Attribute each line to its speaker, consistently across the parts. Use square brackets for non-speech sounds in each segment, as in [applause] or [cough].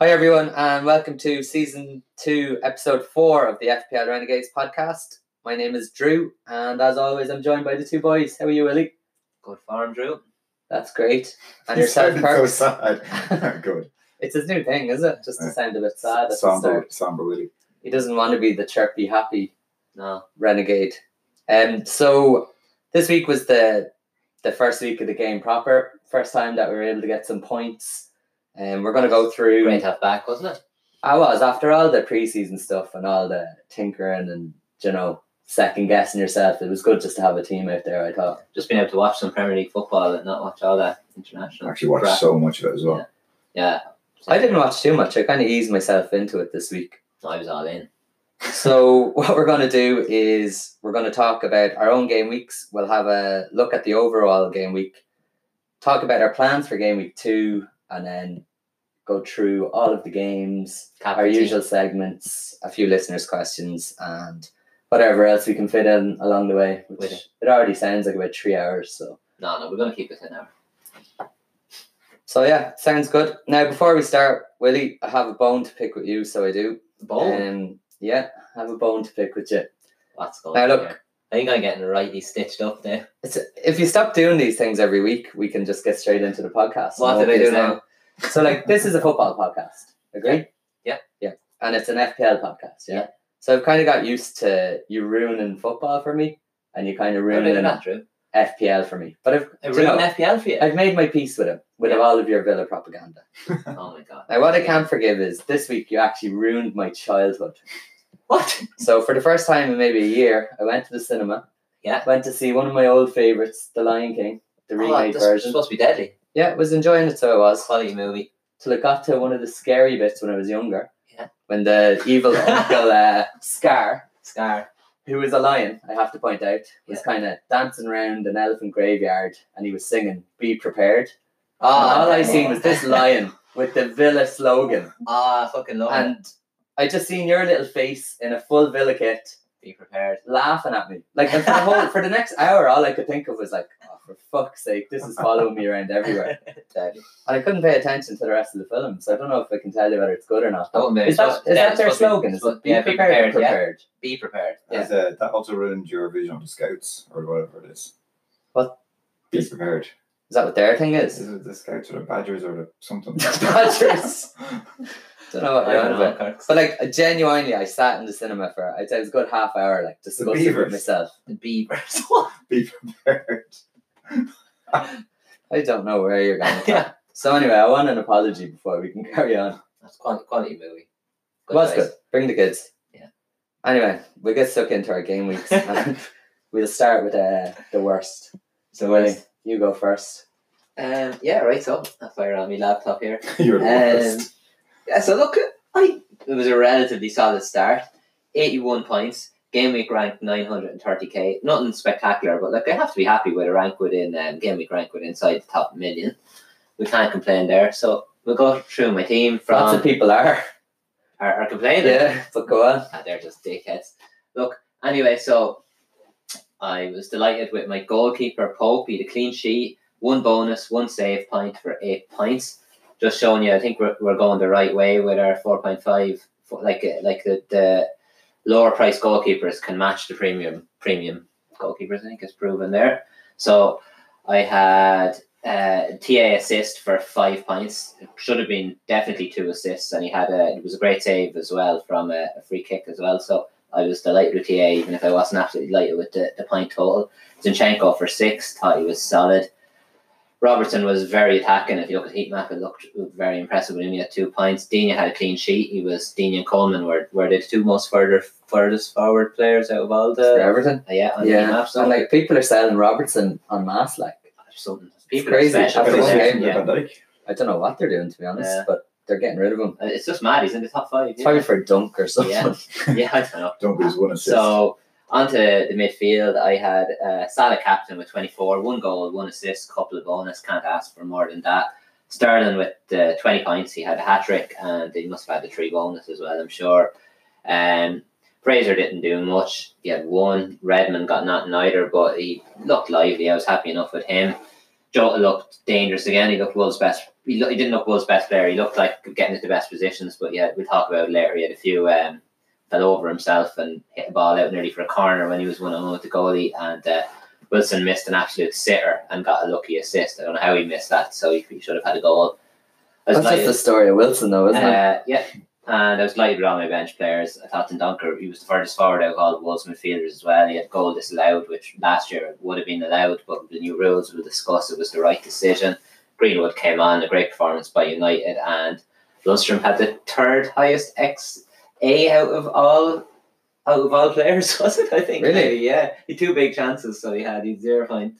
Speaker 1: Hi, everyone, and welcome to season two, episode four of the FPL Renegades podcast. My name is Drew, and as always, I'm joined by the two boys. How are you, Willie?
Speaker 2: Good farm drill.
Speaker 1: That's great. And
Speaker 3: You
Speaker 1: yourself,
Speaker 3: sounded
Speaker 1: Kirk?
Speaker 3: so sad. Good.
Speaker 1: [laughs] it's his new thing, is it? Just to
Speaker 3: Yeah.
Speaker 1: sound a bit sad at the
Speaker 3: Somber,
Speaker 1: start.
Speaker 3: somber Willie.
Speaker 1: He doesn't want to be the chirpy, happy
Speaker 2: No.
Speaker 1: renegade. Um, so this week was the the first week of the game proper. First time that we were able to get some points. And we're going to go through.
Speaker 2: Great half back, wasn't it?
Speaker 1: I was after all the preseason stuff and all the tinkering and you know second guessing yourself. It was good just to have a team out there. I thought
Speaker 2: Just being able to watch some Premier League football and not watch all that international.
Speaker 3: Actually watched
Speaker 2: crap.
Speaker 3: so much of it as well.
Speaker 2: Yeah.
Speaker 1: I didn't watch too much. I kind of eased myself into it this [laughs] week.
Speaker 2: I was all in.
Speaker 1: So what we're going to do is we're going to talk about our own game weeks. We'll have a look at the overall game week, talk about our plans for game week two, and then go through all of the games,
Speaker 2: Captain
Speaker 1: our
Speaker 2: team.
Speaker 1: usual segments, a few listeners' questions, and whatever else we can fit in along the way. Which
Speaker 2: With
Speaker 1: it already sounds like about three hours. So,
Speaker 2: No, no, we're going to keep it in there.
Speaker 1: so yeah, sounds good. Now before we start, Willie, I have a bone to pick with you. So I do.
Speaker 2: Bold.
Speaker 1: Um, yeah, I have a bone to pick with you.
Speaker 2: What's going
Speaker 1: Now
Speaker 2: on
Speaker 1: look.
Speaker 2: here? I think I'm getting rightly stitched up there.
Speaker 1: It's, if you stop doing these things every week, we can just get straight into the podcast.
Speaker 2: What
Speaker 1: No
Speaker 2: did I do
Speaker 1: big
Speaker 2: now?
Speaker 1: deal. So, like, this is a football podcast. Agree?
Speaker 2: Yeah.
Speaker 1: Yeah. And it's an FPL podcast. Yeah.
Speaker 2: Yeah.
Speaker 1: So I've kind of got used to you ruining football for me, and you kind of
Speaker 2: Ruin
Speaker 1: ruining
Speaker 2: that, Drew.
Speaker 1: FPL for me. But I've,
Speaker 2: I
Speaker 1: do you
Speaker 2: ruined
Speaker 1: know,
Speaker 2: FPL for you.
Speaker 1: I've made my peace with it, with
Speaker 2: Yeah.
Speaker 1: all of your Villa propaganda.
Speaker 3: [laughs]
Speaker 2: oh my god.
Speaker 1: Now, what I can't forgive is this week you actually ruined my childhood.
Speaker 2: What?
Speaker 1: So for the first time in maybe a year, I went to the cinema.
Speaker 2: Yeah.
Speaker 1: Went to see one of my old favorites, The Lion King, the
Speaker 2: Oh,
Speaker 1: remade
Speaker 2: this
Speaker 1: version.
Speaker 2: supposed to be deadly.
Speaker 1: Yeah, was enjoying it so I was.
Speaker 2: Quality movie.
Speaker 1: Till it got to one of the scary bits when I was younger.
Speaker 2: Yeah.
Speaker 1: When the
Speaker 2: [laughs]
Speaker 1: evil uncle uh, Scar,
Speaker 2: Scar.
Speaker 1: who is a lion, I have to point out, was kind of dancing around an elephant graveyard and he was singing "Be Prepared."
Speaker 2: Oh,
Speaker 1: and all I seen was
Speaker 2: [laughs]
Speaker 1: this lion with the Villa slogan,
Speaker 2: Ah, I fucking love it.
Speaker 1: and I just seen your little face in a full Villa kit
Speaker 2: Be prepared.
Speaker 1: laughing at me. Like and for the whole for the next hour, all I could think of was like, oh, for fuck's sake, this is following me around everywhere.
Speaker 2: [laughs] Deadly.
Speaker 1: And I couldn't pay attention to the rest of the film, so I don't know if I can tell you whether it's good or not.
Speaker 2: I wouldn't be-
Speaker 1: is that, is
Speaker 2: yeah,
Speaker 1: that their
Speaker 2: it's supposed to
Speaker 1: slogan?
Speaker 2: be-
Speaker 1: Is it be
Speaker 2: yeah, be
Speaker 1: prepared,
Speaker 2: prepared, yeah.
Speaker 1: prepared?
Speaker 2: Be prepared.
Speaker 1: Yeah.
Speaker 3: As, uh, that also ruined your vision of the scouts or whatever it is.
Speaker 1: What?
Speaker 3: Be prepared.
Speaker 1: Is that what their thing
Speaker 2: [laughs]
Speaker 3: Is
Speaker 1: is? [laughs]
Speaker 3: it the scouts or the badgers or the something?
Speaker 1: Badgers. don't know what
Speaker 2: I
Speaker 1: you're on
Speaker 2: don't know,
Speaker 1: about.
Speaker 2: Kirk.
Speaker 1: But like genuinely, I sat in the cinema for I'd say it was a good half hour, like discussing with
Speaker 3: Beavers.
Speaker 1: myself.
Speaker 2: The Beavers.
Speaker 3: [laughs]
Speaker 2: [laughs]
Speaker 3: Be prepared. [laughs]
Speaker 1: I don't know where you're going. With that.
Speaker 2: yeah.
Speaker 1: So anyway, I want an apology before we can [laughs] carry on.
Speaker 2: That's quality, quality movie.
Speaker 1: It was
Speaker 2: choice.
Speaker 1: good. Bring the kids.
Speaker 2: Yeah.
Speaker 1: Anyway, we get stuck into our game
Speaker 2: [laughs]
Speaker 1: weeks. and we'll start with uh, the worst. So Willie, you go first.
Speaker 2: Um, yeah, right. So I'll fire on my laptop here.
Speaker 3: You're the
Speaker 2: Um,
Speaker 3: worst.
Speaker 2: yeah, so look, I it was a relatively solid start. Eighty-one points. Game week ranked nine hundred and thirty k. Nothing spectacular, but like I have to be happy with a rank within um, game week rank within inside the top million. We can't complain there. So we'll go through my team
Speaker 1: Lots
Speaker 2: from
Speaker 1: of people
Speaker 2: [laughs]
Speaker 1: are.
Speaker 2: are, are complaining.
Speaker 1: Yeah, but go on.
Speaker 2: Ah, they're just dickheads. Look, anyway, so I was delighted with my goalkeeper Popey, the clean sheet, one bonus, one save point for eight points. Just showing you, I think we're, we're going the right way with our four point five. Like uh, like the, the lower price goalkeepers can match the premium premium goalkeepers. I think it's proven there. So I had uh, TA assist for five points. It should have been definitely two assists, and he had a it was a great save as well from a, a free kick as well. So I was delighted with TA, even if I wasn't absolutely delighted with the, the point total. Zinchenko for six, thought he was solid. Robertson was very attacking. If you look at the heat map, it looked very impressive. When he had two points, Dina had a clean sheet. He was Dina and Coleman were, were the two most further furthest forward players out of all
Speaker 1: for
Speaker 2: the
Speaker 1: everything.
Speaker 2: yeah on the heat
Speaker 1: Yeah,
Speaker 2: map. So
Speaker 1: and like people are selling Robertson on mass. Like
Speaker 2: something people
Speaker 1: crazy.
Speaker 2: are special.
Speaker 1: After
Speaker 3: Can I
Speaker 1: one
Speaker 3: say
Speaker 1: game,
Speaker 3: something
Speaker 2: yeah.
Speaker 3: about Van Dijk?
Speaker 1: I don't know what they're doing to be honest,
Speaker 2: Yeah.
Speaker 1: but they're getting rid of him.
Speaker 2: Uh, It's just mad. He's in the top five.
Speaker 1: It's
Speaker 2: Yeah,
Speaker 1: probably for a dunk or something. [laughs]
Speaker 2: Yeah. yeah [laughs] I don't know.
Speaker 3: Don't be his one assist.
Speaker 2: So onto the midfield, I had uh, Salah captain with 24, one goal, one assist, couple of bonus. Can't ask for more than that. Sterling with uh, 20 points. He had a hat trick and he must have had the three bonus as well, I'm sure. Um, Fraser didn't do much. He had one. Redmond got nothing either, but he looked lively. I was happy enough with him. Jota looked dangerous again. He looked world's best. He, look, he didn't look world's best player. He looked like getting into the best positions. But yeah, we'll talk about it later. He had a few um, fell over himself and hit a ball out nearly for a corner when he was one on one with the goalie. And uh, Wilson missed an absolute sitter and got a lucky assist. I don't know how he missed that. So he, he should have had a goal. I was
Speaker 1: That's just
Speaker 2: delighted.
Speaker 1: the story of Wilson, though, isn't it?
Speaker 2: Uh, yeah. And I was delighted with all my bench players. I thought in Dunker, he was the furthest forward out of all the Wolves midfielders as well. He had goal disallowed, which last year would have been allowed, but with the new rules we'll discuss it was the right decision. Greenwood came on, a great performance by United, and Lundstrom had the third highest XA out of all out of all players, [laughs] was it? I think.
Speaker 1: Really?
Speaker 2: Maybe, yeah. He had two big chances, so he had he's zero point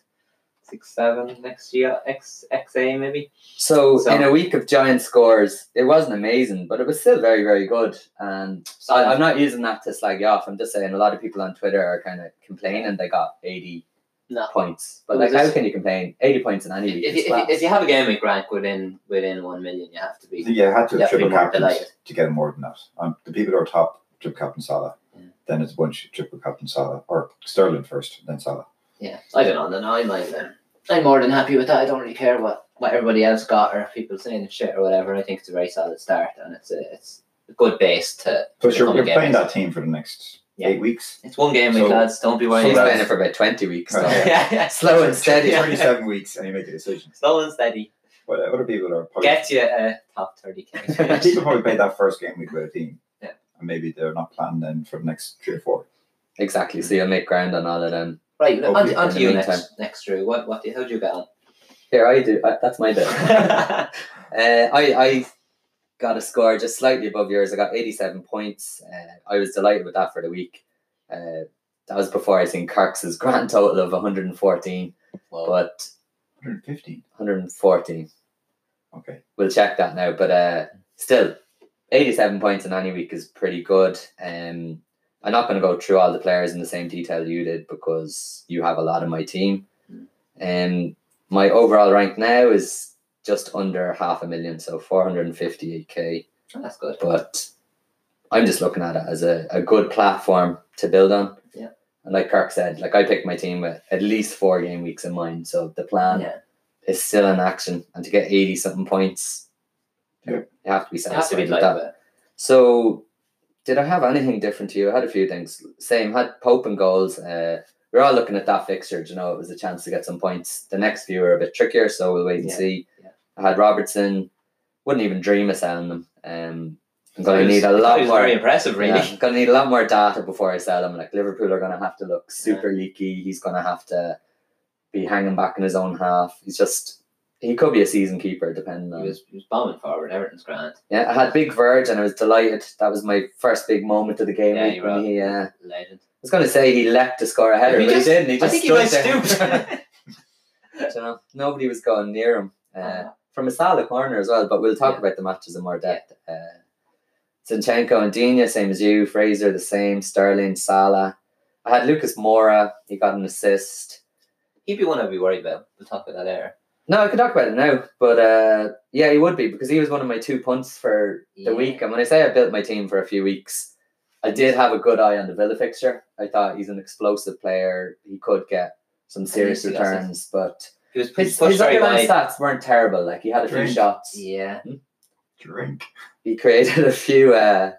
Speaker 2: six seven next year X XA maybe.
Speaker 1: So,
Speaker 2: So-
Speaker 1: in a week of giant scores, it wasn't amazing, but it was still very, very good. And so I, I'm not using that to slag you off. I'm just saying a lot of people on Twitter are kind of complaining they got 80
Speaker 2: No.
Speaker 1: points. But
Speaker 2: It
Speaker 1: like,
Speaker 2: was
Speaker 1: how
Speaker 2: just-
Speaker 1: can you complain? 80 points in any week.
Speaker 2: if,
Speaker 1: is
Speaker 2: you, if,
Speaker 1: class.
Speaker 2: you, if you have a game week rank within within one million, you have to
Speaker 1: Mm-hmm.
Speaker 2: be.
Speaker 3: Yeah, I had to
Speaker 2: Yeah,
Speaker 3: have triple
Speaker 2: we weren't
Speaker 3: captains
Speaker 2: delighted.
Speaker 3: to get more than that. Um, the people who are top, triple captain Salah.
Speaker 2: Yeah.
Speaker 3: Then it's a bunch triple captain Salah or Sterling first, then Salah.
Speaker 2: Yeah, I don't know. Then I'm like, um, I'm more than happy with that. I don't really care what, what everybody else got or people saying shit or whatever. I think it's a very solid start and it's a it's a good base to.
Speaker 3: But
Speaker 2: to
Speaker 3: you're,
Speaker 2: come
Speaker 3: you're
Speaker 2: against.
Speaker 3: playing that team for the next
Speaker 2: Yeah.
Speaker 3: eight weeks.
Speaker 2: It's one game week,
Speaker 3: So-
Speaker 2: lads. Don't be worried.
Speaker 1: She's
Speaker 3: Well,
Speaker 1: playing it
Speaker 3: that's-
Speaker 1: for about 20 weeks. So.
Speaker 2: [laughs]
Speaker 3: Right.
Speaker 2: yeah, yeah.
Speaker 1: Slow and steady.
Speaker 2: Oh, Yeah.
Speaker 3: 27 [laughs] weeks and you make a decision.
Speaker 2: Slow and steady.
Speaker 3: But uh, other people are probably.
Speaker 2: Get you a top thirty
Speaker 1: [laughs]
Speaker 3: Yeah,
Speaker 2: k.
Speaker 3: people probably play that first game week with a team.
Speaker 2: Yeah.
Speaker 3: And maybe they're not planned then for the next three or four.
Speaker 1: [laughs] Exactly. So you'll make ground on all of them.
Speaker 2: [laughs] right, on,
Speaker 3: Hopefully,
Speaker 2: to-
Speaker 1: in
Speaker 2: on to
Speaker 1: the
Speaker 2: you
Speaker 1: meantime.
Speaker 2: next, next Drew. What what do, how do
Speaker 1: [laughs]
Speaker 2: you get on? [laughs]
Speaker 1: Here, I do. I, that's my bit. Uh, I I got a score just slightly above yours. I got eighty seven points. Uh, I was delighted with that for the week. Uh, that was before I seen Kirk's [laughs] grand total of one hundred and fourteen,
Speaker 2: well,
Speaker 1: but
Speaker 3: 115.
Speaker 1: one hundred and fourteen.
Speaker 3: Okay.
Speaker 1: We'll check that now. But uh, still, eighty seven points in any week is pretty good. Um, I'm not going to go through all the players in the same detail you did because you have a lot of my team. Um, my overall rank now is just under half a million, so four hundred and fifty eight k
Speaker 2: that's good.
Speaker 1: but I'm just looking at it as a, a good platform to build on.
Speaker 2: Yeah.
Speaker 1: And like Kirk said, like I picked my team with at least four game weeks in mind. So the plan
Speaker 2: Yeah.
Speaker 1: is still in action. And to get 80 something points,
Speaker 3: Yeah.
Speaker 1: you have to be
Speaker 2: You have to be
Speaker 1: satisfied with
Speaker 2: like
Speaker 1: that.
Speaker 2: that.
Speaker 1: So did I have anything different to you? I had a few things. Same, had Pope and goals. Uh, we we're all looking at that fixture. do You know, it was a chance to get some points. The next few are a bit trickier, so we'll wait and
Speaker 2: Yeah,
Speaker 1: see.
Speaker 2: yeah.
Speaker 1: I had Robertson. Wouldn't even dream of selling them. Um, I'm going
Speaker 2: It
Speaker 1: to
Speaker 2: was-
Speaker 1: need a
Speaker 2: it
Speaker 1: lot
Speaker 2: was
Speaker 1: more.
Speaker 2: Very impressive, really.
Speaker 1: Yeah, gonna need a lot more data before I sell him. Like Liverpool are gonna have to look super leaky. He's gonna have to be hanging back in his own half. He's just he could be a season keeper, depending
Speaker 2: He
Speaker 1: on.
Speaker 2: was, he was bombing forward. Everything's grand.
Speaker 1: Yeah, I had Big Verge and I was delighted. That was my first big moment of the game.
Speaker 2: Yeah,
Speaker 1: week
Speaker 2: you
Speaker 1: when
Speaker 2: were-
Speaker 1: he, uh, I
Speaker 2: Legend.
Speaker 1: was gonna say he leapt to score a header,
Speaker 2: He
Speaker 1: but
Speaker 2: just-
Speaker 1: he didn't. He just stood [laughs] there.
Speaker 2: stupid.
Speaker 1: You know, nobody was going near him. Uh, from a solid corner as well, but we'll talk
Speaker 2: Uh-huh. Yeah.
Speaker 1: about the matches in more depth. Uh, Zinchenko and Dina, same as you. Fraser, the same. Sterling, Salah. I had Lucas Mora. He got an assist.
Speaker 2: He'd be one I'd be worried about. We'll talk about that later.
Speaker 1: No, I could talk about it now, but uh, yeah, he would be because he was one of my two punts for the
Speaker 2: Yeah.
Speaker 1: week. And when I say I built my team for a few weeks, I did have a good eye on the Villa fixture. I thought he's an explosive player. He could get some serious
Speaker 2: he does it.
Speaker 1: returns, but
Speaker 2: He was
Speaker 1: his,
Speaker 2: pushed, pushed
Speaker 1: his
Speaker 2: very
Speaker 1: underlying
Speaker 2: wide.
Speaker 1: stats weren't terrible. Like he had a few
Speaker 3: Right.
Speaker 1: shots.
Speaker 2: Yeah.
Speaker 3: Drink.
Speaker 1: he created [laughs] a few uh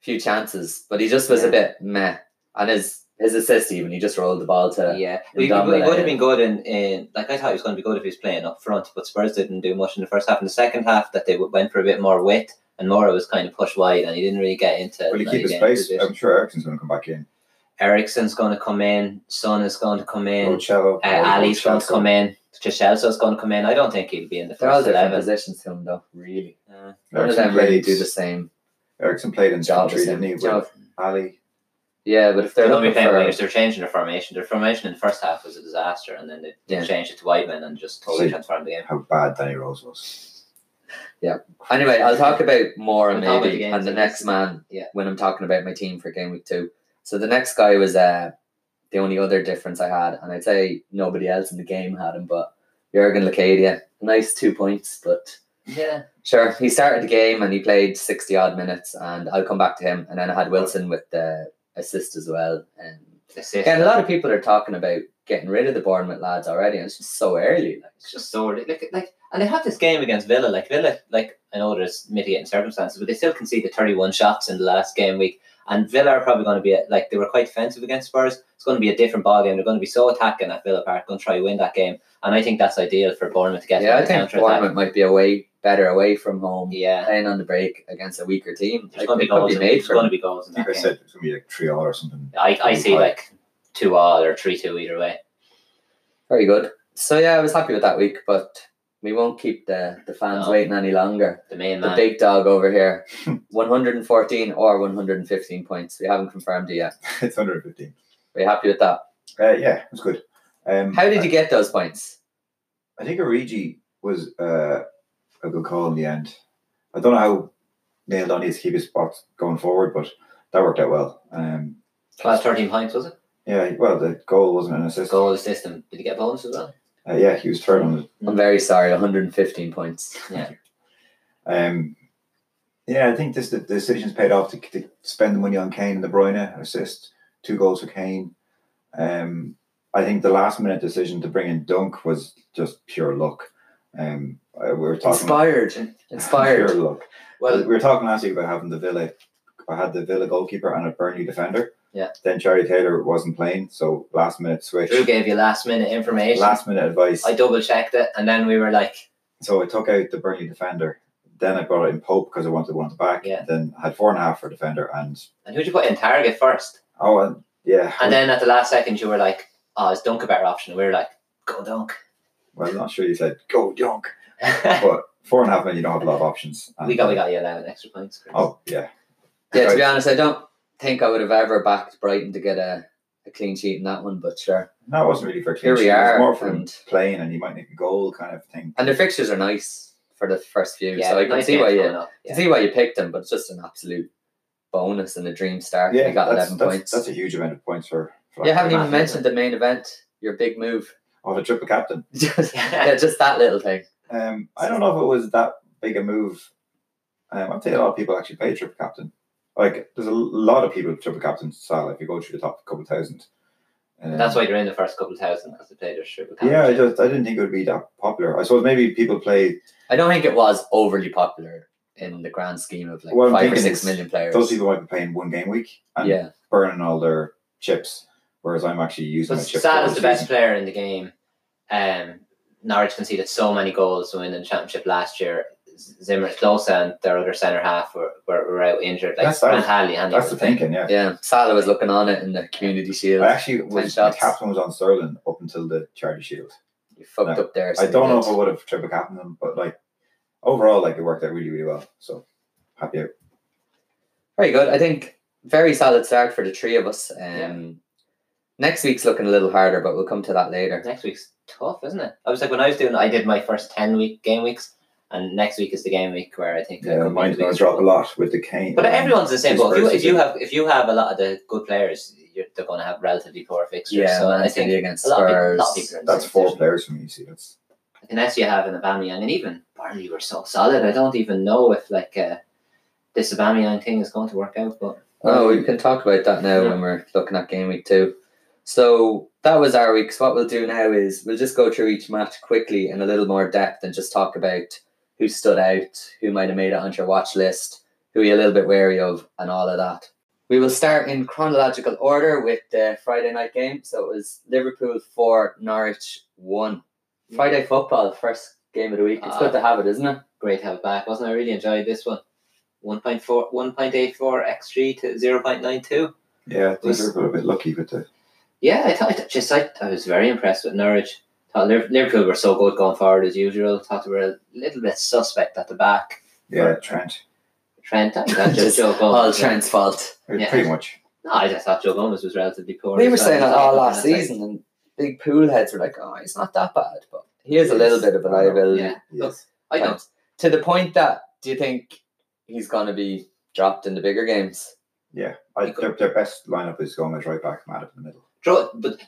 Speaker 1: few chances, but he just was a
Speaker 2: Yeah.
Speaker 1: bit meh. And his his assist even he just rolled the ball to
Speaker 2: Yeah, he, he,
Speaker 1: done
Speaker 2: would- he
Speaker 1: that,
Speaker 2: would
Speaker 1: yeah.
Speaker 2: have been good in, in like I thought he was going to be good if he was playing up front, but Spurs didn't do much in the first half. In the second half, that they w- went for a bit more width, and Mora was kind of pushed wide, and he didn't really get into.
Speaker 3: Will he
Speaker 2: many
Speaker 3: keep his Um,
Speaker 2: game
Speaker 3: place?
Speaker 2: positions.
Speaker 3: I'm sure Ericsson's going to come back in.
Speaker 2: Eriksson's going to come in. Son is going to come in.
Speaker 3: Rocello.
Speaker 2: Uh, Ali's going to come in. Chichelso's going to come in. I don't think he'll be in the
Speaker 1: they're all
Speaker 2: first
Speaker 1: different
Speaker 2: eleven.
Speaker 1: positions to him though, really.
Speaker 2: Uh,
Speaker 1: None of them really do the same
Speaker 3: Ericsson played in
Speaker 1: job.
Speaker 3: century,
Speaker 1: as him.
Speaker 3: didn't he? With
Speaker 1: Job.
Speaker 3: Ali.
Speaker 1: Yeah, but if
Speaker 2: they're
Speaker 1: they're
Speaker 2: going to be
Speaker 1: looking
Speaker 2: playing
Speaker 1: for
Speaker 2: wingers. They're changing their formation. Their formation in the first half was a disaster, and then they, they
Speaker 1: Yeah.
Speaker 2: changed it to wide men and just totally
Speaker 3: See.
Speaker 2: transformed the game.
Speaker 3: How bad Danny Rose was.
Speaker 1: anyway, I'll talk about more
Speaker 2: We'll
Speaker 1: and
Speaker 2: talk about
Speaker 1: maybe
Speaker 2: the games,
Speaker 1: and the
Speaker 2: I
Speaker 1: next
Speaker 2: guess.
Speaker 1: man
Speaker 2: Yeah.
Speaker 1: when I'm talking about my team for game week two. So the next guy was uh the only other difference I had, and I'd say nobody else in the game had him, but Jurgen Lacadia. Nice two points, but
Speaker 2: Yeah,
Speaker 1: Sure. He started the game and he played 60 odd minutes, and I'll come back to him. And then I had Wilson with the assist as well. Um,
Speaker 2: assist.
Speaker 1: Yeah, and a lot of people are talking about getting rid of the Bournemouth lads already, and it's just so early. Like,
Speaker 2: It's just so ridic- like like, and they have this game against Villa. Like Villa, like I know there's mitigating circumstances, but they still conceded thirty-one shots in the last game week. And Villa are probably going to be a, like they were quite defensive against Spurs. It's going to be a different ball game. They're going to be so attacking at Villa Park, going to try to win that game. And I think that's ideal for Bournemouth to get
Speaker 1: yeah,
Speaker 2: on
Speaker 1: I
Speaker 2: the
Speaker 1: think
Speaker 2: counter-attack.
Speaker 1: Bournemouth might be away better away from home,
Speaker 2: Yeah,
Speaker 1: playing on the break against a weaker team. Like,
Speaker 2: there's going
Speaker 1: they
Speaker 2: to be goals.
Speaker 1: could be
Speaker 2: in-
Speaker 1: made
Speaker 2: There's
Speaker 1: for.
Speaker 2: going to
Speaker 1: them.
Speaker 2: be goals in
Speaker 3: I
Speaker 2: that
Speaker 3: think I
Speaker 2: game.
Speaker 3: said it's gonna be like three all or something. [laughs]
Speaker 2: I, I see
Speaker 3: Five.
Speaker 2: like two all or three two either way.
Speaker 1: Very good. So yeah, I was happy with that week, but we won't keep the the fans
Speaker 2: No.
Speaker 1: waiting any longer.
Speaker 2: The main
Speaker 1: The
Speaker 2: man.
Speaker 1: big dog over here, 114 or 115 points. We haven't confirmed it yet.
Speaker 3: it's 115.
Speaker 1: Are you happy with that?
Speaker 3: Uh, yeah, it was good. Um,
Speaker 1: How did you get those points?
Speaker 3: I think Origi was uh, a good call in the end. I don't know how nailed on he is to keep his spot going forward, but that worked out well. Um,
Speaker 2: Class thirteen points was it?
Speaker 3: yeah, well, the goal wasn't an assist.
Speaker 2: Goal system. Did he get bonus as well?
Speaker 3: Uh, yeah, he was third on it.
Speaker 1: I'm very sorry, 115 points.
Speaker 3: Um, yeah, I think this the, the decision's paid off to, to spend the money on Kane and De Bruyne assist. Two goals for Kane. Um, I think the last minute decision to bring in Dunk was just pure luck. Um, uh, we were talking
Speaker 1: Inspired. Inspired.
Speaker 3: [laughs] pure luck. Well, we were talking last week about having the Villa. I had the Villa goalkeeper and a Burnley defender.
Speaker 2: Yeah.
Speaker 3: Then Charlie Taylor wasn't playing, so last minute switch,
Speaker 2: Drew gave you last minute information.
Speaker 3: last minute advice.
Speaker 2: I double checked it, and then we were like,
Speaker 3: so I took out the Burnley defender. Then I brought in Pope because I wanted one at the back.
Speaker 2: Yeah.
Speaker 3: Then I had four and a half for defender, and
Speaker 2: "And who'd you put in target first?
Speaker 3: oh, and yeah.
Speaker 2: And then at the last second, you were like, "Oh, is Dunk a better option?" And we were like, "Go Dunk." [laughs]
Speaker 3: well, I'm not sure you said go dunk, but four and a half minute, you don't have a lot of options. And-
Speaker 2: we got we got you eleven extra points. Chris.
Speaker 3: Oh yeah.
Speaker 1: Yeah, to be
Speaker 3: Right.
Speaker 1: honest, I don't think I would have ever backed Brighton to get a, a clean sheet in that one, but sure.
Speaker 3: No, it wasn't really for a clean
Speaker 1: Here we
Speaker 3: sheet, it was
Speaker 1: are,
Speaker 3: more for
Speaker 1: and-
Speaker 3: playing, and you might make a goal kind of thing.
Speaker 1: And the fixtures are nice for the first few,
Speaker 2: yeah,
Speaker 1: so I can
Speaker 2: nice
Speaker 1: see why
Speaker 2: games
Speaker 1: you
Speaker 2: coming up.
Speaker 1: can
Speaker 2: Yeah.
Speaker 1: see why you picked them, but it's just an absolute bonus and a dream start.
Speaker 3: Yeah,
Speaker 1: you got
Speaker 3: that's,
Speaker 1: 11
Speaker 3: that's,
Speaker 1: points.
Speaker 3: that's a huge amount of points for. for
Speaker 1: you
Speaker 3: that
Speaker 1: haven't
Speaker 3: kind of
Speaker 1: even
Speaker 3: match.
Speaker 1: mentioned the main event, your big move. [laughs]
Speaker 3: Oh, the triple captain.
Speaker 1: Just- yeah, just that little thing.
Speaker 3: Um, I don't know if it was that big a move. Um, I'd say a lot of people actually play triple captain. Like, there's a lot of people triple captain style. If you go through the top couple thousand, um,
Speaker 2: That's why they're in the first couple thousand because they played their triple.
Speaker 3: Yeah, I just I didn't think it would be that popular. I suppose maybe people play
Speaker 1: I don't think it was overly popular in the grand scheme of like
Speaker 3: Well, I'm
Speaker 1: five or
Speaker 3: thinking
Speaker 1: six
Speaker 3: it's-
Speaker 1: million players.
Speaker 3: those people might be playing one game week and
Speaker 1: yeah,
Speaker 3: burning all their chips, whereas I'm actually using
Speaker 2: But
Speaker 3: my chips.
Speaker 2: Salah's
Speaker 3: all
Speaker 2: the best
Speaker 3: season.
Speaker 2: player in the game. Um, Norwich conceded so many goals to win the championship last year. Z- Zimmer, Klose and their other centre half were, were, were out injured. Like
Speaker 3: That's- that
Speaker 2: and
Speaker 3: was-
Speaker 2: Hanley, Hanley
Speaker 3: That's
Speaker 2: was
Speaker 3: the
Speaker 2: playing.
Speaker 3: thinking, yeah.
Speaker 1: yeah. Salah was looking on it in the community shield.
Speaker 3: I actually was my
Speaker 1: shots.
Speaker 3: captain was on Sterling up until the charity shield.
Speaker 1: You fucked
Speaker 3: No.
Speaker 1: up there.
Speaker 3: I
Speaker 1: so
Speaker 3: don't know if I
Speaker 1: good.
Speaker 3: would have triple captained them, but like overall, like it worked out really, really well. So happy out.
Speaker 1: Very good. I think very solid start for the three of us. Um, Next week's looking a little harder, but we'll come to that later.
Speaker 2: Next week's tough, isn't it? I was like when I was doing, I did my first ten week game weeks, and next week is the game week where I think I could
Speaker 3: Yeah,
Speaker 2: be
Speaker 3: mine's
Speaker 2: the
Speaker 3: going to
Speaker 2: biggest
Speaker 3: drop a
Speaker 2: one.
Speaker 3: lot with the cane.
Speaker 2: But everyone's the same.
Speaker 3: Just
Speaker 2: But if you, if
Speaker 3: versus
Speaker 2: you
Speaker 3: it.
Speaker 2: have if you have a lot of the good players, you're, they're going to have relatively poor fixtures.
Speaker 1: Yeah,
Speaker 2: so
Speaker 1: Man
Speaker 2: I
Speaker 1: City
Speaker 2: think
Speaker 1: against
Speaker 2: a lot, of people, a lot
Speaker 1: Spurs.
Speaker 2: of people are in the
Speaker 3: That's
Speaker 2: same
Speaker 3: four
Speaker 2: position.
Speaker 3: players from you. See, that's
Speaker 2: unless you have an Aubameyang, and even Burnley were so solid. I don't even know if like uh, this Aubameyang thing is going to work out. But
Speaker 1: Oh, we can talk about that now
Speaker 2: Um, Yeah.
Speaker 1: when we're looking at game week two. So that was our week. So what we'll do now is we'll just go through each match quickly in a little more depth and just talk about who stood out, who might have made it onto your watch list, who you're a little bit wary of, and all of that. We will start in chronological order with the Friday night game. So it was Liverpool four, Norwich one. Friday football, first game of the week. It's
Speaker 2: Hmm. Ah.
Speaker 1: good to have it, isn't it?
Speaker 2: great to have it back, wasn't it? I really enjoyed this one. 1.4, 1.84 xg to 0.92.
Speaker 3: yeah. I think
Speaker 2: Was-
Speaker 3: Liverpool are a bit lucky with the.
Speaker 2: Yeah, I thought, I thought just I, I was very impressed with Norwich. Thought Liv- Liverpool were so good going forward as usual. Thought they were a little bit suspect at the back.
Speaker 3: Yeah, Trent.
Speaker 2: Trent, I
Speaker 1: [laughs]
Speaker 2: thought
Speaker 1: Just
Speaker 2: Joe
Speaker 1: All
Speaker 2: Gomez.
Speaker 1: Trent's fault.
Speaker 2: Yeah.
Speaker 3: Pretty much.
Speaker 2: No, I just thought Joe Gomez was relatively poor.
Speaker 1: We
Speaker 2: as
Speaker 1: were
Speaker 2: well.
Speaker 1: saying that
Speaker 2: He's
Speaker 1: all
Speaker 2: awful,
Speaker 1: last
Speaker 2: and it's like,
Speaker 1: season, and big pool heads were like, "Oh, he's not that bad," but he is a
Speaker 3: Yes.
Speaker 1: little bit of a liability.
Speaker 2: Yeah,
Speaker 3: Yes.
Speaker 2: I don't.
Speaker 1: Thanks. To the point that, do you think he's going to be dropped in the bigger games?
Speaker 3: I, their, their best lineup is Gomez right back, Matt up in the middle.
Speaker 2: Draw, but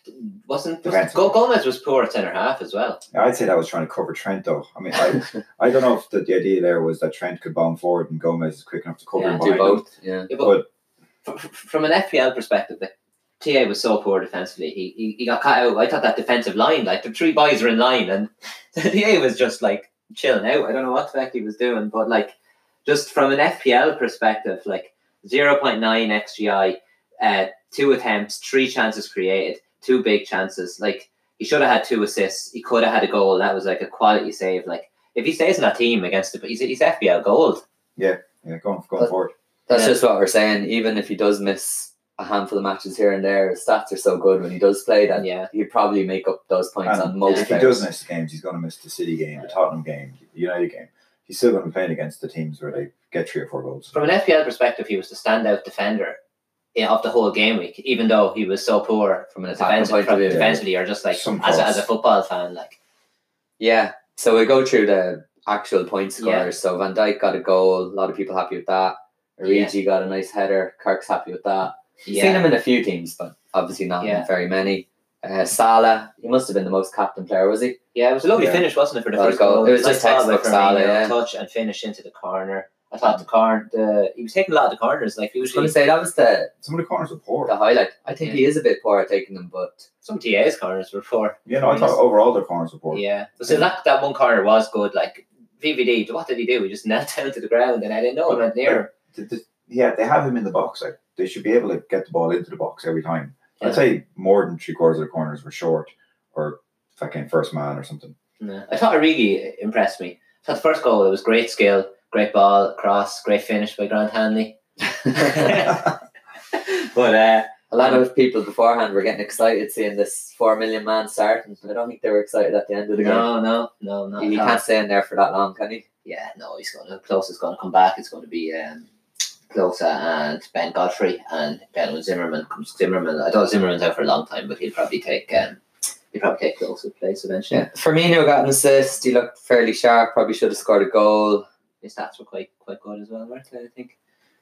Speaker 2: wasn't was,
Speaker 3: Defensive.
Speaker 2: Go- Gomez was poor at centre half as well.
Speaker 3: Yeah, I'd say that was trying to cover Trent though. I mean, I, I don't know if the, the idea there was that Trent could bomb forward and Gomez is quick enough to cover
Speaker 2: Yeah,
Speaker 3: him
Speaker 1: Do
Speaker 3: behind him.
Speaker 1: both? Yeah.
Speaker 2: Yeah,
Speaker 3: But
Speaker 2: but f- f- from an FPL perspective, like, TA was so poor defensively. He, he he got cut out. I thought that defensive line, like the three boys were in line, and [laughs] TA was just like chilling out. I don't know what the heck he was doing, but like just from an FPL perspective, like zero point nine xGI, uh, two attempts, three chances created, two big chances. Like he should have had two assists. He could have had a goal. That was like a quality save. Like if he stays in that team against the, he's he's FPL gold.
Speaker 3: Yeah, going going
Speaker 1: But-
Speaker 3: forward.
Speaker 1: That's
Speaker 2: Yeah.
Speaker 1: just what we're saying. Even if he does miss a handful of matches here and there, his stats are so good when he does play that
Speaker 2: Yeah,
Speaker 1: he'd probably make up those points
Speaker 3: And
Speaker 1: on most.
Speaker 3: If he
Speaker 1: players.
Speaker 3: does miss games, he's going to miss the City game, the Tottenham game, the United game. He's still going to be playing against the teams where they get three or four goals.
Speaker 2: from an FPL perspective, he was the standout defender yeah, of the whole game week, even though he was so poor
Speaker 1: from an attacking
Speaker 2: defensive,
Speaker 1: point of
Speaker 2: from
Speaker 1: view,
Speaker 2: defensively or just like
Speaker 3: Some
Speaker 2: as a,
Speaker 3: cross.
Speaker 2: as a football fan, like
Speaker 1: Yeah. So we go through the actual point scorers.
Speaker 2: Yeah.
Speaker 1: So Van Dijk got a goal. A lot of people happy with that.
Speaker 2: Yeah.
Speaker 1: Origi got a nice header. Kirk's happy with that. You've Seen
Speaker 2: yeah,
Speaker 1: him in a few teams, but obviously not
Speaker 2: Yeah.
Speaker 1: in very many. Uh, Salah, he must have been the most captain player, was he?
Speaker 2: yeah, it was a lovely
Speaker 3: Yeah.
Speaker 2: finish, wasn't it, for the
Speaker 1: Well,
Speaker 2: first
Speaker 1: goal.
Speaker 2: goal?
Speaker 1: It was
Speaker 2: Nice
Speaker 1: just
Speaker 2: ball by
Speaker 1: textbook
Speaker 2: Firmino,
Speaker 1: Salah, yeah.
Speaker 2: touch and finish into the corner. I thought the corner, the he was taking a lot of the corners, like
Speaker 1: I was
Speaker 2: usually
Speaker 1: going to say that was the,
Speaker 3: Some of the corners were poor.
Speaker 1: the highlight. I think he is a bit poor at taking them, but
Speaker 2: some TA's corners were poor.
Speaker 3: You know, I thought overall their corners were poor.
Speaker 2: Yeah, so that that one corner was good. Like VVD, what did he do? He just knelt [laughs] down to the ground, and I didn't know he went near. him.
Speaker 3: The- the- yeah, they have him in the box. Like they should be able to get the ball into the box every time.
Speaker 2: Yeah.
Speaker 3: I'd say more than three quarters of the corners were short or fucking first man or something.
Speaker 2: [laughs] No. I thought Origi impressed me. I thought the first goal, it was great skill, great ball, cross, great finish by Grant
Speaker 3: [laughs]
Speaker 2: Hanley. [laughs] but uh,
Speaker 1: a lot of people beforehand were getting excited seeing this 4 million man start, and I don't think they were excited at the end of the game.
Speaker 2: no, no, no, no.
Speaker 1: He can't stay in there for that long, can he?
Speaker 2: Yeah, no, he's going to, close is going to come back. It's going to be um, Closa and Ben Godfrey and Ben Zimmerman comes Zimmerman. I thought Zimmerman's out for a long time, but he'll probably take um, he'll probably take Closa's place eventually.
Speaker 1: Yeah. Firmino got an assist. He looked fairly sharp. Probably should have scored a goal.
Speaker 2: His stats were quite quite good as well, weren't they? I think.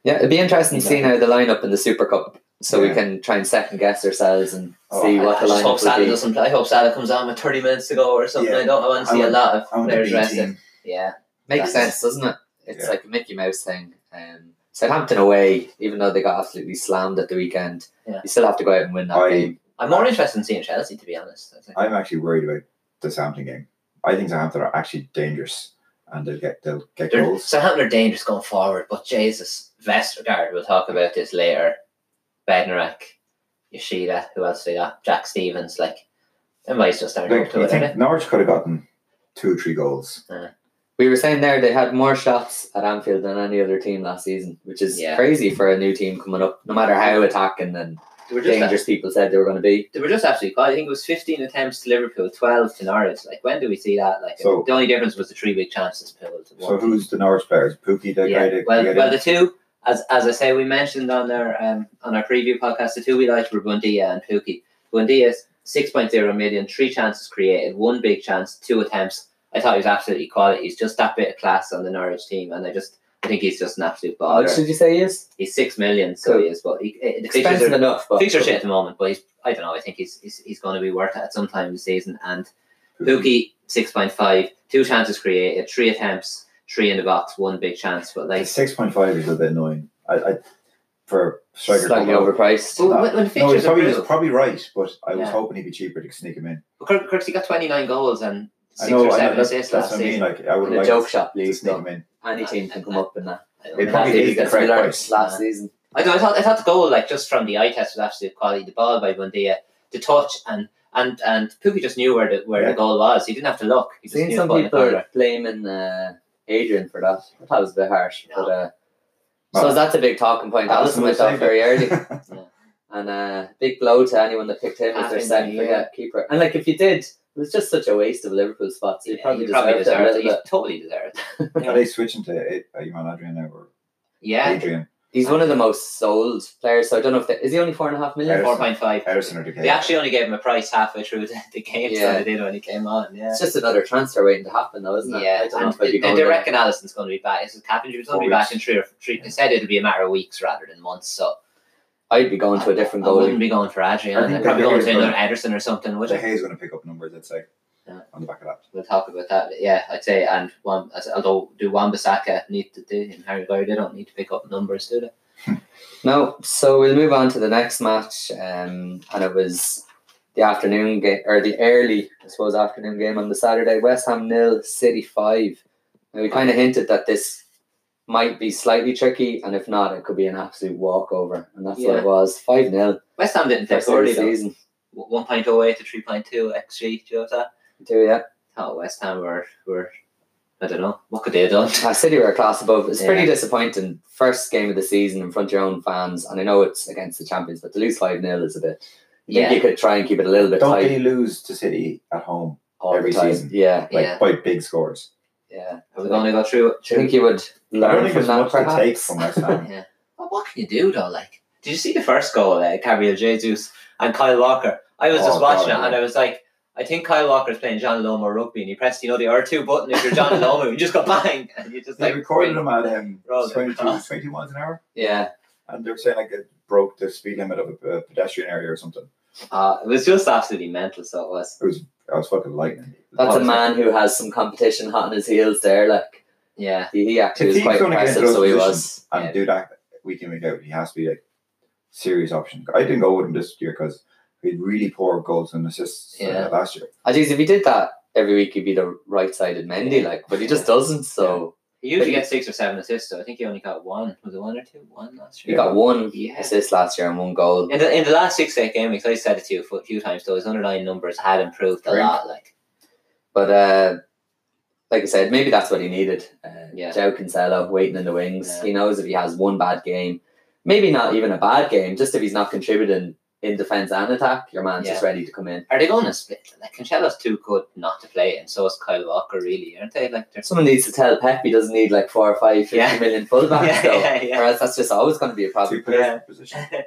Speaker 1: Yeah, it'd be interesting to see now the lineup in the Super Cup, so we
Speaker 3: Yeah.
Speaker 1: can try and second guess ourselves and
Speaker 3: Oh,
Speaker 1: see
Speaker 2: I,
Speaker 1: what
Speaker 2: I
Speaker 1: the
Speaker 2: just hope
Speaker 1: lineup
Speaker 2: Salah
Speaker 1: would be.
Speaker 2: doesn't play. I hope Salah comes on with thirty minutes to go or something.
Speaker 3: Yeah.
Speaker 2: I don't. I want
Speaker 3: I
Speaker 2: to see a
Speaker 3: want-
Speaker 2: lot of
Speaker 3: I want to
Speaker 2: players
Speaker 3: be
Speaker 2: rested.
Speaker 3: team.
Speaker 2: Yeah.
Speaker 1: Makes
Speaker 2: That's-
Speaker 1: sense, doesn't it? It's
Speaker 3: Yeah.
Speaker 1: like a Mickey Mouse thing. Um, Southampton away, even though they got absolutely slammed at the weekend,
Speaker 2: Yeah.
Speaker 1: you still have to go out and win that
Speaker 3: I-
Speaker 1: game.
Speaker 2: I'm more interested in seeing Chelsea, to be honest. I think.
Speaker 3: I'm actually worried about the Southampton game. I think Southampton are actually dangerous and they'll get they'll get
Speaker 2: They're,
Speaker 3: goals.
Speaker 2: Southampton are dangerous going forward, but Jesus, Vestergaard, we'll talk about this later. Bednarak, Yoshida, who else they got? Jack Stevens, like, everybody's just starting
Speaker 3: Like,
Speaker 2: up to
Speaker 3: you
Speaker 2: it,
Speaker 3: think
Speaker 2: isn't
Speaker 3: Norwich could have gotten two or three goals.
Speaker 1: We were saying there they had more shots at Anfield than any other team last season, which is
Speaker 2: Yeah.
Speaker 1: crazy for a new team coming up. No matter how attacking and
Speaker 2: They were just,
Speaker 1: dangerous people said they were going to be.
Speaker 2: they were just absolutely quiet. I think it was 15 attempts to Liverpool, 12 to Norwich. Like, when do we see that? Like,
Speaker 3: So-
Speaker 2: the only difference was the three big chances Poole to
Speaker 3: So
Speaker 2: one.
Speaker 3: who's the Norwich players? Pookie, the guy
Speaker 2: yeah.
Speaker 3: that
Speaker 2: Well,
Speaker 3: got
Speaker 2: well,
Speaker 3: in?
Speaker 2: the two, as as I say, we mentioned on our um, on our preview podcast, the two we liked were Bundia and Pookie. Bundia, 6.0 million, three chances created, one big chance, two attempts. I thought he was absolutely quality. He's just that bit of class on the Norwich team, and I just I think he's just an absolute
Speaker 1: How much
Speaker 2: baller.
Speaker 1: did you say he is?
Speaker 2: He's six million, so
Speaker 1: Cool.
Speaker 2: he is. But he, eh, the fixtures
Speaker 1: Expensive
Speaker 2: are
Speaker 1: enough, but
Speaker 2: fixture shit at the moment. But he's I don't know. I think he's he's, he's going to be worth it at some time this season. And Pookie, 6.5, two chances created, three attempts, three in the box, one big chance. But like
Speaker 3: six point five is a bit annoying. I, I for a striker.
Speaker 1: slightly
Speaker 3: coming up.
Speaker 1: overpriced.
Speaker 2: Well, when, when
Speaker 3: No, he's
Speaker 2: fixtures
Speaker 3: probably, he's
Speaker 2: improve,
Speaker 3: probably right, but I was
Speaker 2: Yeah.
Speaker 3: hoping he'd be cheaper to sneak him in.
Speaker 2: Kirk, Kirk's he got twenty nine goals and
Speaker 3: I
Speaker 2: six
Speaker 3: know,
Speaker 2: or
Speaker 3: I know
Speaker 2: seven
Speaker 3: that's,
Speaker 2: assists
Speaker 3: that's
Speaker 2: last
Speaker 3: what I mean.
Speaker 2: season.
Speaker 3: Like I would
Speaker 1: In the
Speaker 3: like
Speaker 1: joke shop
Speaker 3: to
Speaker 1: league,
Speaker 3: sneak
Speaker 1: though,
Speaker 3: him in.
Speaker 1: any team can come up in that.
Speaker 2: I don't
Speaker 3: They
Speaker 2: know.
Speaker 1: Last
Speaker 3: probably is
Speaker 1: season
Speaker 3: the
Speaker 1: against
Speaker 3: correct
Speaker 1: Villa
Speaker 3: price.
Speaker 1: last
Speaker 2: Yeah.
Speaker 1: season.
Speaker 2: I don't. know, I thought I thought the goal like just from the eye test was absolute quality. The ball by Bundia, the touch and and and Pookie just knew where the where
Speaker 3: Yeah.
Speaker 2: the goal was. He didn't have to look. He just
Speaker 1: Seen
Speaker 2: knew
Speaker 1: some
Speaker 2: the ball in the
Speaker 1: people
Speaker 2: corner.
Speaker 1: blaming uh, Adrian for that. I thought it was a bit harsh,
Speaker 2: No.
Speaker 1: but uh,
Speaker 3: Well,
Speaker 1: so that's a big talking point. Allison
Speaker 3: Allison
Speaker 1: went
Speaker 3: was
Speaker 1: off very early,
Speaker 3: saved it.
Speaker 1: [laughs] and uh, big blow to anyone that picked him as their
Speaker 2: Happened,
Speaker 1: second
Speaker 2: yeah.
Speaker 1: forget keeper. And like, if you did, it was just such a waste of Liverpool spots. You
Speaker 2: Yeah,
Speaker 1: probably
Speaker 2: he probably
Speaker 1: deserved it a
Speaker 2: deserved it.
Speaker 1: little
Speaker 2: He
Speaker 1: bit.
Speaker 2: totally deserved it.
Speaker 3: [laughs] Are they switching to it- uh, Iman Adrian now or
Speaker 2: Yeah,
Speaker 3: Adrian?
Speaker 1: [laughs] He's one of the most sold players, so I don't know if they, is he only four and a half million.
Speaker 3: Ederson.
Speaker 2: four point five.
Speaker 3: Ederson or Decay?
Speaker 2: They actually only gave him a price halfway through [laughs] the, the game, so
Speaker 1: Yeah.
Speaker 2: they did when he came on. Yeah.
Speaker 1: It's just another transfer waiting to happen, though, isn't it?
Speaker 2: Yeah,
Speaker 1: I don't know
Speaker 2: and
Speaker 1: if I'd be
Speaker 2: they,
Speaker 1: going
Speaker 2: they
Speaker 1: there.
Speaker 2: reckon Allison's going to be back. It's Cavendish going to
Speaker 3: Four
Speaker 2: be back
Speaker 3: weeks.
Speaker 2: in three or three. They said it'll be a matter of weeks rather than months. So
Speaker 1: I'd be going to a different
Speaker 2: I wouldn't
Speaker 1: goalie.
Speaker 2: be going for Adrian.
Speaker 3: I
Speaker 2: I'd
Speaker 3: think
Speaker 2: probably
Speaker 3: they're
Speaker 2: going to
Speaker 3: very
Speaker 2: another Ederson or something. Would
Speaker 3: De
Speaker 2: I?
Speaker 3: Gea is going to pick up numbers. I'd say
Speaker 2: Yeah.
Speaker 3: on the back of that.
Speaker 2: We'll talk about that. But yeah, I'd say and one. as- Although do Wan Bissaka need to do and Harry Maguire? They don't need to pick up numbers, do they?
Speaker 1: No, so we'll move on to the next match, um, and it was the afternoon game or the early, I suppose, afternoon game on the Saturday. West Ham nil, City five. Now, we kind of hinted that this might be slightly tricky, and if not, it could be an absolute walkover, and that's what
Speaker 2: Yeah.
Speaker 1: it was. Five 0
Speaker 2: West Ham didn't play
Speaker 1: first early
Speaker 2: poorly though.
Speaker 1: season.
Speaker 2: One point oh eight to three point two xG. Do you know that?
Speaker 1: Do yeah.
Speaker 2: Oh, West Ham were were I don't know what could they have done. [laughs]
Speaker 1: Uh, City were a class above. It's pretty
Speaker 2: Yeah.
Speaker 1: disappointing. First game of the season in front of your own fans, and I know it's against the champions, but to lose five 0 is a bit. You think
Speaker 2: Yeah.
Speaker 1: you could try and keep it a little bit
Speaker 3: Don't
Speaker 1: tight
Speaker 3: they lose to City at home
Speaker 1: all
Speaker 3: every
Speaker 1: the time.
Speaker 3: season?
Speaker 1: Yeah,
Speaker 3: like
Speaker 2: yeah,
Speaker 3: by big scores?
Speaker 1: yeah.
Speaker 2: are we going to go through it?
Speaker 1: Do you think you would learn
Speaker 3: I don't think
Speaker 1: from
Speaker 3: there's
Speaker 1: that?
Speaker 3: much to take
Speaker 1: perhaps?
Speaker 3: from
Speaker 1: [laughs]
Speaker 3: West Ham.
Speaker 2: Yeah. Well, what can you do though? Like, did you see the first goal? Uh, Gabriel Jesus and Kyle Walker. I was
Speaker 3: Oh,
Speaker 2: just watching
Speaker 3: God,
Speaker 2: it and
Speaker 3: yeah.
Speaker 2: I was like, I think Kyle Walker's playing John Loma rugby, and he pressed you know the R two button. If you're
Speaker 3: [laughs]
Speaker 2: John Loma, you just go bang, and you just
Speaker 3: they
Speaker 2: like
Speaker 3: recorded
Speaker 2: bring-
Speaker 3: them at um,
Speaker 2: Roll it
Speaker 3: 22,
Speaker 2: across.
Speaker 3: 22 miles an hour,
Speaker 1: Yeah,
Speaker 3: and they were saying like it broke the speed limit of a, a pedestrian area or something.
Speaker 2: Uh, it was just absolutely mental. So it was.
Speaker 3: I was fucking lightning.
Speaker 1: that's a
Speaker 2: Honestly.
Speaker 1: man who has some competition hot on his heels there. Like
Speaker 2: Yeah.
Speaker 1: he, he actually was
Speaker 3: If he's
Speaker 1: quite
Speaker 3: gonna get
Speaker 1: impressive,
Speaker 3: into
Speaker 1: so he
Speaker 3: those
Speaker 1: was.
Speaker 3: and
Speaker 2: Yeah.
Speaker 3: do that week in week out. He has to be like serious option. I didn't go with him this year because he had really poor goals and assists uh,
Speaker 2: Yeah.
Speaker 3: last year.
Speaker 1: I think if he did that every week, he'd be the right-sided Mendy, like, but he just doesn't. So
Speaker 2: He usually
Speaker 1: But he-
Speaker 2: gets six or seven assists, so I think he only got one. Was it one or two? One last
Speaker 1: he
Speaker 2: year.
Speaker 1: got one
Speaker 2: Yeah.
Speaker 1: assist last year and one goal.
Speaker 2: In the in the last six eight game weeks, I said it to you a few times though, his underlying numbers had improved a
Speaker 3: Drink.
Speaker 2: lot. Like
Speaker 1: But uh, like I said, maybe that's what he needed. Uh,
Speaker 2: Yeah.
Speaker 1: Joe Cancelo waiting in the wings.
Speaker 2: Yeah.
Speaker 1: He knows if he has one bad game, maybe not even a bad game, just if he's not contributing in defence and attack, your man's just ready to come in.
Speaker 2: are they going to split? Like Cancelo's too good not to play, and so is Kyle Walker. Really, aren't they? Like
Speaker 1: [laughs]
Speaker 2: they're
Speaker 1: Someone needs to tell Pep he doesn't need like four or five, fifty
Speaker 2: Yeah.
Speaker 1: million fullbacks
Speaker 2: [laughs] yeah,
Speaker 1: though.
Speaker 2: yeah,
Speaker 1: Or
Speaker 2: yeah.
Speaker 1: else that's just always going to be a problem.
Speaker 3: Two players
Speaker 2: yeah.
Speaker 3: in position.
Speaker 1: [laughs] It,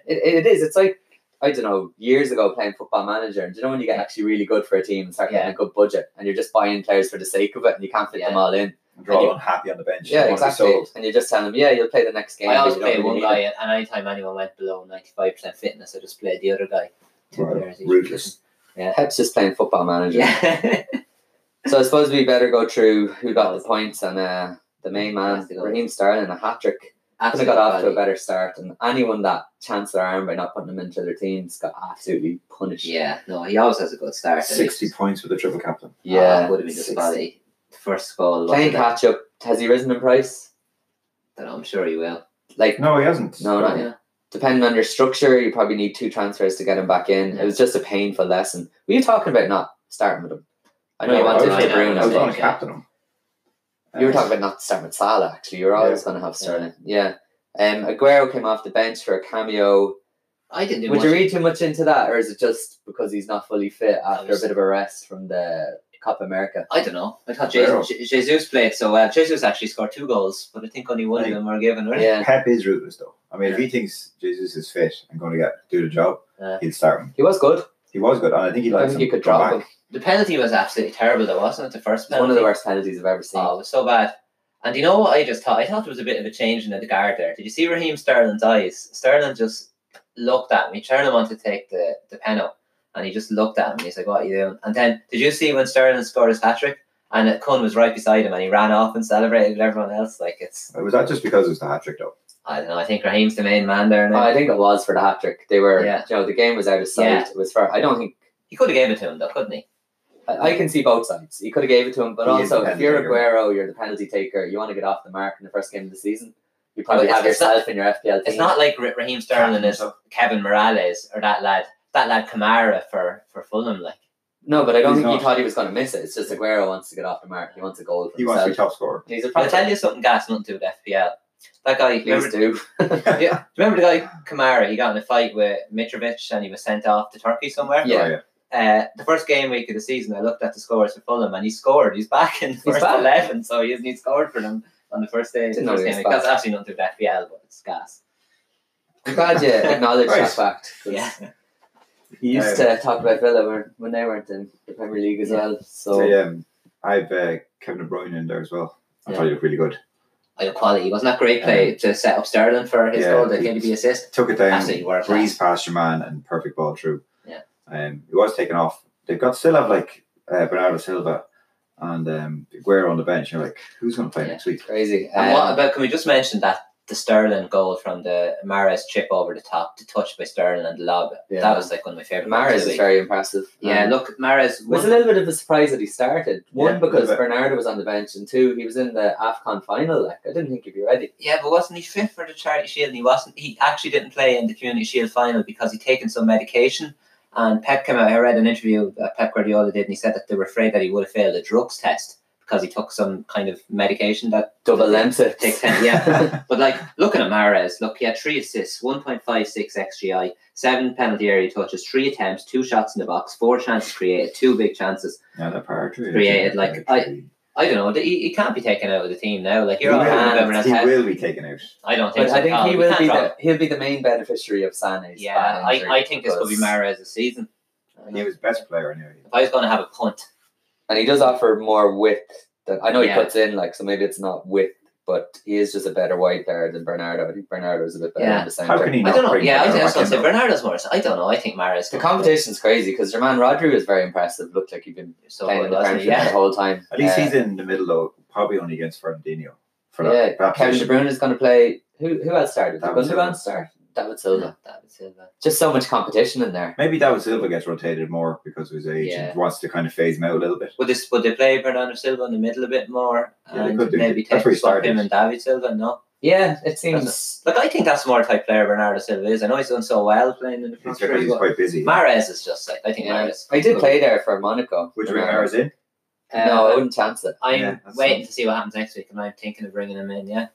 Speaker 1: it is. It's like I don't know. Years ago, playing football manager, and do you know when you get actually really good for a team and start getting
Speaker 2: Yeah.
Speaker 1: a good budget, and you're just buying players for the sake of it, and you can't fit them
Speaker 2: Yeah.
Speaker 1: all in.
Speaker 3: And they're all
Speaker 1: Yeah.
Speaker 3: unhappy on the bench.
Speaker 1: Yeah,
Speaker 3: They want to be
Speaker 1: exactly.
Speaker 3: sold.
Speaker 1: And you just tell them, yeah, you'll play the next game.
Speaker 2: I
Speaker 1: but
Speaker 2: always
Speaker 1: you don't
Speaker 2: play
Speaker 1: really
Speaker 2: one
Speaker 1: need
Speaker 2: guy,
Speaker 1: it.
Speaker 2: and anytime anyone went below ninety five percent fitness, I just played the other
Speaker 1: [laughs]
Speaker 2: guy. Two
Speaker 3: Right,
Speaker 2: players each
Speaker 3: Ruthless.
Speaker 1: Pep's just playing football manager.
Speaker 2: position. Yeah.
Speaker 1: [laughs] So I suppose we better go through who got the points and uh, the main man,
Speaker 2: Fantastic.
Speaker 1: Raheem Sterling, a hat trick. Could have
Speaker 2: Absolutely
Speaker 1: got off to a
Speaker 2: quality.
Speaker 1: better start, and anyone that chanced their arm by not putting them into their teams got absolutely punished.
Speaker 2: Yeah, no, he always has a good start. at least.
Speaker 3: Sixty points with a triple captain.
Speaker 2: Yeah,
Speaker 1: yeah.
Speaker 2: would have been just
Speaker 1: 60.
Speaker 2: quality. First goal,
Speaker 1: Playing
Speaker 2: wasn't it?
Speaker 1: catch up. Has he risen in price?
Speaker 2: Dunno, I'm sure he will.
Speaker 1: Like,
Speaker 3: No, he hasn't.
Speaker 1: No, not yet. depending on your structure, you probably need two transfers to get him back in. It was just a painful lesson. Were you talking about not starting with him? I know
Speaker 2: No,
Speaker 1: you
Speaker 3: I
Speaker 1: wanted
Speaker 3: was-
Speaker 1: to
Speaker 2: Oh, know.
Speaker 1: Bruno.
Speaker 3: I was
Speaker 1: but-
Speaker 3: going
Speaker 2: yeah.
Speaker 3: to captain him.
Speaker 1: You were
Speaker 3: Uh,
Speaker 1: talking about not starting with Salah, actually. You were always
Speaker 3: Yeah.
Speaker 1: going to have Sterling. Yeah. Um, Aguero came off the bench for a cameo.
Speaker 2: I didn't do
Speaker 1: Would
Speaker 2: much.
Speaker 1: you read too much into that, or is it just because he's not fully fit after a
Speaker 2: was-
Speaker 1: bit of a rest from the Cup America?
Speaker 2: I don't know. I thought
Speaker 3: Aguero.
Speaker 2: Jesus, Je- Jesus played so well. Jesus actually scored two goals, but I think only one
Speaker 3: Right.
Speaker 2: of them were given. Right?
Speaker 1: Yeah.
Speaker 3: Pep is ruthless though. I mean, if
Speaker 2: Yeah.
Speaker 3: he thinks Jesus is fit and going to get do the job,
Speaker 2: Yeah.
Speaker 3: he'd start him.
Speaker 1: He was good.
Speaker 3: He was good, and I think he
Speaker 1: I
Speaker 3: likes
Speaker 1: think
Speaker 3: him
Speaker 1: you could
Speaker 3: come
Speaker 1: drop
Speaker 3: back.
Speaker 1: him.
Speaker 2: The penalty was absolutely terrible, though, wasn't it? The first
Speaker 1: It's one of the
Speaker 2: penalty.
Speaker 1: worst penalties I've ever seen.
Speaker 2: Oh, it was so bad. And you know what I just thought? I thought there was a bit of a change in the guard there. Did you see Raheem Sterling's eyes? Sterling just looked at me. Sterling wanted to take the, the penalty, and he just looked at me. He's like, What are you doing? And then, did you see when Sterling scored his hat trick? And uh, Kun was right beside him, and he ran off and celebrated with everyone else. Like, it's,
Speaker 3: Was that just because it was the hat trick though?
Speaker 2: I don't know. I think Raheem's the main man there
Speaker 1: Oh,
Speaker 2: now.
Speaker 1: I think it was for the hat trick. They were,
Speaker 2: Yeah.
Speaker 1: you know, the game was out of sight.
Speaker 2: Yeah.
Speaker 1: It was for. I don't think
Speaker 2: He could have gave it to him, though, couldn't he?
Speaker 1: I, I can see both sides. He could have gave it to him, but
Speaker 3: He is
Speaker 1: also
Speaker 3: the
Speaker 1: if you're
Speaker 3: penalty
Speaker 1: Aguero, you're the penalty taker. You want to get off the mark in the first game of the season. You probably
Speaker 2: Well,
Speaker 1: have
Speaker 2: it's- it's
Speaker 1: yourself in your FPL team.
Speaker 2: It's not like Ra- Raheem Sterling is Kevin Morales or that lad, that lad Kamara for, for Fulham. Like,
Speaker 1: No, but I don't
Speaker 3: He's
Speaker 1: think he
Speaker 3: not.
Speaker 1: thought he was going to miss it. It's just Aguero wants to get off the mark. He wants a goal for
Speaker 3: He wants to be
Speaker 1: himself.
Speaker 3: top scorer.
Speaker 1: And he's a
Speaker 2: But I'll
Speaker 1: proper-
Speaker 2: tell you something, Gas, nothing to do with FPL. That guy, remember,
Speaker 1: Please do. [laughs]
Speaker 2: yeah, do you remember the guy Kamara? He got in a fight with Mitrovic and he was sent off to Turkey somewhere.
Speaker 1: Yeah.
Speaker 3: Oh, yeah.
Speaker 2: Uh, the first game week of the season, I looked at the scores for Fulham and he scored. He's back in the first
Speaker 1: back.
Speaker 2: 11, so he hasn't he scored for them on the first day.
Speaker 1: Didn't know
Speaker 2: first
Speaker 1: he was
Speaker 2: game week.
Speaker 1: back.
Speaker 2: That's actually nothing to do with FPL, but it's Gas.
Speaker 1: I'm glad
Speaker 2: [laughs]
Speaker 1: you acknowledged that
Speaker 3: Right.
Speaker 1: fact. 'cause
Speaker 2: Yeah.
Speaker 1: He used
Speaker 3: Um,
Speaker 1: to talk about Villa when- when they weren't in the Premier League as
Speaker 2: Yeah.
Speaker 1: well.
Speaker 3: So,
Speaker 1: So
Speaker 3: um, I've uh, Kevin De Bruyne in there as well. I
Speaker 2: Yeah.
Speaker 3: thought he looked really good.
Speaker 2: I know quality. Wasn't that great play to set up Sterling for his
Speaker 3: Yeah,
Speaker 2: goal that
Speaker 3: he-
Speaker 2: gave you the assist?
Speaker 3: Took it down,
Speaker 2: Absolutely worth
Speaker 3: breeze past your man, and perfect ball through.
Speaker 2: Yeah.
Speaker 3: Um, it was taken off. They've got still have like uh, Bernardo Silva and um, Aguero on the bench. You're like, who's going to play
Speaker 1: [laughs]
Speaker 2: Yeah.
Speaker 3: next week?
Speaker 1: crazy.
Speaker 2: And
Speaker 1: Um,
Speaker 2: what about, can we just mention that the Sterling goal from the Mares chip over the top, the touch by Sterling and the lob.
Speaker 3: Yeah.
Speaker 2: That was like one of my favorite.
Speaker 1: Mares is very impressive.
Speaker 2: Yeah,
Speaker 1: Um,
Speaker 2: look, Mares
Speaker 1: It was a little bit of a surprise that he started. One,
Speaker 3: Yeah,
Speaker 1: because
Speaker 3: a bit.
Speaker 1: Bernardo was on the bench, and two, he was in the AFCON final. Like, I didn't think he'd be ready.
Speaker 2: Yeah, but wasn't he fit for the Charity Shield? And he wasn't. He actually didn't play in the Community Shield final because he'd taken some medication. And Pep came out. I read an interview that Pep Guardiola did, and he said that they were afraid that he would have failed a drugs test because he took some kind of medication that
Speaker 1: Double Lemsip.
Speaker 2: Take 10, yeah. But like looking at Mares, look, he had three assists, one point five six xGI, seven penalty area touches, three attempts, two shots in the box, four chances created, two big chances.
Speaker 3: [laughs] Yeah, the Partridge.
Speaker 2: Created, like, I-
Speaker 3: Partridge.
Speaker 2: I don't know. He, he can't be taken out of the team now. Like
Speaker 3: He
Speaker 2: you're all
Speaker 3: will-
Speaker 2: hand over his
Speaker 3: he
Speaker 2: head.
Speaker 3: will be taken out.
Speaker 2: I don't
Speaker 1: [laughs]
Speaker 2: think.
Speaker 1: but
Speaker 2: so.
Speaker 1: I think
Speaker 2: Carl.
Speaker 1: he
Speaker 2: Oh, We
Speaker 1: will
Speaker 2: can't
Speaker 1: be
Speaker 2: drop him.
Speaker 1: the, he'll be the main beneficiary of Sane's
Speaker 2: Yeah,
Speaker 1: bad
Speaker 2: I,
Speaker 1: injury
Speaker 2: I think this could be
Speaker 1: because-
Speaker 2: Mares' season.
Speaker 3: And he was best player anyway.
Speaker 2: If I was going to have a punt,
Speaker 1: and he does offer more width. Than, I know
Speaker 2: Yeah.
Speaker 1: he puts in like so maybe it's not width, but he is just a better wide player than Bernardo. I think Bernardo is a bit better
Speaker 2: Yeah.
Speaker 1: in the
Speaker 3: How can
Speaker 1: centre.
Speaker 3: he
Speaker 2: I
Speaker 3: not
Speaker 2: don't know.
Speaker 3: bring
Speaker 2: Yeah, I
Speaker 3: Bernardo
Speaker 2: was going to
Speaker 3: back
Speaker 2: say
Speaker 3: in?
Speaker 2: Bernardo's worse. I don't know. I think Mares.
Speaker 1: The competition's crazy because Jermaine Rodri was very impressive. Looked like he'd been
Speaker 2: So
Speaker 1: playing
Speaker 2: good,
Speaker 1: in the
Speaker 2: wasn't he?
Speaker 1: Premiership the
Speaker 2: Yeah.
Speaker 1: whole time.
Speaker 3: At least
Speaker 1: Uh,
Speaker 3: he's in the middle though, probably only against Fernandinho. For
Speaker 1: yeah,
Speaker 3: that, that
Speaker 1: Kevin De
Speaker 3: position.
Speaker 1: Bruyne is going to play. Who who else started? Did
Speaker 3: David Silva.
Speaker 1: Gundogan start? David Silva.
Speaker 2: David Silva.
Speaker 1: Just so much competition in there.
Speaker 3: Maybe David Silva gets rotated more because of his age
Speaker 2: Yeah.
Speaker 3: and wants to kind of phase him out a little bit.
Speaker 2: Would this would they play Bernardo Silva in the middle a bit more
Speaker 3: Yeah, they
Speaker 2: and
Speaker 3: could do.
Speaker 2: maybe
Speaker 3: That's
Speaker 2: take
Speaker 3: where he
Speaker 2: swap
Speaker 3: started.
Speaker 2: him and David Silva? No,
Speaker 1: Yeah, it seems.
Speaker 2: look, I think that's more type player Bernardo Silva is. I know he's done so well playing in the
Speaker 3: He's,
Speaker 2: front
Speaker 3: very-
Speaker 2: three,
Speaker 3: he's
Speaker 2: but
Speaker 3: quite busy.
Speaker 2: Mares is just like I think
Speaker 1: Yeah.
Speaker 2: Mares.
Speaker 1: I did play there for Monaco.
Speaker 3: Would you bring
Speaker 1: Bernardo.
Speaker 3: Mares in?
Speaker 1: No, I
Speaker 2: Uh,
Speaker 1: wouldn't chance it.
Speaker 2: I'm
Speaker 3: Yeah, that's
Speaker 2: waiting to see what happens next week, and I'm thinking of bringing him in. Yeah,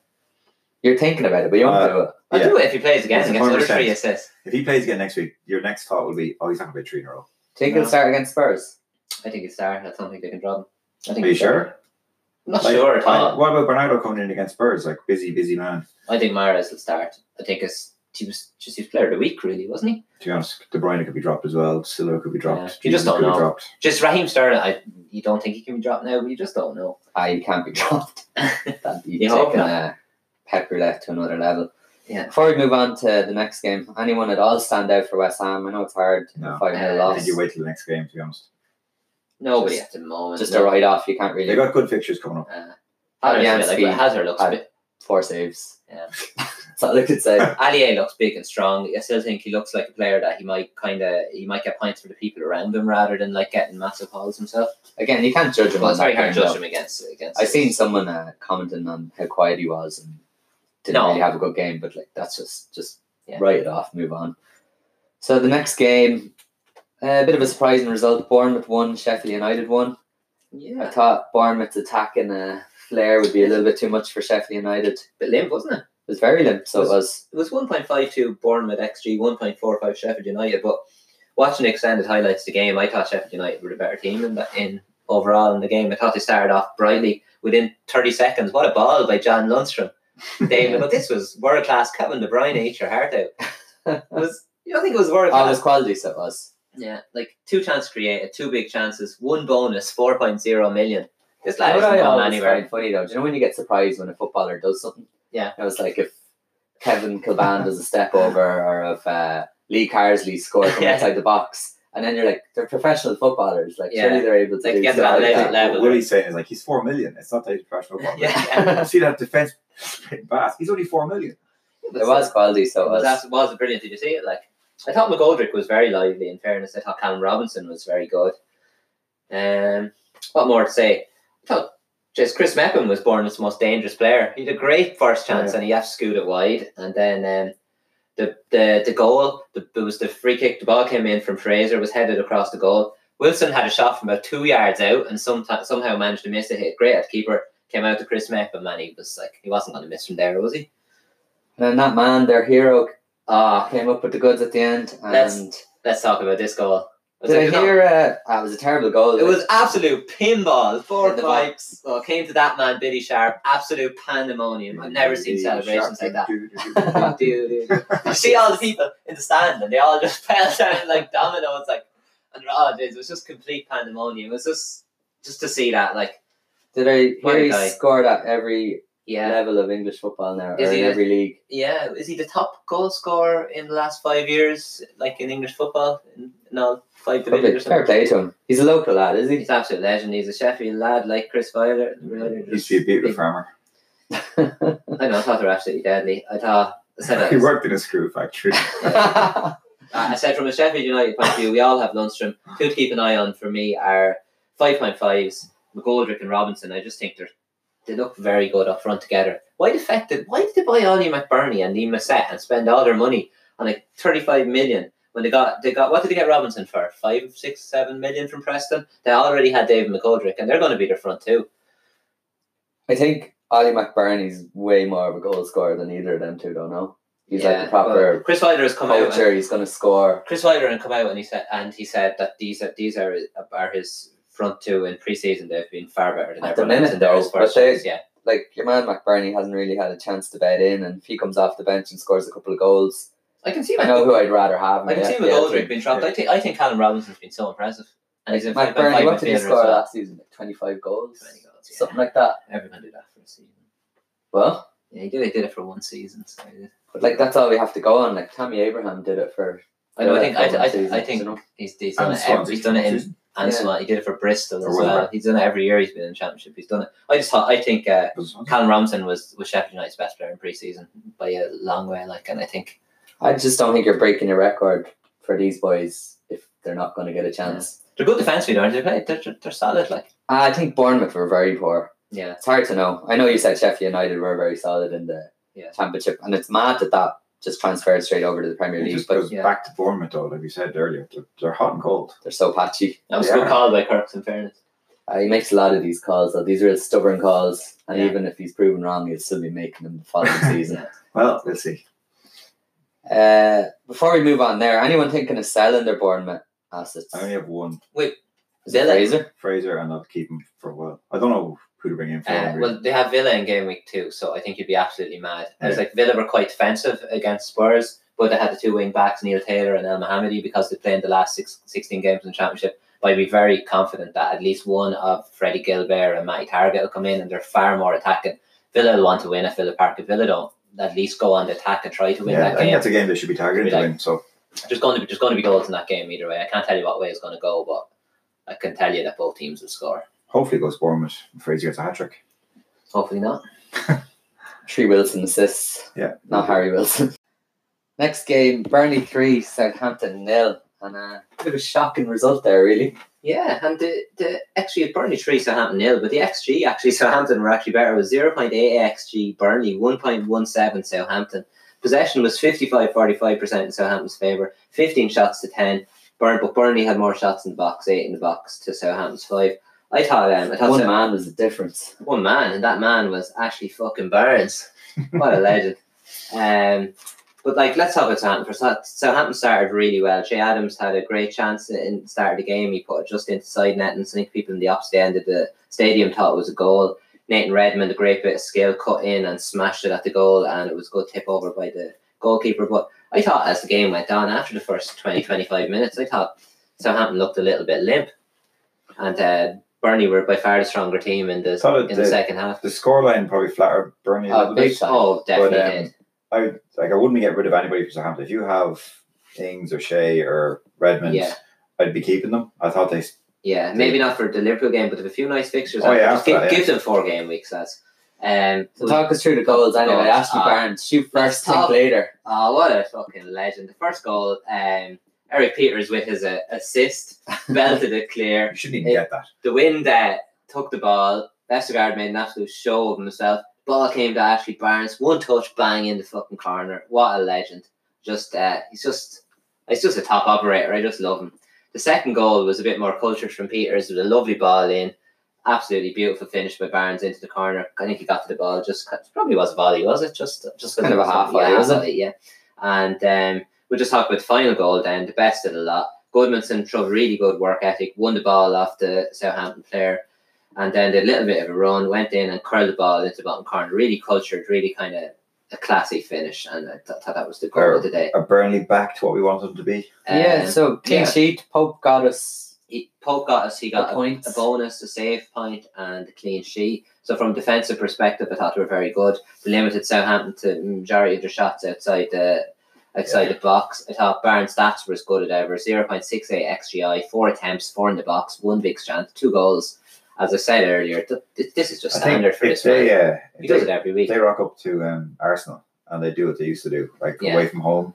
Speaker 1: You're thinking about it, but you won't
Speaker 3: Uh,
Speaker 1: do it.
Speaker 2: I'll
Speaker 3: Yeah.
Speaker 2: do it if he plays again
Speaker 3: It's
Speaker 2: and gets another
Speaker 3: 100%.
Speaker 2: three assists.
Speaker 3: If he plays again next week, your next thought will be, oh, he's not going to be three in a row.
Speaker 1: Take
Speaker 2: No.
Speaker 1: it start against Spurs.
Speaker 2: I think he's there. I don't think they can drop him. I think
Speaker 3: Are you
Speaker 2: he's there.
Speaker 3: sure?
Speaker 2: I'm not
Speaker 3: Like,
Speaker 2: sure at all.
Speaker 3: What about Bernardo coming in against Spurs? Like, busy, busy man.
Speaker 2: I think Mares will start. I think it's he was just his player of the week, really, wasn't he?
Speaker 3: To be honest, De Bruyne could be dropped as well. Silva could be dropped.
Speaker 2: Yeah, you just
Speaker 3: Jesus
Speaker 2: don't
Speaker 3: could be
Speaker 2: know.
Speaker 3: dropped.
Speaker 2: Just Raheem Sterling. I you don't think he can be dropped now, but you just don't know. [laughs]
Speaker 1: Ah, you can't be dropped. That'd be
Speaker 2: You hope
Speaker 1: taking uh, Pep Roulette to another level.
Speaker 2: Yeah.
Speaker 1: Before we move on to the next game, anyone at all stand out for West Ham? I know it's hard.
Speaker 3: No.
Speaker 1: Five 0
Speaker 2: Uh,
Speaker 3: I
Speaker 1: loss.
Speaker 3: think you wait till the next game, to be honest.
Speaker 2: Nobody
Speaker 1: Just-
Speaker 2: at the moment.
Speaker 1: Just a
Speaker 2: no.
Speaker 1: write off. You can't
Speaker 3: They
Speaker 1: really
Speaker 3: got good fixtures coming up.
Speaker 2: Uh, Hazard's a bit like,
Speaker 1: Fabianski.
Speaker 2: but Hazard looks
Speaker 1: Had-
Speaker 2: big.
Speaker 1: four saves.
Speaker 2: Yeah. [laughs]
Speaker 1: That's all I could
Speaker 3: [laughs]
Speaker 1: say.
Speaker 2: Allier looks big and strong. I still think he looks like a player that he might kind of he might get points for the people around him rather than like getting massive hauls himself.
Speaker 1: Again, you can't judge him.
Speaker 2: Well,
Speaker 1: on
Speaker 2: it's very
Speaker 1: that
Speaker 2: hard to
Speaker 1: game,
Speaker 2: judge
Speaker 1: though.
Speaker 2: him against against.
Speaker 1: I seen someone uh, commenting on how quiet he was and didn't
Speaker 2: No.
Speaker 1: really have a good game, but like that's just just
Speaker 2: Yeah.
Speaker 1: write it off, move on. So the next game, a bit of a surprising result. Bournemouth won, Sheffield United won. I
Speaker 2: yeah,
Speaker 1: thought Bournemouth's attack and uh, flair would be a little bit too much for Sheffield United. It
Speaker 2: bit limp, wasn't it?
Speaker 1: was very limp, so it was.
Speaker 2: It was one point five two Bournemouth xG, one point four five Sheffield United. But watching the extended highlights of the game, I thought Sheffield United were the better team in, the, in overall in the game. I thought they started off brightly within thirty seconds. What a ball by John Lundstrom,
Speaker 1: [laughs]
Speaker 2: David! But this was world class. Kevin De Bruyne ate your heart out.
Speaker 1: [laughs]
Speaker 2: It was you don't think it was world
Speaker 1: All
Speaker 2: class?
Speaker 1: his quality, so it was.
Speaker 2: Yeah, like two chances created, two big chances, one bonus, 4.0 million. This
Speaker 1: You
Speaker 2: lad
Speaker 1: know
Speaker 2: isn't
Speaker 1: what I
Speaker 2: going
Speaker 1: always
Speaker 2: anywhere.
Speaker 1: find funny though? Do you know when you get surprised when a footballer does something?
Speaker 2: Yeah.
Speaker 1: I was like, if Kevin Kilban does a step over, or if uh, Lee Carsley scores [laughs] from
Speaker 2: Yeah.
Speaker 1: outside the box, and then you're like, they're professional footballers. Like,
Speaker 2: Yeah.
Speaker 1: surely they're able to
Speaker 2: Like,
Speaker 1: do
Speaker 2: get to
Speaker 1: stuff
Speaker 2: that
Speaker 1: like that.
Speaker 2: level- level.
Speaker 3: What he's saying is like he's four million. It's not that he's a professional footballer.
Speaker 2: [laughs] Yeah.
Speaker 1: [laughs]
Speaker 3: See that defense pass? He's only four million.
Speaker 1: There was quality, so
Speaker 2: It
Speaker 1: it
Speaker 2: was,
Speaker 1: was.
Speaker 2: that was brilliant. Did you see it? Like, I thought McGoldrick was very lively, in fairness. I thought Callum Robinson was very good. Um, What more to say? I thought just Chris Meppen was Bournemouth's most dangerous player. He had a great first chance
Speaker 3: Yeah.
Speaker 2: and he had to scoot it wide. And then um, the, the the goal, the, it was the free kick, the ball came in from Fraser, was headed across the goal. Wilson had a shot from about two yards out and someti- somehow managed to miss it. Hit great at keeper, came out to Chris Meppen, and he was like, he wasn't going to miss from there, was he?
Speaker 1: And then that man, their hero, uh, came up with the goods at the end. And
Speaker 2: That's- Let's talk about this goal. It was like,
Speaker 1: did I
Speaker 2: no,
Speaker 1: hear? Uh, ah, it was a terrible goal.
Speaker 2: It was absolute pinball. Four
Speaker 1: In the
Speaker 2: five.
Speaker 1: box.
Speaker 2: Well, Oh, it came to that man, Billy Sharp. Absolute pandemonium. I've never seen celebrations like that. [laughs] Dude, dude. [laughs] you see all the people in the stand, and they all just [laughs] fell down like dominoes, like. And oh, geez, it was just complete pandemonium. It was just just to see that, like,
Speaker 1: Did I
Speaker 2: My
Speaker 1: hear he
Speaker 2: guy.
Speaker 1: scored at every
Speaker 2: yeah,
Speaker 1: level of English football now,
Speaker 2: Is
Speaker 1: or
Speaker 2: he
Speaker 1: in
Speaker 2: a-
Speaker 1: every league?
Speaker 2: yeah. Is he the top goal scorer in the last five years, like in English football, in, in all five
Speaker 1: Probably,
Speaker 2: divisions? or
Speaker 1: fair
Speaker 2: something?
Speaker 1: play to him. He's a local lad, is he?
Speaker 2: He's [laughs] an absolute legend. He's a Sheffield lad, like Chris Violet. [laughs]
Speaker 3: Used to be a beetroot farmer.
Speaker 2: I don't no, I thought they were absolutely deadly. I thought I said [laughs]
Speaker 3: he
Speaker 2: that.
Speaker 3: worked in a screw
Speaker 2: [laughs]
Speaker 3: factory.
Speaker 2: I I said from a Sheffield United point of view, we all have Lundstrom. Two to keep an eye on for me are five point fives, McGoldrick and Robinson. I just think they're they look very good up front together. Why the fact that why did they buy Ollie McBurney and Lee Massett and spend all their money on like thirty five million when they got they got what did they get Robinson for? Five, six, seven million from Preston? They already had David McGoldrick and they're gonna be their front two.
Speaker 1: [laughs] I think Ollie McBurney's way more of a goal scorer than either of them two, don't know. He's like
Speaker 2: Yeah,
Speaker 1: the proper
Speaker 2: but Chris Wilder has come out and
Speaker 1: poacher, he's gonna score.
Speaker 2: Chris Wilder and come out and he said and he said that these are these are are his front two in preseason. They've been far better than
Speaker 1: At the
Speaker 2: everyone else
Speaker 1: minute,
Speaker 2: in their
Speaker 1: though, but
Speaker 2: first
Speaker 1: they-
Speaker 2: yeah.
Speaker 1: Like your man McBurney hasn't really had a chance to bet in and if he comes off the bench and scores a couple of goals,
Speaker 2: I can see
Speaker 1: I
Speaker 2: Mac-
Speaker 1: know who I'd rather have. in
Speaker 2: I can
Speaker 1: the
Speaker 2: see
Speaker 1: FPL
Speaker 2: McGoldrick
Speaker 1: team.
Speaker 2: being dropped. I think I think Callum Robinson's been so impressive. And he's in
Speaker 1: Mike
Speaker 2: fact
Speaker 1: Burnley,
Speaker 2: five
Speaker 1: what did he
Speaker 2: midfielder as
Speaker 1: score
Speaker 2: well.
Speaker 1: last season? Like 25 goals?
Speaker 2: 20 goals, yeah.
Speaker 1: Something like that.
Speaker 2: Everyone did that for a season.
Speaker 1: Well,
Speaker 2: Yeah, he did. He did it for one season. So he did.
Speaker 1: but like that's all we have to go on. Like Tammy Abraham did it for.
Speaker 2: I know. I
Speaker 1: for
Speaker 2: think. I,
Speaker 1: one
Speaker 2: I,
Speaker 1: season,
Speaker 2: I think
Speaker 1: you know?
Speaker 2: he's, he's done
Speaker 3: And
Speaker 2: it. Every,
Speaker 3: Swansea.
Speaker 2: he's done it in
Speaker 3: Swansea
Speaker 2: and
Speaker 1: Yeah.
Speaker 2: Swansea. He did it for Bristol as
Speaker 3: Or
Speaker 2: well.
Speaker 3: Wilbur.
Speaker 2: He's done it every year. He's been in the championship. He's done it. I just thought. I think. Uh,
Speaker 3: was-
Speaker 2: Callum Robinson was, was Sheffield United's best player in preseason by a long way. Like, and I think
Speaker 1: I just don't think you're breaking a record for these boys if they're not going to get a chance. Ah,
Speaker 2: they're good defensively. Aren't they? They play- They're, they're solid. Like,
Speaker 1: I think Bournemouth were very poor.
Speaker 2: yeah,
Speaker 1: It's hard to know. I know you said Sheffield United were very solid in the
Speaker 2: Yeah.
Speaker 1: championship, and it's mad that that just transferred straight over to the Premier
Speaker 3: It
Speaker 1: League,
Speaker 3: just
Speaker 1: but
Speaker 3: goes
Speaker 2: yeah.
Speaker 3: back to Bournemouth, though, like we said earlier. They're, they're hot and cold.
Speaker 1: they're so patchy.
Speaker 2: that was
Speaker 3: Yeah.
Speaker 2: a good call by Kirk's. In fairness,
Speaker 1: Uh, he makes a lot of these calls, though. These are his stubborn calls, and
Speaker 2: Yeah.
Speaker 1: even if he's proven wrong, he'll still be making them the following
Speaker 2: [laughs]
Speaker 1: season.
Speaker 3: Well, we'll see.
Speaker 1: Uh, before we move on, there, anyone thinking of selling their Bournemouth assets?
Speaker 3: I only have one
Speaker 1: Is it
Speaker 2: Villa.
Speaker 1: Fraser?
Speaker 3: Oh, Fraser, and I'll keep him for a while. I don't know who to bring in for
Speaker 2: Uh,
Speaker 3: him, really.
Speaker 2: well, they have Villa in game week two, so I think you'd be absolutely mad. I was
Speaker 3: Yeah.
Speaker 2: like, Villa were quite defensive against Spurs, but they had the two wing backs, Neil Taylor and El Mohammedi, because they played in the last six, 16 games in the Championship. But I'd be very confident that at least one of Freddie Gilbert and Matty Target will come in, and they're far more attacking. Villa will want to win at Villa Park. If Villa don't, at least go on the attack and try to win
Speaker 3: yeah, I
Speaker 2: that
Speaker 3: think
Speaker 2: game.
Speaker 3: that's a game they should be targeting to
Speaker 2: Like-
Speaker 3: win. So
Speaker 2: There's going to be there's going to be goals in that game either way. I can't tell you what way it's going to go, but I can tell you that both teams will score.
Speaker 3: hopefully it goes Bournemouth. and Fraser gets a hat trick.
Speaker 2: Hopefully not.
Speaker 1: Tree Wilson assists.
Speaker 3: Yeah.
Speaker 1: Not Harry Wilson. [laughs] Next game, Burnley 3, Southampton nil, And uh, a bit of a shocking result there, really.
Speaker 2: Yeah, and the, the actually Burnley three Southampton nil, but the XG actually Southampton were actually better. It was zero point eight XG Burnley, one point one seven Southampton. Possession was 55-45 percent in Southampton's favour, fifteen shots to ten. Burn, but Burnley had more shots in the box, eight in the box to Southampton's five. I thought um, I thought
Speaker 1: One
Speaker 2: Sou-
Speaker 1: man was the difference.
Speaker 2: one man, and that man was Ashley fucking Burns. What a legend. Um, but like, let's talk about Southampton for South- Southampton started really well. Jay Adams had a great chance in the start of the game. He put it just into side net, and I think people in the opposite end of the stadium thought it was a goal. Nathan Redmond, a great bit of skill, cut in and smashed it at the goal, and it was a good tip over by the goalkeeper. But I thought as the game went on, after the first 20, 25 minutes, I thought Southampton looked a little bit limp. And uh, Burnley were by far the stronger team in the,
Speaker 3: Thought it
Speaker 2: in the
Speaker 3: did.
Speaker 2: second half.
Speaker 3: The scoreline probably flattered Burnley a
Speaker 1: Uh,
Speaker 3: little
Speaker 1: big
Speaker 3: bit.
Speaker 1: time.
Speaker 2: Oh, definitely
Speaker 3: But, um,
Speaker 2: did.
Speaker 3: I would, like I wouldn't get rid of anybody from Southampton. If you have Ings or Shea or Redmond,
Speaker 2: Yeah.
Speaker 3: I'd be keeping them. I thought they
Speaker 2: Yeah, maybe not for the Liverpool game, but they have a few nice fixtures.
Speaker 3: Oh,
Speaker 2: after.
Speaker 3: yeah,
Speaker 2: Just
Speaker 3: after
Speaker 2: give,
Speaker 3: that, yeah.
Speaker 2: give them four game weeks. That's um.
Speaker 1: So talk us through the goals anyway.
Speaker 2: Goals,
Speaker 1: Ashley
Speaker 2: uh,
Speaker 1: Barnes, shoot
Speaker 2: let's
Speaker 1: first, think
Speaker 2: talk-
Speaker 1: later.
Speaker 2: Oh, what a fucking legend! The first goal, um, Eric Peters with his uh, assist [laughs] belted it clear.
Speaker 3: you shouldn't even
Speaker 2: It-
Speaker 3: get that.
Speaker 2: The wind uh, took the ball. Vestergaard made an absolute show of himself. Ball came to Ashley Barnes. One touch, bang in the fucking corner. What a legend! Just uh, he's just he's just a top operator. I just love him. The second goal was a bit more cultured from Peters with a lovely ball in. Absolutely beautiful finish by Barnes into the corner. I think he got to the ball. Just probably was a volley, was it? Just just
Speaker 1: Kind of a half volley,
Speaker 2: yeah,
Speaker 1: was it?
Speaker 2: Yeah. And um, we'll just talk about the final goal then. The best of the lot. Goodmanson showed really good work ethic, won the ball off the Southampton player, and then did a little bit of a run, went in and curled the ball into the bottom corner. Really cultured, really kind of a classy finish, and I th- thought that was the goal of the day.
Speaker 3: Are Burnley back to what we wanted them to be?
Speaker 1: [laughs] Oh. yeah,
Speaker 2: Um,
Speaker 1: so clean
Speaker 2: yeah.
Speaker 1: sheet. Pope got us
Speaker 2: he, Pope got us, he
Speaker 1: the
Speaker 2: got a,
Speaker 1: points.
Speaker 2: a bonus, a save point, and a clean sheet. So from a defensive perspective, I thought they were very good. They limited Southampton to majority of their shots outside the outside the box. I thought Barnes' stats were as good as ever. 0.68 XGI, four attempts, four in the box, one big chance, two goals. as I said earlier, th- th- this is just
Speaker 3: I think
Speaker 2: standard for
Speaker 3: if
Speaker 2: this
Speaker 3: they,
Speaker 2: man.
Speaker 3: uh,
Speaker 2: He
Speaker 3: if
Speaker 2: does it
Speaker 3: they-
Speaker 2: every week.
Speaker 3: they rock up to um, Arsenal and they do what they used to do, like
Speaker 2: Yeah.
Speaker 3: away from home,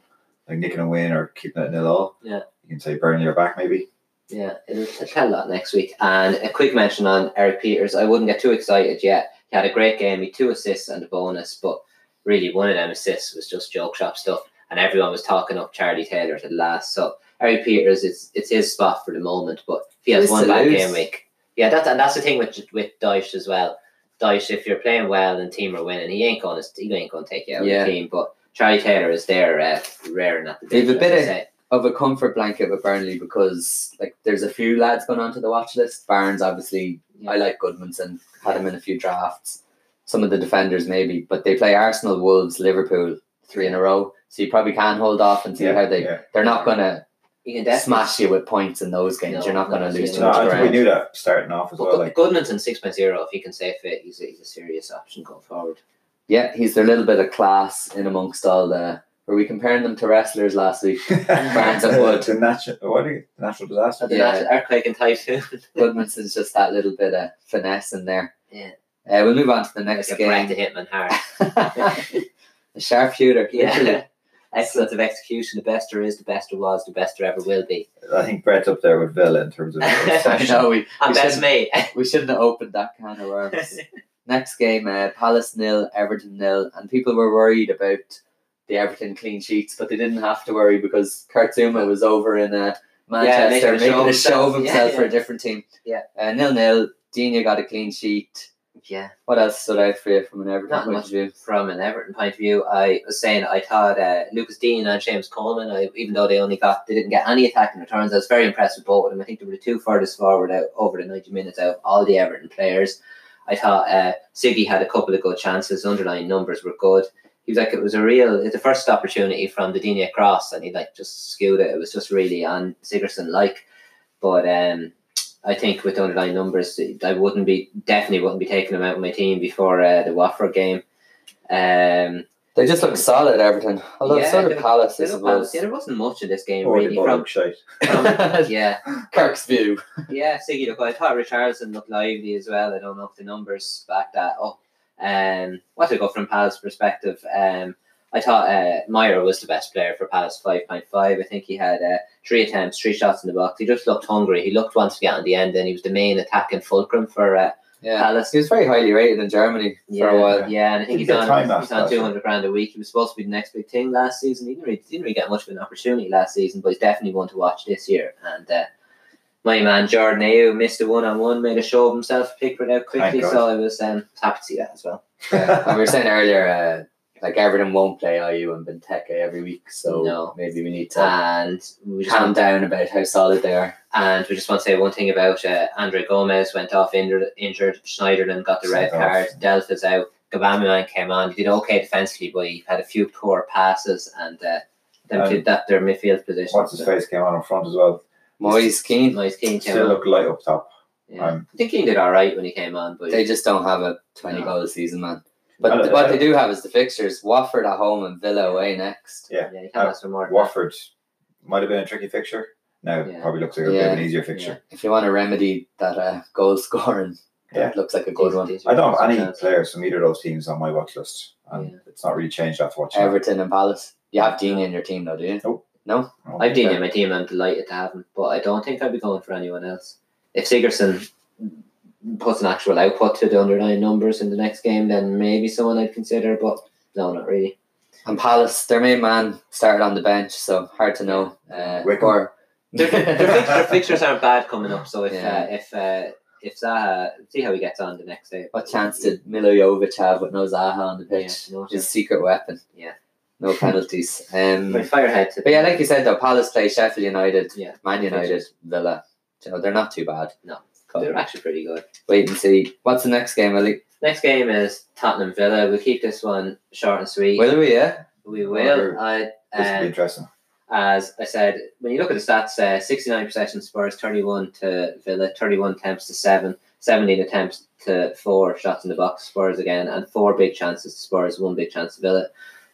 Speaker 3: like nicking a win or keeping it nil all.
Speaker 2: Yeah.
Speaker 3: You can say burn your back maybe.
Speaker 2: Yeah, it'll, it'll tell that next week. And a quick mention on Eric Peters. I wouldn't get too excited yet. He had a great game. He had two assists and a bonus, but really one of them assists was just joke shop stuff, and everyone was talking up Charlie Taylor at last. So Eric Peters, it's it's his spot for the moment. But if he has
Speaker 1: Just
Speaker 2: one
Speaker 1: to
Speaker 2: bad
Speaker 1: lose.
Speaker 2: game week, yeah, that's and that's the thing with with Dyche as well. Dyche, if you're playing well and team are winning, he ain't gonna he ain't gonna take you out
Speaker 1: Yeah.
Speaker 2: of the team. But Charlie Taylor is there, uh, raring at the
Speaker 1: They've a
Speaker 2: bit.
Speaker 1: bit of- of a comfort blanket with Burnley because like there's a few lads going onto the watch list. Barnes obviously
Speaker 2: Yeah.
Speaker 1: I like Goodmanson, had him in a few drafts. Some of the defenders maybe, but they play Arsenal, Wolves, Liverpool three in a row. So you probably can hold off and see how they
Speaker 3: yeah.
Speaker 1: they're not gonna
Speaker 2: you can definitely
Speaker 1: smash you with points in those games.
Speaker 2: No,
Speaker 1: You're not gonna
Speaker 2: no,
Speaker 1: lose too
Speaker 3: No,
Speaker 1: much
Speaker 3: I think we
Speaker 1: ground.
Speaker 3: knew that starting off as
Speaker 2: But
Speaker 3: well.
Speaker 2: Good- [laughs]
Speaker 3: Like
Speaker 2: Goodman's in 6.0, if he can stay fit, he's a, he's a serious option going forward.
Speaker 1: Yeah, he's their little bit of class in amongst all the were we comparing them to wrestlers last
Speaker 2: [laughs]
Speaker 1: week? Barnes
Speaker 3: [laughs]
Speaker 1: and Wood.
Speaker 3: It's a natural, what are you, natural disaster.
Speaker 2: And then
Speaker 1: Yeah.
Speaker 2: that's Earthquake and [laughs] Typhoon.
Speaker 1: Goodmanson's just that little bit of finesse in there.
Speaker 2: Yeah.
Speaker 1: Uh, we'll move on to the
Speaker 2: like
Speaker 1: next
Speaker 2: a
Speaker 1: game.
Speaker 2: breath to Hitman hard.
Speaker 1: [laughs] a sharpshooter.
Speaker 2: Yeah.
Speaker 1: literally.
Speaker 2: Excellence of execution, the best there is, the best there was, the best there ever will be.
Speaker 3: I think Brett's up there with Villa in terms of
Speaker 1: [laughs] I know
Speaker 2: [laughs]
Speaker 1: we,
Speaker 2: And
Speaker 1: We
Speaker 2: best me.
Speaker 1: [laughs] we shouldn't have opened that can of worms. Next game, uh, Palace nil, Everton nil, and people were worried about the Everton clean sheets, but they didn't have to worry because Kurtzuma was over in uh, Manchester
Speaker 2: making a show
Speaker 1: making a
Speaker 2: of
Speaker 1: show of
Speaker 2: himself. Yeah,
Speaker 1: himself for
Speaker 2: yeah.
Speaker 1: a different team.
Speaker 2: Yeah.
Speaker 1: uh, nil nil. Dina got a clean sheet.
Speaker 2: yeah.
Speaker 1: What else stood out for you from an Everton
Speaker 2: Not
Speaker 1: point
Speaker 2: much.
Speaker 1: of view?
Speaker 2: From an Everton point of view, I was saying I thought uh, Lucas Dean and James Coleman, I, even though they only got, they didn't get any attacking returns, I was very impressed with both of them. I think they were the two furthest forward out over the 90 minutes out of all the Everton players. I thought uh, Siggy had a couple of good chances. Underlying numbers were good. He was like, it was a real, it's the first opportunity from the Dinia cross, and he like just skewed it. It was just really on Sigerson like. But um, I think with the underlying numbers, I wouldn't be definitely wouldn't be taking him out of my team before uh, the Watford game. Um,
Speaker 1: They just look solid, Everton. Although
Speaker 2: Yeah,
Speaker 1: so
Speaker 2: they
Speaker 1: did
Speaker 2: look-
Speaker 1: Palace, I
Speaker 2: there was-
Speaker 1: suppose.
Speaker 2: yeah, there wasn't much in this game
Speaker 3: Or
Speaker 2: really.
Speaker 1: [laughs]
Speaker 3: the
Speaker 2: From,
Speaker 3: bulk shite.
Speaker 2: from yeah,
Speaker 1: Kirk's view.
Speaker 2: Yeah, Siggy look, I thought Richardson looked lively as well. I don't know if the numbers back that up. Um, what to go from Palace perspective? Um, I thought uh, Meyer was the best player for Palace five point five. I think he had uh, three attempts, three shots in the box. He just looked hungry. He looked once to get on the end, and he was the main attacking fulcrum for uh,
Speaker 1: Yeah.
Speaker 2: Palace.
Speaker 1: He was very highly rated in Germany
Speaker 2: Yeah,
Speaker 1: for a while.
Speaker 2: yeah, and I think
Speaker 3: Didn't
Speaker 2: he's
Speaker 3: get time
Speaker 2: on
Speaker 3: last
Speaker 2: he's on
Speaker 3: last year.
Speaker 2: two hundred grand a week. He was supposed to be the next big thing last season. He didn't really, didn't really get much of an opportunity last season, but he's definitely one to watch this year. And uh, my man Jordan Ayew missed a one on one, made a show of himself, Pickford out quickly.
Speaker 3: Thank God.
Speaker 2: So I was um, happy to see that as well.
Speaker 1: Yeah. And we were
Speaker 3: [laughs]
Speaker 1: saying earlier, uh, like Everton won't play IU and Benteke every week, so
Speaker 2: No.
Speaker 1: maybe we need to
Speaker 2: And we just
Speaker 1: calm
Speaker 2: want,
Speaker 1: down about how solid they are.
Speaker 2: and we just want to say one thing about uh, Andre Gomez went off injured. Injured Schneiderlin got the red
Speaker 3: Sent off.
Speaker 2: card. Delph is out. Gabamian came on. He did okay defensively, but he had a few poor passes and. Uh, them
Speaker 3: Um,
Speaker 2: two, that their midfield position.
Speaker 3: What's his face came on in front as well.
Speaker 1: Moyes keen.
Speaker 2: Moyes Keane came
Speaker 3: Still
Speaker 2: on.
Speaker 3: look light up top.
Speaker 2: Yeah.
Speaker 3: Um,
Speaker 2: I think Keane did all right when he came on, but
Speaker 1: They just don't have a twenty
Speaker 2: No.
Speaker 1: goal a season, man.
Speaker 3: I
Speaker 1: But
Speaker 3: don't-
Speaker 1: what they do have is the fixtures: Watford at home and Villa away next.
Speaker 2: yeah, you can't ask for more.
Speaker 3: Watford might have been a tricky fixture. Now it
Speaker 2: Yeah.
Speaker 3: probably looks like a bit of an easier fixture.
Speaker 1: If you want to remedy that uh, goal [laughs] scoring,
Speaker 3: Yeah.
Speaker 1: that looks like a good one.
Speaker 2: Decent-
Speaker 3: I don't have any
Speaker 2: decent chance.
Speaker 3: players from either of those teams on my watch list, and
Speaker 2: Yeah.
Speaker 3: it's not really changed after watching. it.
Speaker 1: Everton and Palace. You have Dean in your team, though, do you?
Speaker 2: I've Dean in my team. I'm delighted to have him, but I don't think I'd be going for anyone else. If Sigerson puts an actual output to the underlying numbers in the next game, then maybe someone I'd consider. But no, not really.
Speaker 1: And Palace, their main man started on the bench, so hard to know. Uh, [laughs]
Speaker 3: Wickham.
Speaker 1: or
Speaker 2: Their, fi- [laughs]
Speaker 1: [laughs]
Speaker 2: their, fix- their fixtures aren't bad coming up. So if
Speaker 1: Yeah.
Speaker 2: uh, if uh, if Zaha, see how he gets on the next day.
Speaker 1: What chance did Milojevic have with no Zaha on the pitch?
Speaker 2: Yeah, no
Speaker 1: His
Speaker 2: chance.
Speaker 1: secret weapon.
Speaker 2: Yeah. [laughs]
Speaker 1: No penalties.
Speaker 3: Mm.
Speaker 1: Um,
Speaker 2: My firehead to
Speaker 1: but yeah, like you said, though, Palace play Sheffield United,
Speaker 2: Yeah.
Speaker 1: Man United, Villa. You know, they're not too bad.
Speaker 2: No.
Speaker 1: But
Speaker 2: they're actually pretty good.
Speaker 1: wait and see. What's the next game, Ellie?
Speaker 2: Next game is Tottenham Villa. We'll keep this one short and sweet.
Speaker 1: Will we, yeah?
Speaker 2: We
Speaker 3: Or-
Speaker 2: will. I,
Speaker 3: This will be
Speaker 2: um,
Speaker 3: interesting.
Speaker 2: as I said, when you look at the stats, uh, 69 possessions Spurs, 31 to Villa, 31 attempts to 7, 17 attempts to 4 shots in the box, Spurs again, and 4 big chances to Spurs, 1 big chance to Villa.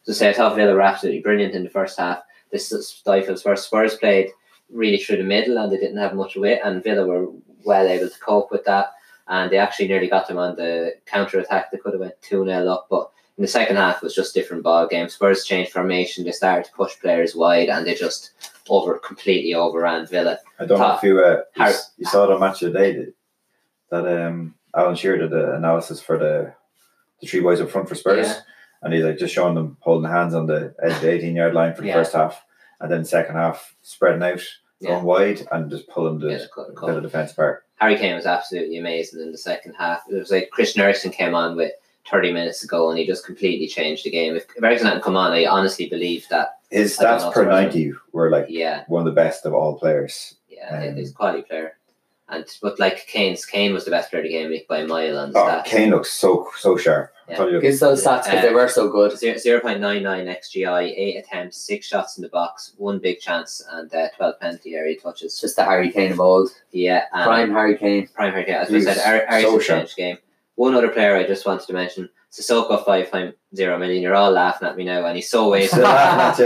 Speaker 2: So say I thought Villa were absolutely brilliant in the first half. This is stifles Spurs. Spurs played really through the middle and they didn't have much of it, and Villa were well able to cope with that. and they actually nearly got them on the counter attack. They could have went 2 0 up, but in the second half was just different ball game. Spurs changed formation, they started to push players wide, and they just over completely overran Villa.
Speaker 3: I don't know
Speaker 2: Top.
Speaker 3: if you, uh, you,
Speaker 2: Har-
Speaker 3: s- you saw the match today that, that um, Alan Shearer did the analysis for the the three boys up front for Spurs,
Speaker 2: Yeah.
Speaker 3: and he's like just showing them holding hands on the edge of the eighteen yard line for the
Speaker 2: Yeah.
Speaker 3: first half, and then second half spreading out,
Speaker 2: Yeah.
Speaker 3: going wide, and just pulling the
Speaker 2: Yeah, they couldn't
Speaker 3: Villa
Speaker 2: cope.
Speaker 3: defense apart.
Speaker 2: Harry Kane was absolutely amazing in the second half. It was like Chris Nerson came on with 30 minutes to go and he just completely changed the game. If Ericsson hadn't come on, I honestly believe that,
Speaker 3: His
Speaker 2: I don't know
Speaker 3: stats
Speaker 2: if
Speaker 3: per
Speaker 2: Spurs are-
Speaker 3: ninety were like
Speaker 2: yeah,
Speaker 3: one of the best of all players.
Speaker 2: yeah,
Speaker 3: Um,
Speaker 2: he's a quality player. And But like Kane's, Kane was the best player of the game week by a mile on the
Speaker 3: Oh,
Speaker 2: stats.
Speaker 3: Kane looks so so sharp. I
Speaker 2: Yeah.
Speaker 3: thought he looked-
Speaker 1: Gives those stats because they were so good.
Speaker 2: Zero- 0.99 XGI, 8 attempts, 6 shots in the box, 1 big chance, and uh, 12 penalty area
Speaker 1: It's
Speaker 2: touches.
Speaker 1: just the Harry Kane of old.
Speaker 2: Yeah, and
Speaker 1: Prime Harry Kane.
Speaker 2: Prime Hurricane. As I
Speaker 3: He's
Speaker 2: said, Ar-
Speaker 3: so
Speaker 2: Arsenal
Speaker 3: sharp.
Speaker 2: changed game. One other player I just wanted to mention, Sissoko, five point zero million. You're all laughing at me now, and he's
Speaker 3: [laughs]
Speaker 2: so
Speaker 3: Still
Speaker 2: wasteful.
Speaker 3: laughing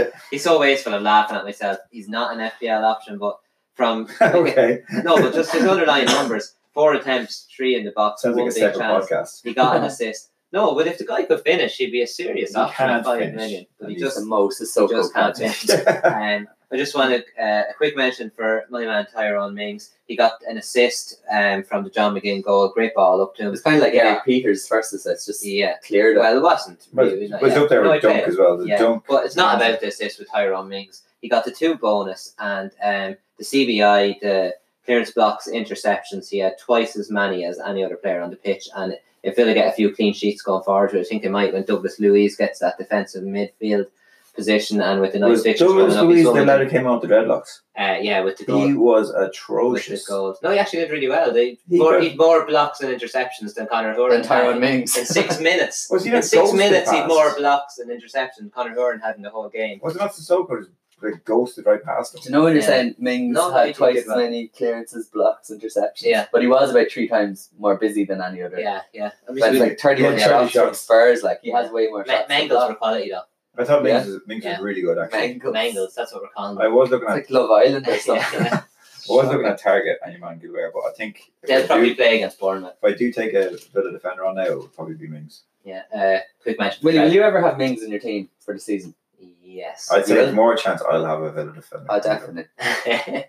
Speaker 2: [laughs]
Speaker 3: [laughs] at
Speaker 2: he's so wasteful. I'm laughing at myself. He's not an FPL option, but from
Speaker 3: you. [laughs] okay,
Speaker 2: no, but just his underlying numbers: four attempts, three in the box,
Speaker 3: sounds
Speaker 2: one
Speaker 3: like a
Speaker 2: big
Speaker 3: separate
Speaker 2: chance.
Speaker 3: podcast.
Speaker 2: He got an assist. No, but if the guy could finish, he'd be a serious
Speaker 3: He
Speaker 2: option
Speaker 3: can't
Speaker 2: at five million.
Speaker 3: finish.
Speaker 2: But he
Speaker 3: And he's
Speaker 2: just
Speaker 1: The most is so
Speaker 2: just
Speaker 1: [laughs]
Speaker 2: can't
Speaker 1: good.
Speaker 2: finish.
Speaker 3: [laughs]
Speaker 2: Um, I just wanted uh, a quick mention for my man Tyrone Mings. He got an assist um, from the John McGinn goal. Great ball up to him.
Speaker 1: It's kind of like Eric
Speaker 2: Yeah.
Speaker 1: Peters' first assist, just
Speaker 2: Yeah.
Speaker 1: cleared up.
Speaker 2: Well, it wasn't.
Speaker 3: But,
Speaker 2: really,
Speaker 3: but it's
Speaker 2: yeah.
Speaker 3: up there
Speaker 2: No,
Speaker 3: with
Speaker 2: I played
Speaker 3: Dunk as well. The
Speaker 2: Yeah.
Speaker 3: Dunk
Speaker 2: But it's not
Speaker 3: Yeah.
Speaker 2: about this. This with Tyrone Mings. He got the two bonus and um, the CBI, the clearance blocks, interceptions. He had twice as many as any other player on the pitch. And if Villa get a few clean sheets going forward, which I think it might when Douglas Louise gets that defensive midfield position and with the nice
Speaker 3: was
Speaker 2: fixtures
Speaker 3: Douglas
Speaker 2: coming up, he's
Speaker 3: Luiz the
Speaker 2: going
Speaker 3: lad
Speaker 2: to-
Speaker 3: who came out with the dreadlocks.
Speaker 2: uh, yeah, with the goal.
Speaker 3: He was
Speaker 2: with the
Speaker 3: atrocious.
Speaker 2: goals. No, he actually did really well. They
Speaker 3: He
Speaker 2: more,
Speaker 3: got-
Speaker 2: he'd more blocks and interceptions than Conor Horan.
Speaker 1: And Tyrone
Speaker 2: had
Speaker 1: Mings.
Speaker 2: in
Speaker 3: [laughs]
Speaker 2: six minutes.
Speaker 3: Was he
Speaker 2: in
Speaker 3: not
Speaker 2: six
Speaker 3: ghosted
Speaker 2: minutes, he'd
Speaker 3: past?
Speaker 2: more blocks and interceptions. Conor Horan had in the whole game.
Speaker 3: Was it not Sissoko who like, ghosted right past
Speaker 1: Do
Speaker 3: him?
Speaker 1: you know when you're
Speaker 2: Yeah.
Speaker 1: saying Mings
Speaker 2: No, he
Speaker 1: had
Speaker 2: did
Speaker 1: twice as
Speaker 2: well.
Speaker 1: many clearances, blocks, interceptions?
Speaker 2: Yeah.
Speaker 1: But he was about three times more busy than any other.
Speaker 2: Yeah, yeah. I mean,
Speaker 1: But it's
Speaker 2: we-
Speaker 1: like 31
Speaker 3: Yeah,
Speaker 1: shots
Speaker 3: 30
Speaker 1: from Spurs. Like, he has way more
Speaker 2: Ma-
Speaker 1: shots. than
Speaker 2: Mangles were
Speaker 1: that.
Speaker 2: quality though.
Speaker 3: I thought Mings,
Speaker 1: Yeah.
Speaker 3: was, Mings
Speaker 2: Yeah.
Speaker 3: was really good actually.
Speaker 1: Mangles.
Speaker 2: Mangles, that's what we're calling
Speaker 3: I
Speaker 2: them.
Speaker 3: was looking
Speaker 1: It's
Speaker 3: at
Speaker 1: like Love Island or something.
Speaker 2: [laughs] Yeah.
Speaker 3: [laughs] I was looking at Target and your man Gilbert, but I think
Speaker 2: They'll
Speaker 3: if I,
Speaker 2: probably
Speaker 3: do,
Speaker 2: play against Bournemouth.
Speaker 3: if I do take a Villa defender on now, it would probably be Mings.
Speaker 2: Yeah. Uh, quick mention.
Speaker 1: Willie, will you ever have Mings in your team for the season?
Speaker 2: Yes.
Speaker 3: I'd say
Speaker 1: Yeah.
Speaker 3: there's more chance I'll have a Villa defender.
Speaker 1: Oh, definitely.
Speaker 3: I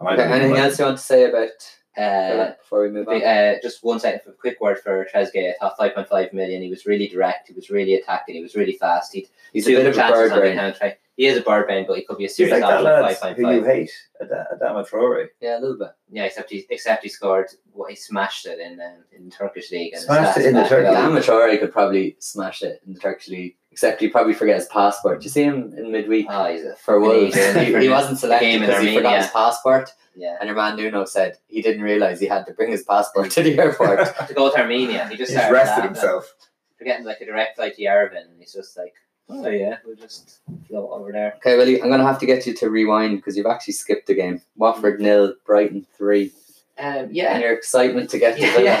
Speaker 3: might
Speaker 1: Okay,
Speaker 3: be-
Speaker 1: anything else you want to say about
Speaker 2: [laughs] uh,
Speaker 1: Villa before we move on?
Speaker 2: But, uh, just one second, a quick word for Trezeguet. I thought 5.5 million. He was really direct. He was really attacking. He was really fast. He
Speaker 1: He's a
Speaker 2: two
Speaker 1: bit of a
Speaker 2: chances
Speaker 1: bird
Speaker 2: on the
Speaker 1: brain.
Speaker 2: counter. He is a bird brain, but he could be a
Speaker 3: He's
Speaker 2: serious
Speaker 3: like that
Speaker 2: option
Speaker 3: lad
Speaker 2: at 5.5.
Speaker 3: who you hate, Ad- Adama Traore.
Speaker 1: Yeah, a little bit.
Speaker 2: Yeah, except he except he scored. Well, he smashed it in um, in Turkish league. And
Speaker 3: Smashed
Speaker 2: his
Speaker 3: it in the
Speaker 2: stats
Speaker 3: Turkish
Speaker 2: back it
Speaker 3: league.
Speaker 2: up.
Speaker 1: Adama Traore could probably smash it in the Turkish league, except he probably forget his passport. Do you see him in midweek
Speaker 2: Oh, he's a
Speaker 1: for Wolves? [laughs]
Speaker 2: he's
Speaker 1: he,
Speaker 2: only for
Speaker 1: he
Speaker 2: the-
Speaker 1: wasn't
Speaker 2: the
Speaker 1: selected
Speaker 2: game in
Speaker 1: because he forgot
Speaker 2: Armenia.
Speaker 1: his passport,
Speaker 2: yeah.
Speaker 1: and your man Nuno said he didn't realise he had to bring his passport to the
Speaker 2: [laughs]
Speaker 1: airport.
Speaker 2: To go to Armenia, he just
Speaker 3: [laughs] He's
Speaker 2: started
Speaker 3: rested
Speaker 2: laughing.
Speaker 3: himself.
Speaker 2: We're getting like a direct flight to Yerevan, and he's just like, oh yeah, we'll just float over there.
Speaker 1: okay, Willie, I'm going to have to get you to rewind because you've actually skipped the game. Watford nil, Brighton three.
Speaker 2: Um,
Speaker 1: And
Speaker 2: yeah,
Speaker 1: your excitement to get to
Speaker 2: Yeah,
Speaker 1: Villa.
Speaker 2: yeah,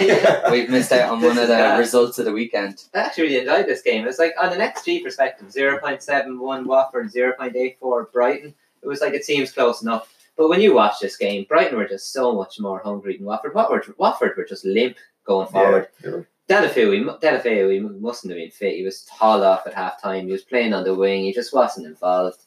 Speaker 1: [laughs]
Speaker 2: yeah.
Speaker 1: We've missed out on one
Speaker 2: This
Speaker 1: of
Speaker 2: is
Speaker 1: the
Speaker 2: bad.
Speaker 1: results of the weekend.
Speaker 2: I actually really enjoyed this game. It's like on an XG perspective, zero point seven one Watford, zero point eight four Brighton. It was like it seems close enough. But when you watch this game, Brighton were just so much more hungry than Watford. Watford, Watford were just limp going forward.
Speaker 3: Yeah, you're-
Speaker 2: Delafeu, Delafeu, he mustn't have been fit. He was hauled off at half time. He was playing on the wing. He just wasn't involved.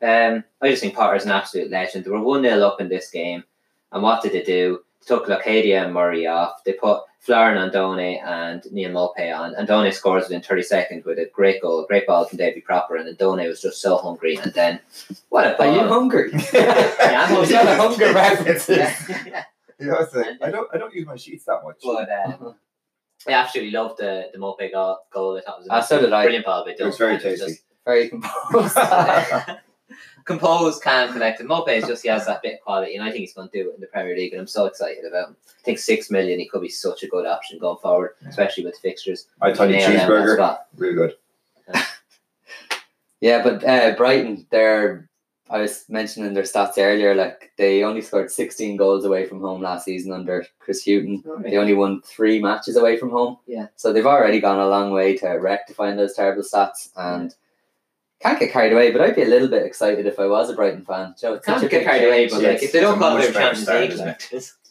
Speaker 2: Um, I just think Potter's an absolute legend. They were 1 0 up in this game. And what did they do? They took Locadia and Murray off. They put Florin Andone and Neil Mulpey on. Andone scores within 30 seconds with a great goal, great ball from Davy Proper. And Andone was just so hungry. And then, what a
Speaker 1: Are
Speaker 2: ball.
Speaker 1: you [laughs] hungry?
Speaker 2: Yeah, [laughs] I'm
Speaker 1: Is that a
Speaker 2: hungry.
Speaker 1: hunger reference?
Speaker 2: [laughs] Yeah.
Speaker 3: You know, it's like, I don't I don't use my sheets that much.
Speaker 2: but uh, I absolutely loved the, the Mulpey goal, goal. I thought it was an
Speaker 1: Ah, so did I.
Speaker 2: brilliant ball by
Speaker 3: It was
Speaker 2: Dunn.
Speaker 3: very
Speaker 2: And it was
Speaker 3: tasty.
Speaker 2: just-
Speaker 1: [laughs] Very composed. [laughs]
Speaker 2: [laughs] composed, calm, collected. Mope is just he has that bit of quality, and I think he's going to do it in the Premier League, and I'm so excited about him. I think six million, he could be such a good option going forward, especially with the fixtures.
Speaker 3: I tell you,
Speaker 2: Nail down that
Speaker 3: cheeseburger,
Speaker 2: spot.
Speaker 3: really good.
Speaker 1: yeah, but uh, Brighton, they're I was mentioning their stats earlier. Like they only scored sixteen goals away from home last season under Chris Hughton. They only won three matches away from home.
Speaker 2: Yeah.
Speaker 1: So they've already gone a long way to rectifying those terrible stats and. Can't get carried away, but I'd be a little bit excited if I was a Brighton fan. Joe, it's such
Speaker 2: Can't
Speaker 1: a
Speaker 2: get
Speaker 1: big
Speaker 2: carried away,
Speaker 1: change.
Speaker 2: but
Speaker 3: Yeah,
Speaker 2: like if they don't
Speaker 3: it's a
Speaker 2: call their
Speaker 3: much better
Speaker 2: Champions
Speaker 3: start,
Speaker 2: League,
Speaker 3: isn't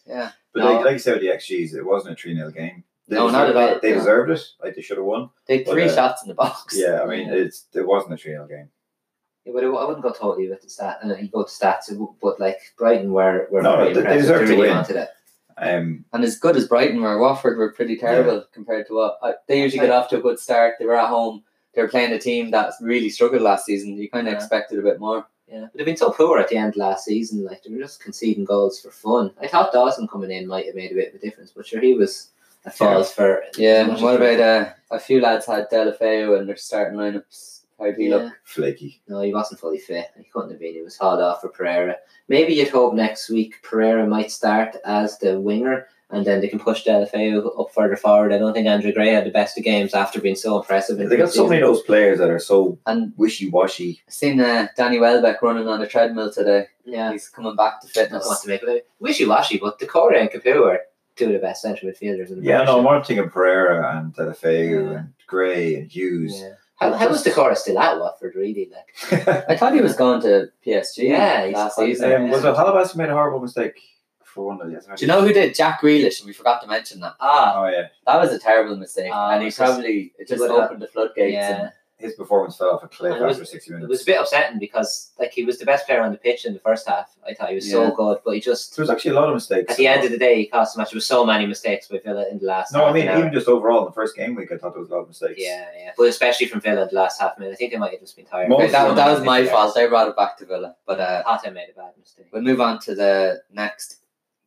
Speaker 2: like, Yeah.
Speaker 3: But
Speaker 2: No.
Speaker 3: like, like you said, with the XGs, it wasn't a 3 0 game. They
Speaker 1: No, not
Speaker 3: deserved-
Speaker 1: at all.
Speaker 3: They
Speaker 1: No.
Speaker 3: deserved it. Like, they should have won.
Speaker 1: They had
Speaker 3: But,
Speaker 1: three
Speaker 3: uh,
Speaker 1: shots in the box.
Speaker 3: Yeah, I mean,
Speaker 2: Yeah.
Speaker 3: it's it wasn't a 3 0 game.
Speaker 2: [laughs] Yeah, but I I wouldn't go totally with the stat. Uh, you go to stats, it w- but like Brighton were were
Speaker 3: No,
Speaker 2: very
Speaker 3: they- they
Speaker 2: impressive.
Speaker 3: deserve to
Speaker 2: really
Speaker 3: win.
Speaker 2: wanted it.
Speaker 3: Um,
Speaker 1: And as good as Brighton were, Watford were pretty terrible compared to what I, they usually get off to a good start. They were at home. They were playing a team that really struggled last season. You kind of
Speaker 2: Yeah.
Speaker 1: expected a bit more.
Speaker 2: Yeah, but they've been so poor at the end last season. Like they were just conceding goals for fun. I thought Dawson coming in might have made a bit of a difference, but sure he was at fault for
Speaker 1: Yeah.
Speaker 2: Much
Speaker 1: what
Speaker 2: improved.
Speaker 1: about uh, a few lads had Delafeu and their starting lineups? How do you
Speaker 2: Yeah.
Speaker 1: look?
Speaker 3: flaky.
Speaker 2: No, he wasn't fully fit. He couldn't have been. He was hauled off for Pereira. Maybe you'd hope next week Pereira might start as the winger and then they can push Delafeu up further forward. I don't think Andrew Gray had the best of games after being so impressive. in
Speaker 3: They got so
Speaker 2: pre-season.
Speaker 3: many of those players that are so
Speaker 1: And
Speaker 3: wishy washy.
Speaker 1: I've seen uh, Danny Welbeck running on a treadmill today.
Speaker 2: Yeah.
Speaker 1: He's coming back to
Speaker 2: I don't know what
Speaker 1: fitness.
Speaker 2: to make of it. Wishy washy, but Decore and Capu are two of the best centre midfielders in the
Speaker 3: Yeah,
Speaker 2: Premiership.
Speaker 3: no, I'm more thinking Pereira and Delafeu
Speaker 2: Yeah.
Speaker 3: and Gray and Hughes.
Speaker 2: Yeah. How, how was Decore still at Watford, really? Like,
Speaker 1: I thought he was going to PSG
Speaker 2: Yeah, he's
Speaker 1: last
Speaker 2: quite-
Speaker 1: season.
Speaker 3: [laughs] um, was it Halabas made a horrible mistake for one of the
Speaker 1: Do you know who did? Jack Grealish, and we forgot to mention that. Ah,
Speaker 3: Oh yeah,
Speaker 1: that was a terrible mistake,
Speaker 2: Ah,
Speaker 1: and
Speaker 2: it
Speaker 1: he
Speaker 2: was just-
Speaker 1: probably it just
Speaker 2: would've-
Speaker 1: opened the floodgates.
Speaker 2: yeah.
Speaker 1: And,
Speaker 3: his performance fell off a cliff
Speaker 2: And it was-
Speaker 3: after sixty
Speaker 2: It
Speaker 3: minutes.
Speaker 2: was a bit upsetting because like he was the best player on the pitch in the first half. I thought he was
Speaker 1: Yeah.
Speaker 2: so good, but he just
Speaker 3: there was actually a lot of mistakes
Speaker 2: at the end of the day he cost so much. There was so many mistakes by Villa in the last.
Speaker 3: No,
Speaker 2: half
Speaker 3: I mean
Speaker 2: an hour.
Speaker 3: even just overall in the first game week, I thought there was a lot of mistakes.
Speaker 2: yeah, yeah, but especially from Villa in the last half minute. I think they might have just been tired.
Speaker 3: Most
Speaker 1: Okay,
Speaker 3: of
Speaker 1: that,
Speaker 3: them
Speaker 1: that
Speaker 3: were
Speaker 1: was my
Speaker 3: mistakes.
Speaker 1: fault. I brought it back to Villa, but uh,
Speaker 2: Hatem made a bad mistake.
Speaker 1: we move on to the next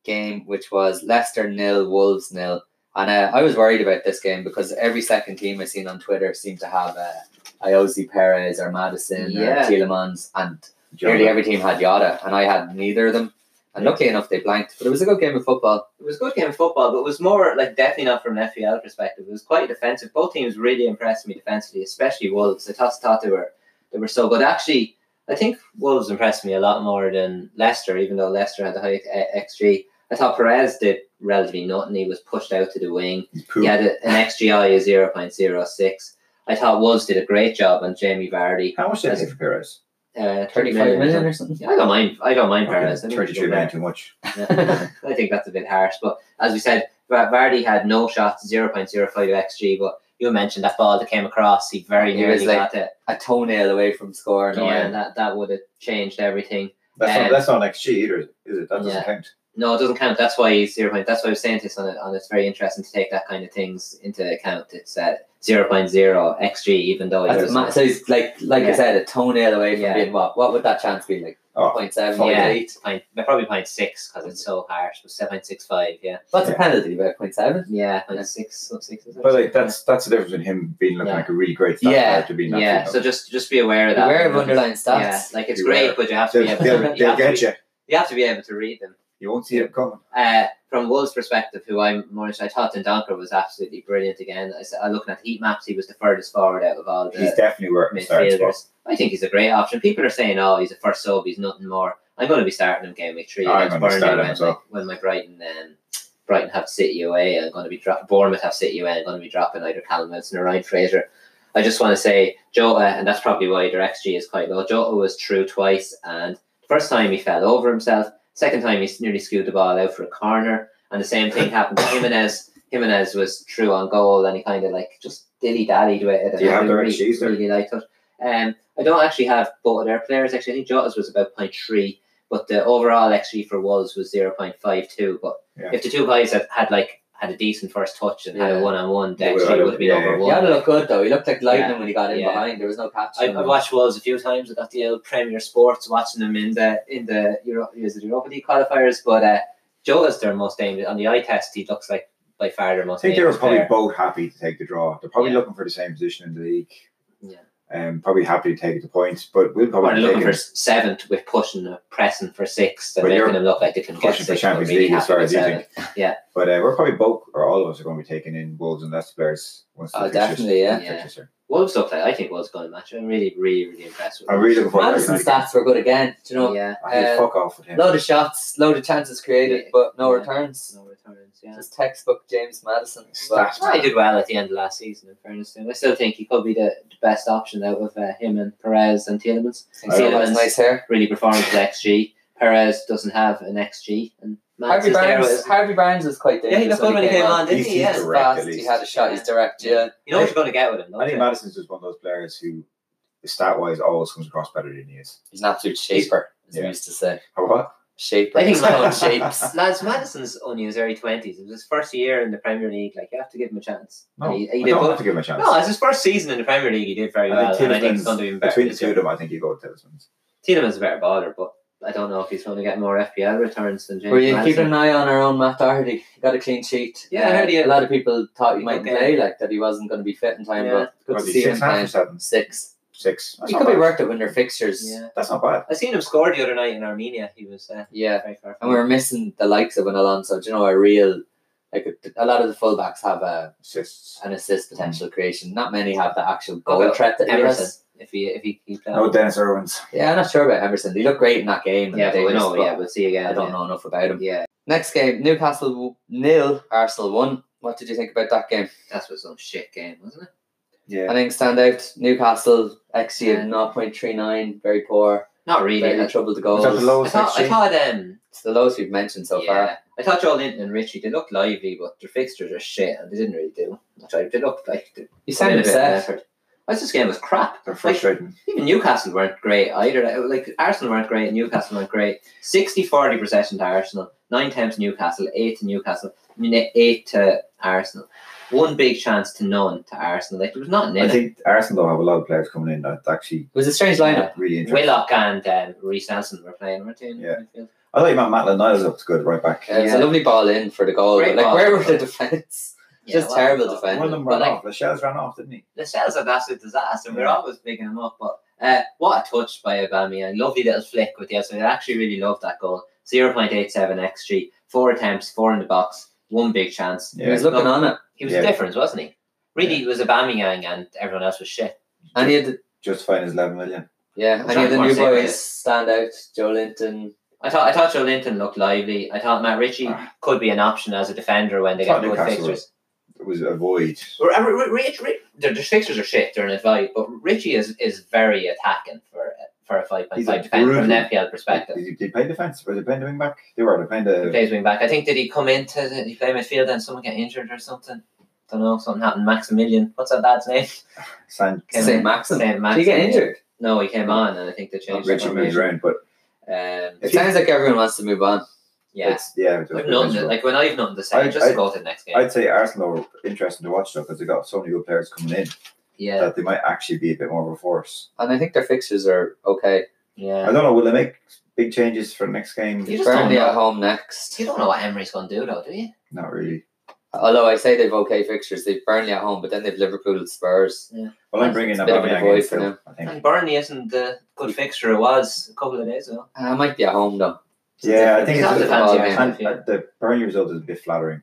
Speaker 1: game, which was Leicester nil, Wolves nil. And uh, I was worried about this game because every second team I've seen on Twitter seemed to have uh, Iosi Perez or Madison
Speaker 2: Yeah.
Speaker 1: or Tielemans, and
Speaker 3: John-
Speaker 1: nearly every team had Yada, and I had neither of them. And luckily enough, they blanked. But it was a good game of football.
Speaker 2: It was a good game of football, but it was more like definitely not from an FPL perspective. It was quite defensive. Both teams really impressed me defensively, especially Wolves. I thought, thought they were they were so good. Actually, I think Wolves impressed me a lot more than Leicester, even though Leicester had the high uh, XG. I thought Perez did relatively nothing. He was pushed out to the wing.
Speaker 3: He's
Speaker 2: He
Speaker 3: pooped.
Speaker 2: had a, an XGI of zero point zero six. I thought Wolves did a great job on Jamie Vardy.
Speaker 3: How much did they pay for Perez?
Speaker 2: Uh,
Speaker 1: 35 million or something.
Speaker 2: Yeah, I don't mind. I don't mind Perez. I think he's a
Speaker 3: Thirty-three
Speaker 2: good player.
Speaker 3: million too much.
Speaker 2: Yeah. [laughs] I think that's a bit harsh. But as we said, Va- Vardy had no shots, 0.05 xg. But you mentioned that ball that came across, he very
Speaker 1: He
Speaker 2: nearly
Speaker 1: was like-
Speaker 2: got it.
Speaker 1: [laughs] A toenail away from scoring.
Speaker 2: Yeah, and that, that would have changed everything.
Speaker 3: That's
Speaker 2: Um,
Speaker 3: not that's not XG either, is it? That doesn't
Speaker 2: yeah.
Speaker 3: count.
Speaker 2: No, it doesn't count. That's why he's 0. That's why I was saying this on it. On it's very interesting to take that kind of things into account. It's uh, at 0.0 xg, even though it
Speaker 1: That's
Speaker 2: was.
Speaker 1: ma- so he's like, like I
Speaker 2: Yeah.
Speaker 1: said, a toenail away from
Speaker 2: Yeah.
Speaker 1: being what? What would that chance be like?
Speaker 3: Oh,
Speaker 1: Point seven,
Speaker 3: fuck.
Speaker 1: point eight.
Speaker 2: Yeah. Point, probably point six because it's so harsh. But seven point six five, yeah,
Speaker 1: What's a
Speaker 3: Yeah.
Speaker 1: penalty? About point seven.
Speaker 2: yeah, point six, six or something.
Speaker 3: But like that's that's the difference between him being looking
Speaker 2: Yeah.
Speaker 3: like a really great stat
Speaker 1: Yeah,
Speaker 3: player to being
Speaker 2: yeah. So just just be aware of that.
Speaker 1: Beware of underlying
Speaker 2: Yeah,
Speaker 1: stats.
Speaker 2: like it's
Speaker 3: Beware.
Speaker 2: great, but you have to
Speaker 3: they'll,
Speaker 2: be able. to,
Speaker 3: they'll-
Speaker 2: you,
Speaker 3: they'll
Speaker 2: have to
Speaker 3: get
Speaker 2: be,
Speaker 3: you.
Speaker 2: you have to be able to read them.
Speaker 3: You won't see it coming.
Speaker 2: Uh, from Wolves' perspective, who I'm more, I thought Dundonker was absolutely brilliant again. I, s- I looking at heat maps, he was the furthest forward out of all the
Speaker 3: He's definitely worth a starting spot.
Speaker 2: midfielders. I think he's a great option. People are saying, "Oh, he's a first sub, he's nothing more." I'm going to be starting him game week three
Speaker 3: I'm
Speaker 2: against
Speaker 3: gonna
Speaker 2: Burnley
Speaker 3: start him
Speaker 2: when,
Speaker 3: as well.
Speaker 2: my, when my Brighton um, Brighton have City away. I'm going to be dro- Bournemouth have City away. I'm going to be dropping either Callum Wilson or Ryan Fraser. I just want to say Jota, and that's probably why their XG is quite low. Jota was through twice, and the first time he fell over himself. Second time he s- nearly screwed the ball out for a corner, and the same thing happened to Jimenez. Jimenez was true on goal, and he kind of like just dilly dallied with it. and
Speaker 3: Do you
Speaker 2: I
Speaker 3: have their
Speaker 2: really-
Speaker 3: XGs there?
Speaker 2: Really liked it. Um, I don't actually have both of their players. Actually, I think Jota's was about 0.3, but the overall XG for Wolves was 0.52. But
Speaker 3: Yeah.
Speaker 2: if the two guys had, had like had a decent first touch and had
Speaker 1: Yeah.
Speaker 2: a one on one, the
Speaker 3: They would've
Speaker 2: XG
Speaker 3: had a-
Speaker 2: would have been
Speaker 3: yeah,
Speaker 2: over
Speaker 3: yeah.
Speaker 2: one.
Speaker 1: Yada looked good though. He looked like lightning
Speaker 2: Yeah.
Speaker 1: when he got in
Speaker 2: Yeah.
Speaker 1: behind. There was no catch.
Speaker 2: I,
Speaker 1: on
Speaker 2: I
Speaker 1: him.
Speaker 2: watched Wolves a few times. I got the old Premier Sports watching them in the in the Euro, is it Europa League qualifiers. But uh, Jota's their most dangerous. On the eye test, he looks like by far their
Speaker 3: I
Speaker 2: most
Speaker 3: think they were
Speaker 2: dangerous
Speaker 3: probably
Speaker 2: player.
Speaker 3: both happy to take the draw. They're probably
Speaker 2: Yeah.
Speaker 3: looking for the same position in the league.
Speaker 2: Yeah.
Speaker 3: Um, probably happy to take the points, but we'll
Speaker 2: We're
Speaker 3: probably
Speaker 2: looking
Speaker 3: take
Speaker 2: for
Speaker 3: it.
Speaker 2: seventh with pushing, uh, pressing for sixth, and
Speaker 3: But you're
Speaker 2: making them look like they can get
Speaker 3: Pushing for
Speaker 2: sixth.
Speaker 3: Champions
Speaker 2: but really
Speaker 3: League as
Speaker 2: happy
Speaker 3: far
Speaker 2: with
Speaker 3: as you
Speaker 2: seventh.
Speaker 3: think.
Speaker 1: [laughs]
Speaker 2: Yeah.
Speaker 3: But uh, we're probably both or all of us are going to be taking in Wolves and Leicester players once the
Speaker 1: Oh,
Speaker 3: fixtures-
Speaker 1: definitely, yeah.
Speaker 2: Yeah.
Speaker 3: fixtures are-
Speaker 2: Wolves look like I think Wolves going to match. I'm really, really, really impressed with.
Speaker 3: I'm
Speaker 2: Wolves.
Speaker 3: really looking forward to
Speaker 1: Madison's
Speaker 3: that.
Speaker 1: stats were good again. Do you know,
Speaker 2: yeah,
Speaker 3: I hate
Speaker 1: uh,
Speaker 3: fuck off with him.
Speaker 1: load of shots, load of chances created,
Speaker 2: Yeah.
Speaker 1: but no
Speaker 2: Yeah.
Speaker 1: returns.
Speaker 2: no returns. Yeah,
Speaker 1: Just textbook James Madison.
Speaker 3: Stats.
Speaker 2: I did well at the end of last season. In fairness to him, I still think he could be the, the best option out of uh, him and Perez and Tielemans.
Speaker 1: But, and Tielemans,
Speaker 2: Tielemans.
Speaker 1: nice hair.
Speaker 2: Really performed with XG. Perez doesn't have an XG, and
Speaker 1: Harvey
Speaker 2: Cisneros
Speaker 1: Barnes.
Speaker 2: is-
Speaker 1: Harvey Barnes was quite
Speaker 2: Yeah,
Speaker 1: dangerous.
Speaker 2: he looked good when he came on, didn't
Speaker 3: He's-
Speaker 2: he?
Speaker 3: he's
Speaker 2: Yes.
Speaker 3: direct.
Speaker 1: Fast,
Speaker 3: at
Speaker 1: he
Speaker 3: least.
Speaker 1: had a shot. He's direct. Yeah,
Speaker 2: You know what you're going to get with him. don't
Speaker 3: I think
Speaker 2: you?
Speaker 3: Madison's just one of those players who, stat wise, always comes across better than he is.
Speaker 1: he's an absolute shaper, as we
Speaker 3: Yeah.
Speaker 1: used to say.
Speaker 3: Or what?
Speaker 1: Shaper.
Speaker 2: I think
Speaker 1: He's
Speaker 3: [laughs]
Speaker 1: all
Speaker 3: so.
Speaker 1: shapes.
Speaker 2: Lads, Madison's only in his early twenties. It was his first year in the Premier League. Like you have to give him a chance.
Speaker 3: No,
Speaker 2: And he, he
Speaker 3: I
Speaker 2: did
Speaker 3: don't
Speaker 2: well.
Speaker 3: have to give him a chance.
Speaker 2: No, it's his first season in the Premier League. He did very
Speaker 3: I
Speaker 2: well,
Speaker 3: think
Speaker 2: and I think he's
Speaker 3: Tielemans-
Speaker 2: going to do even better.
Speaker 3: Between the
Speaker 2: this
Speaker 3: two
Speaker 2: year.
Speaker 3: of them, I think you go with Tillsman's.
Speaker 2: Tielemann's a better baller, but I don't know if he's going to get more FPL returns than James.
Speaker 1: Were you
Speaker 2: Maddison.
Speaker 1: keeping an eye on our own Matt Doherty? He got a clean sheet.
Speaker 2: Yeah, I heard he
Speaker 1: Uh,
Speaker 2: had-
Speaker 1: A lot of people thought he might
Speaker 2: Okay.
Speaker 1: play, like that he wasn't going to be fit in time,
Speaker 2: Yeah.
Speaker 1: but good
Speaker 3: Was
Speaker 1: to
Speaker 3: he
Speaker 1: see him
Speaker 3: six half
Speaker 1: playing.
Speaker 3: or seven?
Speaker 1: Six.
Speaker 3: Six. That's
Speaker 1: he
Speaker 3: not
Speaker 1: could
Speaker 3: bad.
Speaker 1: be worked at winter fixtures.
Speaker 2: Yeah,
Speaker 3: That's not bad.
Speaker 2: I seen him score the other night in Armenia. He was uh,
Speaker 1: Yeah.
Speaker 2: very far.
Speaker 1: And we were missing the likes of an Alonso. Do you know, a real, like a, a lot of the fullbacks have a,
Speaker 3: Assists.
Speaker 1: an assist potential creation. Not many have the actual goal
Speaker 2: about
Speaker 1: threat that he
Speaker 2: Emerson,
Speaker 1: has.
Speaker 2: if he if he keeps that.
Speaker 3: No Dennis Irwin's.
Speaker 1: Yeah, I'm not sure about Emerson. He looked great in that game. and
Speaker 2: yeah, but we
Speaker 1: dangerous,
Speaker 2: know.
Speaker 1: but
Speaker 2: Yeah, we'll see again.
Speaker 1: I don't know enough about him.
Speaker 2: Yeah, yeah,
Speaker 1: Next game, Newcastle w- nil, Arsenal one. What did you think about that game?
Speaker 2: that's was some shit game, wasn't it?
Speaker 3: Yeah.
Speaker 1: I think stand out Newcastle XG
Speaker 2: Yeah.
Speaker 1: of zero point three nine, very poor,
Speaker 2: Not really.
Speaker 1: very
Speaker 2: I,
Speaker 1: troubled the
Speaker 3: Was
Speaker 1: goals.
Speaker 3: that the
Speaker 2: I
Speaker 3: lowest
Speaker 2: thought. I
Speaker 3: XG?
Speaker 2: thought. Um,
Speaker 1: It's the lowest we've mentioned so far.
Speaker 2: I thought Joel Linton and Richie, they looked lively, but their fixtures are shit and they didn't really do much. They looked like they
Speaker 1: You
Speaker 2: put in
Speaker 1: sound
Speaker 2: a bit of
Speaker 1: upset.
Speaker 2: effort. I was this game was crap.
Speaker 3: They're frustrating.
Speaker 2: Even Newcastle weren't great either. Like Arsenal weren't great, Newcastle weren't great. 60-40 possession to Arsenal, nine times Newcastle, eight to Newcastle, I mean, eight to Arsenal. One big chance to none to Arsenal. Like there was nothing
Speaker 3: I
Speaker 2: in it.
Speaker 3: think Arsenal though have a lot of players coming in that actually
Speaker 1: It was a strange lineup.
Speaker 3: really interesting.
Speaker 2: Willock and um, Reece Nelson were playing, weren't they? in
Speaker 3: Yeah.
Speaker 2: midfield?
Speaker 3: I thought you meant Matlin Niles up to good right back.
Speaker 1: It was a
Speaker 2: Yeah.
Speaker 1: lovely ball in for the goal,
Speaker 2: Great
Speaker 1: but like
Speaker 2: ball.
Speaker 1: where were the
Speaker 2: [laughs]
Speaker 1: defense? Just
Speaker 2: well,
Speaker 1: terrible
Speaker 2: so-
Speaker 1: defense.
Speaker 3: One of them
Speaker 2: But
Speaker 3: ran
Speaker 2: like-
Speaker 3: off. The shells ran off, didn't he?
Speaker 2: the shells are massive disaster. We're
Speaker 3: Yeah.
Speaker 2: always picking them up, but uh, what a touch by Aubameyang! Lovely little flick with the outside. I actually really loved that goal. Zero point eight seven xG, four attempts, four in the box, one big chance.
Speaker 1: He was
Speaker 3: Yeah.
Speaker 1: looking on it,
Speaker 2: He was
Speaker 3: Yeah.
Speaker 2: the difference, wasn't he? Really, it was Aubameyang, and everyone else was shit.
Speaker 1: and he had the,
Speaker 3: Justifying his eleven million.
Speaker 1: yeah, and he had the
Speaker 2: Trying
Speaker 1: new
Speaker 2: to mark
Speaker 1: boys
Speaker 2: it.
Speaker 1: stand out. Joe Linton.
Speaker 2: I thought I thought Joe Linton looked lively. I thought Matt Ritchie
Speaker 3: Ah.
Speaker 2: could be an option as a defender when they
Speaker 3: Thought
Speaker 2: get good
Speaker 3: Newcastle
Speaker 2: fixtures.
Speaker 3: It was a void.
Speaker 2: R- R- R- Rich, Rich, their, their fixtures are shit. They're an advice, but Richie is, is very attacking for for a five point
Speaker 3: He's a
Speaker 2: five defender from an FPL
Speaker 3: Did,
Speaker 2: perspective.
Speaker 3: did he play defence? Were they playing the wing back? They were. They playing
Speaker 2: He
Speaker 3: the.
Speaker 2: plays wing back. I think did he come into did he play midfield and someone get injured or something? Don't know. Something happened. Maximilian. What's that lad's name? [laughs]
Speaker 3: San
Speaker 2: Came
Speaker 1: Saint
Speaker 2: on.
Speaker 1: Maxim.
Speaker 2: Saint
Speaker 1: Did he get
Speaker 2: Maximilian.
Speaker 1: injured?
Speaker 2: No, he came on, and I think they changed. the
Speaker 3: Richard moved
Speaker 2: formation.
Speaker 3: around, but
Speaker 2: Um,
Speaker 1: It sounds like everyone wants to move on.
Speaker 2: yeah.
Speaker 3: it's yeah. It was
Speaker 2: I've nothing. to-
Speaker 3: miserable.
Speaker 2: Like when I've nothing to say,
Speaker 3: I-
Speaker 2: just
Speaker 3: I-
Speaker 2: go to the next game.
Speaker 3: I'd say Arsenal were interesting to watch though because they got so many good players coming in
Speaker 2: yeah,
Speaker 3: that they might actually be a bit more of a force.
Speaker 1: And I think their fixtures are okay.
Speaker 2: yeah.
Speaker 3: I don't know. Will they make big changes for the next game?
Speaker 2: You just don't
Speaker 1: Burnley
Speaker 2: know.
Speaker 1: at home next.
Speaker 2: You don't know what Emery's going to do, though, do you?
Speaker 3: Not really.
Speaker 1: Although I say they've okay fixtures, they've Burnley at home, but then they've Liverpool, Spurs.
Speaker 3: Well, I'm bringing
Speaker 1: It's a bit of an
Speaker 3: Aubameyang in
Speaker 1: void for
Speaker 3: still.
Speaker 1: them.
Speaker 3: I think.
Speaker 2: And Burnley isn't the good fixture it was a couple of days ago.
Speaker 1: I Uh, might be at home though.
Speaker 3: Yeah, I think
Speaker 2: It's
Speaker 3: it's
Speaker 2: not the
Speaker 3: a,
Speaker 1: football
Speaker 2: fancy
Speaker 1: game.
Speaker 2: Arsenal
Speaker 3: and
Speaker 2: field.
Speaker 3: uh, the Burnley result is a bit flattering.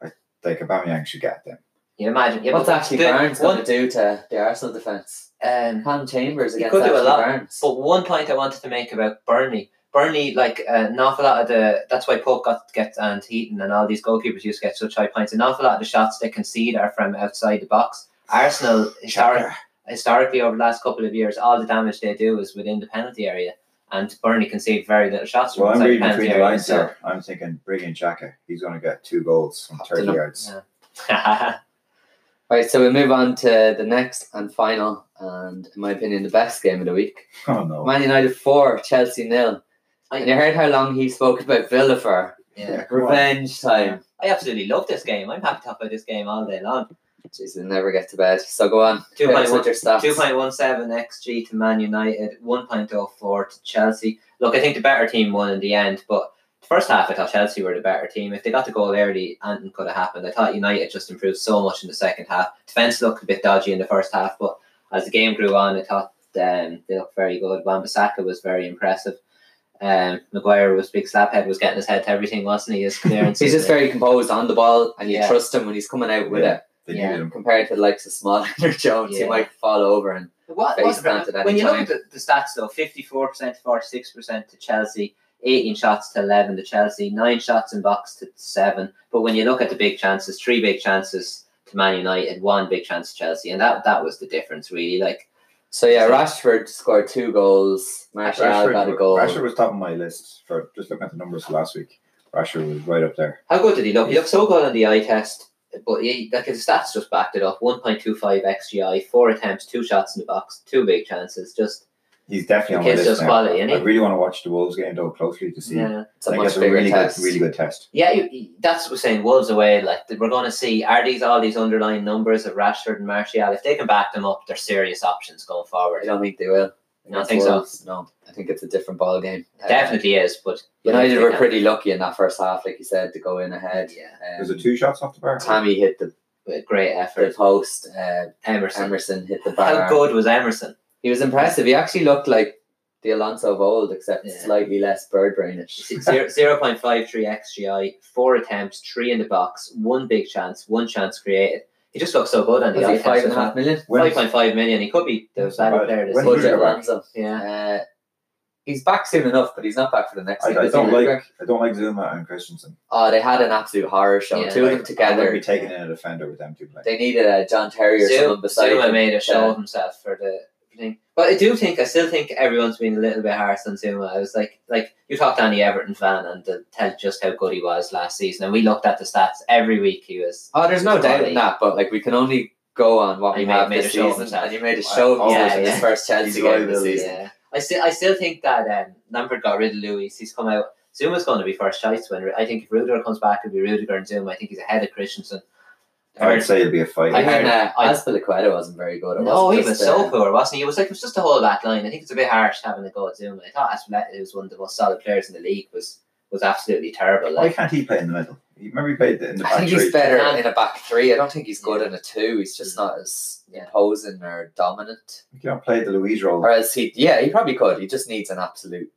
Speaker 3: I think Aubameyang should get them.
Speaker 2: You imagine. Yeah,
Speaker 1: What's
Speaker 2: but
Speaker 1: Ashley
Speaker 2: the-
Speaker 1: Barnes going
Speaker 2: one,
Speaker 1: to do to the Arsenal defence?
Speaker 2: um,
Speaker 1: Cam Chambers
Speaker 2: He
Speaker 1: against
Speaker 2: could do a
Speaker 1: Ashley
Speaker 2: lot,
Speaker 1: Barnes.
Speaker 2: But one point I wanted to make about Burnley, Burnley, like uh, an awful lot of the that's why Pope got gets and Heaton and all these goalkeepers used to get such high points. An awful lot of the shots they concede are from outside the box. Arsenal historic, historically over the last couple of years, all the damage they do is within the penalty area, and Burnley concede very little shots from
Speaker 3: Well, I'm
Speaker 2: outside the
Speaker 3: reading
Speaker 2: penalty
Speaker 3: between the
Speaker 2: area.
Speaker 3: lines
Speaker 2: So,
Speaker 3: there. I'm thinking bring in Xhaka. He's going to get two goals from
Speaker 1: Up to
Speaker 3: 30
Speaker 1: them.
Speaker 3: yards. [laughs]
Speaker 1: Right, so we move on to the next and final, and in my opinion, the best game of the week.
Speaker 3: Oh no!
Speaker 1: Man United 4, Chelsea nil. And you heard how long he spoke about Villa for.
Speaker 2: [laughs] yeah.
Speaker 3: come on.
Speaker 1: Revenge time.
Speaker 2: I absolutely love this game. I'm happy to talk about this game all day long.
Speaker 1: Jeez, we'll never get to bed. So go on.
Speaker 2: Two
Speaker 1: Hit
Speaker 2: point
Speaker 1: us
Speaker 2: one-
Speaker 1: with your stats.
Speaker 2: Two point one seven xG to Man United, one point oh four to Chelsea. Look, I think the better team won in the end, but the first half I thought Chelsea were the better team. If they got the goal early, anything could have happened. I thought United just improved so much in the second half. Defence looked a bit dodgy in the first half, but as the game grew on, I thought um, they looked very good. Wan Bissaka was very impressive. Um, Maguire was big slaphead, was getting his head to everything,
Speaker 1: [laughs]
Speaker 2: wasn't he? His clearance.
Speaker 1: He's just very composed on the ball, and you
Speaker 2: Yeah.
Speaker 1: trust him when he's coming out with
Speaker 3: Yeah.
Speaker 1: it.
Speaker 3: They
Speaker 2: Yeah.
Speaker 3: needed him.
Speaker 1: Compared to the likes of Small or Jones,
Speaker 2: Yeah.
Speaker 1: he might fall over and
Speaker 2: What,
Speaker 1: face
Speaker 2: what's
Speaker 1: plant at any
Speaker 2: when you
Speaker 1: time.
Speaker 2: look at the, the stats though, fifty-four percent to forty-six percent to Chelsea, eighteen shots to eleven to Chelsea, nine shots in box to seven. But when you look at the big chances, three big chances to Man United, one big chance to Chelsea, and that that was the difference really. Like
Speaker 1: So yeah, Rashford scored two goals. Martial got a goal.
Speaker 3: Rashford was top of my list for just looking at the numbers for last week. Rashford was right up there.
Speaker 2: How good did he look? He looked so good on the eye test, but he, like his stats just backed it up. One point two five xgi, four attempts, two shots in the box, two big chances. Just
Speaker 3: He's definitely on
Speaker 2: The
Speaker 3: my
Speaker 2: kid's
Speaker 3: list
Speaker 2: just
Speaker 3: now.
Speaker 2: quality, isn't he?
Speaker 3: I really want to watch the Wolves game though closely to see.
Speaker 2: yeah,
Speaker 1: It's a
Speaker 3: I think
Speaker 1: much
Speaker 3: that's a
Speaker 1: bigger
Speaker 3: really
Speaker 1: test.
Speaker 3: good, really good test.
Speaker 2: yeah. You, you- that's what we're saying. Wolves away. Like that we're going to see are these all these underlying numbers of Rashford and Martial? If they can back them up, they're serious options going
Speaker 1: I
Speaker 2: forward.
Speaker 1: don't think they will.
Speaker 2: I don't think so.
Speaker 1: Wolves, No, I think it's a different ball game.
Speaker 2: Definitely is, but
Speaker 1: United
Speaker 2: They
Speaker 1: were
Speaker 2: can.
Speaker 1: pretty lucky in that first half, like you said, to go in ahead.
Speaker 2: Yeah,
Speaker 1: Um,
Speaker 3: Was it two shots off the bar?
Speaker 1: Tammy hit the,
Speaker 2: with great
Speaker 1: the
Speaker 2: effort.
Speaker 1: post. Uh,
Speaker 2: Emerson.
Speaker 1: Emerson hit the
Speaker 2: How
Speaker 1: bar.
Speaker 2: good was
Speaker 1: [laughs]
Speaker 2: Emerson?
Speaker 1: He was impressive. He actually looked like the Alonso of old, except
Speaker 2: Yeah.
Speaker 1: slightly less bird brainish.
Speaker 2: Zero- 0.53 xgi, four attempts, three in the box, one big chance, one chance created. He just looks so good on the
Speaker 1: Was
Speaker 2: eye
Speaker 1: he
Speaker 2: test.
Speaker 1: five and a half Mm-hmm. million?
Speaker 3: When-
Speaker 2: Five point five million. He could be the
Speaker 3: That's
Speaker 2: better
Speaker 3: about-
Speaker 2: player this
Speaker 3: when
Speaker 2: year.
Speaker 3: did
Speaker 1: Budget
Speaker 3: Rudiger back.
Speaker 1: Alonso.
Speaker 2: Yeah.
Speaker 1: Uh, he's back soon enough, but he's not back for the next.
Speaker 3: I,
Speaker 1: game,
Speaker 3: I
Speaker 1: is he,
Speaker 3: don't
Speaker 1: Rudiger?
Speaker 3: like I don't like Zuma and Christensen.
Speaker 1: Oh, they had an absolute horror show.
Speaker 2: Yeah,
Speaker 1: two of them
Speaker 3: Like, I would
Speaker 1: together.
Speaker 3: be taking in a defender with them two playing.
Speaker 1: They needed a John Terry or
Speaker 2: Zuma-
Speaker 1: someone beside
Speaker 2: Zuma
Speaker 1: him.
Speaker 2: made a show
Speaker 1: Yeah.
Speaker 2: of himself for the thing. But I do think I still think everyone's been a little bit harsh on Zuma. I was like like you talked on the Everton fan and they'll tell just how good he was last season and we looked at the stats every week he was
Speaker 1: Oh, there's no
Speaker 2: Zuma
Speaker 1: doubt in
Speaker 2: made-
Speaker 1: that, but like we can only go on what
Speaker 2: And
Speaker 1: we
Speaker 2: he made-
Speaker 1: have
Speaker 2: made
Speaker 1: this
Speaker 2: a show of
Speaker 1: season.
Speaker 2: himself.
Speaker 1: And he made a show of
Speaker 2: Yeah,
Speaker 1: himself in
Speaker 2: yeah.
Speaker 1: his first Chelsea
Speaker 3: He's
Speaker 1: game of the
Speaker 3: liability.
Speaker 1: season.
Speaker 2: Yeah, I still I still think that um, Lampard got rid of Luis. He's come out. Zuma's going to be first choice winner. I think if Rudiger comes back, it'll be Rudiger and Zuma. I think he's ahead of Christensen.
Speaker 3: I would say it'll be a fight.
Speaker 1: I heard uh,
Speaker 2: I-
Speaker 1: Azpilicueta wasn't very good. It
Speaker 2: no,
Speaker 1: wasn't
Speaker 2: he
Speaker 1: just,
Speaker 2: was
Speaker 1: uh,
Speaker 2: so poor, wasn't he? It was like it was just a whole back line. I think it's a bit harsh having a go at Zuma. I thought Aspinall, who was one of the most solid players in the league, was was absolutely terrible.
Speaker 3: Why
Speaker 2: Like
Speaker 3: can't he play in the middle? He- Remember he played in the
Speaker 1: I
Speaker 3: back
Speaker 1: think he's
Speaker 3: three.
Speaker 1: better
Speaker 2: Yeah.
Speaker 1: in a back three. I don't think he's good
Speaker 2: Yeah.
Speaker 1: in a two. He's just not as
Speaker 2: Yeah.
Speaker 1: imposing or dominant.
Speaker 3: He can't play the Louise role.
Speaker 1: Or else he, yeah, he probably could. He just needs an absolute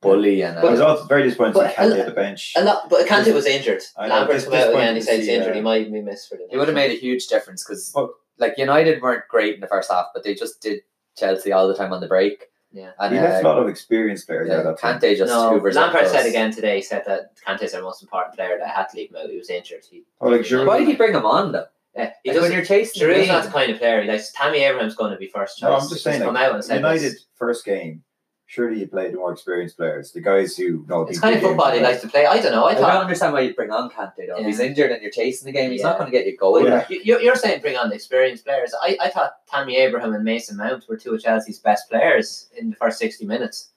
Speaker 1: bully and.
Speaker 3: I was
Speaker 1: a,
Speaker 3: also very disappointed
Speaker 2: But-
Speaker 3: he can't play the bench.
Speaker 2: a lot, but Kante was injured.
Speaker 3: I know,
Speaker 2: Lampard
Speaker 3: just
Speaker 2: came out again.
Speaker 3: disappointed
Speaker 2: He
Speaker 3: to
Speaker 2: said he's
Speaker 3: see,
Speaker 2: injured.
Speaker 3: uh,
Speaker 2: he might be missed for the.
Speaker 1: it would have made a huge difference because
Speaker 3: But-
Speaker 1: like United weren't great in the first half, but they just did Chelsea all the time on the break.
Speaker 2: Yeah.
Speaker 1: and
Speaker 3: he left a
Speaker 1: uh,
Speaker 3: lot of experienced players
Speaker 1: yeah,
Speaker 3: out that time.
Speaker 1: Kante just
Speaker 2: no,
Speaker 1: hoovers up
Speaker 2: Lampard said
Speaker 1: those.
Speaker 2: again today. He said that Kante's our most important player. That I had to leave him out. He was injured. He,
Speaker 3: Oh, like Giroud.
Speaker 1: Why did he bring him on though?
Speaker 2: Yeah, he
Speaker 1: Like,
Speaker 2: doesn't.
Speaker 1: when you're chasing the
Speaker 2: Giroud's
Speaker 1: game-
Speaker 2: not the kind of player. Like Tammy Abraham's going to be first choice.
Speaker 3: No, I'm just saying,
Speaker 2: come
Speaker 3: like,
Speaker 2: out and say
Speaker 3: United
Speaker 2: this.
Speaker 3: first game. Surely you played the more experienced players, the guys who know
Speaker 2: It's
Speaker 3: the
Speaker 2: kind of
Speaker 3: big
Speaker 2: football
Speaker 3: games
Speaker 2: he
Speaker 3: to play.
Speaker 2: likes to play. I don't know. I
Speaker 1: I don't
Speaker 2: thought
Speaker 1: understand why you bring on Kante though. If He's
Speaker 2: Yeah.
Speaker 1: injured and you're chasing the game. He's not
Speaker 2: Yeah.
Speaker 1: going to get you going.
Speaker 3: Yeah.
Speaker 2: you, you- you're saying bring on the experienced players. I, I thought Tammy Abraham and Mason Mount were two of Chelsea's best players in the first sixty minutes.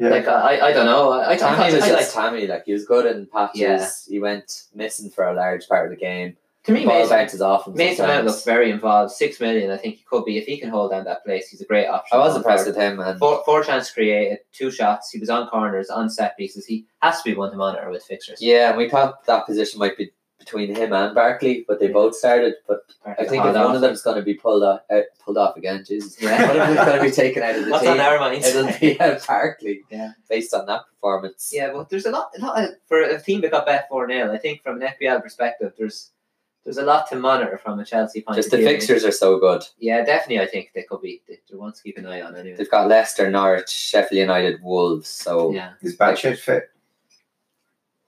Speaker 3: Yeah.
Speaker 2: Like I, I- I don't know. I, I thought
Speaker 1: Tammy
Speaker 2: I
Speaker 1: was
Speaker 2: liked-
Speaker 1: just Tammy. Like he was good in patches.
Speaker 2: Yeah.
Speaker 1: He went missing for a large part of the game.
Speaker 2: to me
Speaker 1: Ball
Speaker 2: Mason,
Speaker 1: bounces off him.
Speaker 2: Mason Mount
Speaker 1: sometimes.
Speaker 2: looks very involved. Six million, I think he could be if he can hold down that place. He's a great option.
Speaker 1: I was impressed with him, and
Speaker 2: Four, four chances created, two shots. He was on corners, on set pieces. He has to be one to monitor with fixtures.
Speaker 1: yeah, and we thought that position might be between him and Barkley, but they both started. But I think if
Speaker 2: Hold on.
Speaker 1: one of them's going to be pulled off, uh, pulled off again, Jesus,
Speaker 2: Yeah.
Speaker 1: [laughs] one of them's going to be taken out of the
Speaker 2: What's
Speaker 1: team.
Speaker 2: on
Speaker 1: [laughs]
Speaker 2: our minds?
Speaker 1: It'll be uh, Barkley,
Speaker 2: Yeah.
Speaker 1: based on that performance.
Speaker 2: Yeah, but there's a lot, a lot of- for a team that got bet four 0 I think from an FPL perspective, there's there's a lot to monitor from a Chelsea point
Speaker 1: Just
Speaker 2: of
Speaker 1: the
Speaker 2: view.
Speaker 1: fixtures are so good.
Speaker 2: Yeah, definitely. I think they could be. They, they want to keep an eye on anyway.
Speaker 1: They've got Leicester, Norwich, Sheffield United, Wolves. So
Speaker 2: Yeah,
Speaker 3: Is bad shit fit?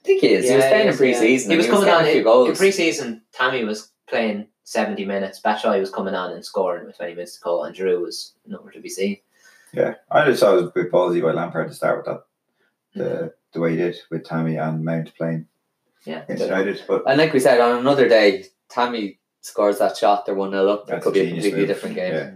Speaker 1: I think he is. he was
Speaker 2: Yeah,
Speaker 1: playing
Speaker 2: he
Speaker 1: in
Speaker 2: is,
Speaker 1: pre
Speaker 2: yeah.
Speaker 1: season.
Speaker 2: He was coming
Speaker 1: getting
Speaker 2: on
Speaker 1: a
Speaker 2: in,
Speaker 1: few
Speaker 2: in
Speaker 1: goals.
Speaker 2: pre-season. Tammy was playing seventy minutes. Batshuayi was coming on and scoring with twenty minutes to go, and Drew was nowhere to be seen.
Speaker 3: Yeah. I just thought it was a bit ballsy by Lampard to start with that.
Speaker 2: Mm-hmm.
Speaker 3: The, the way he did with Tammy and Mount playing
Speaker 2: Yeah.
Speaker 3: against United. But [laughs]
Speaker 1: and like we said, on another day, Tammy scores that shot. They're one 0 up. It
Speaker 3: That's
Speaker 1: could
Speaker 3: a
Speaker 1: be a
Speaker 3: genius
Speaker 1: completely
Speaker 3: move.
Speaker 1: different game.
Speaker 3: Yeah.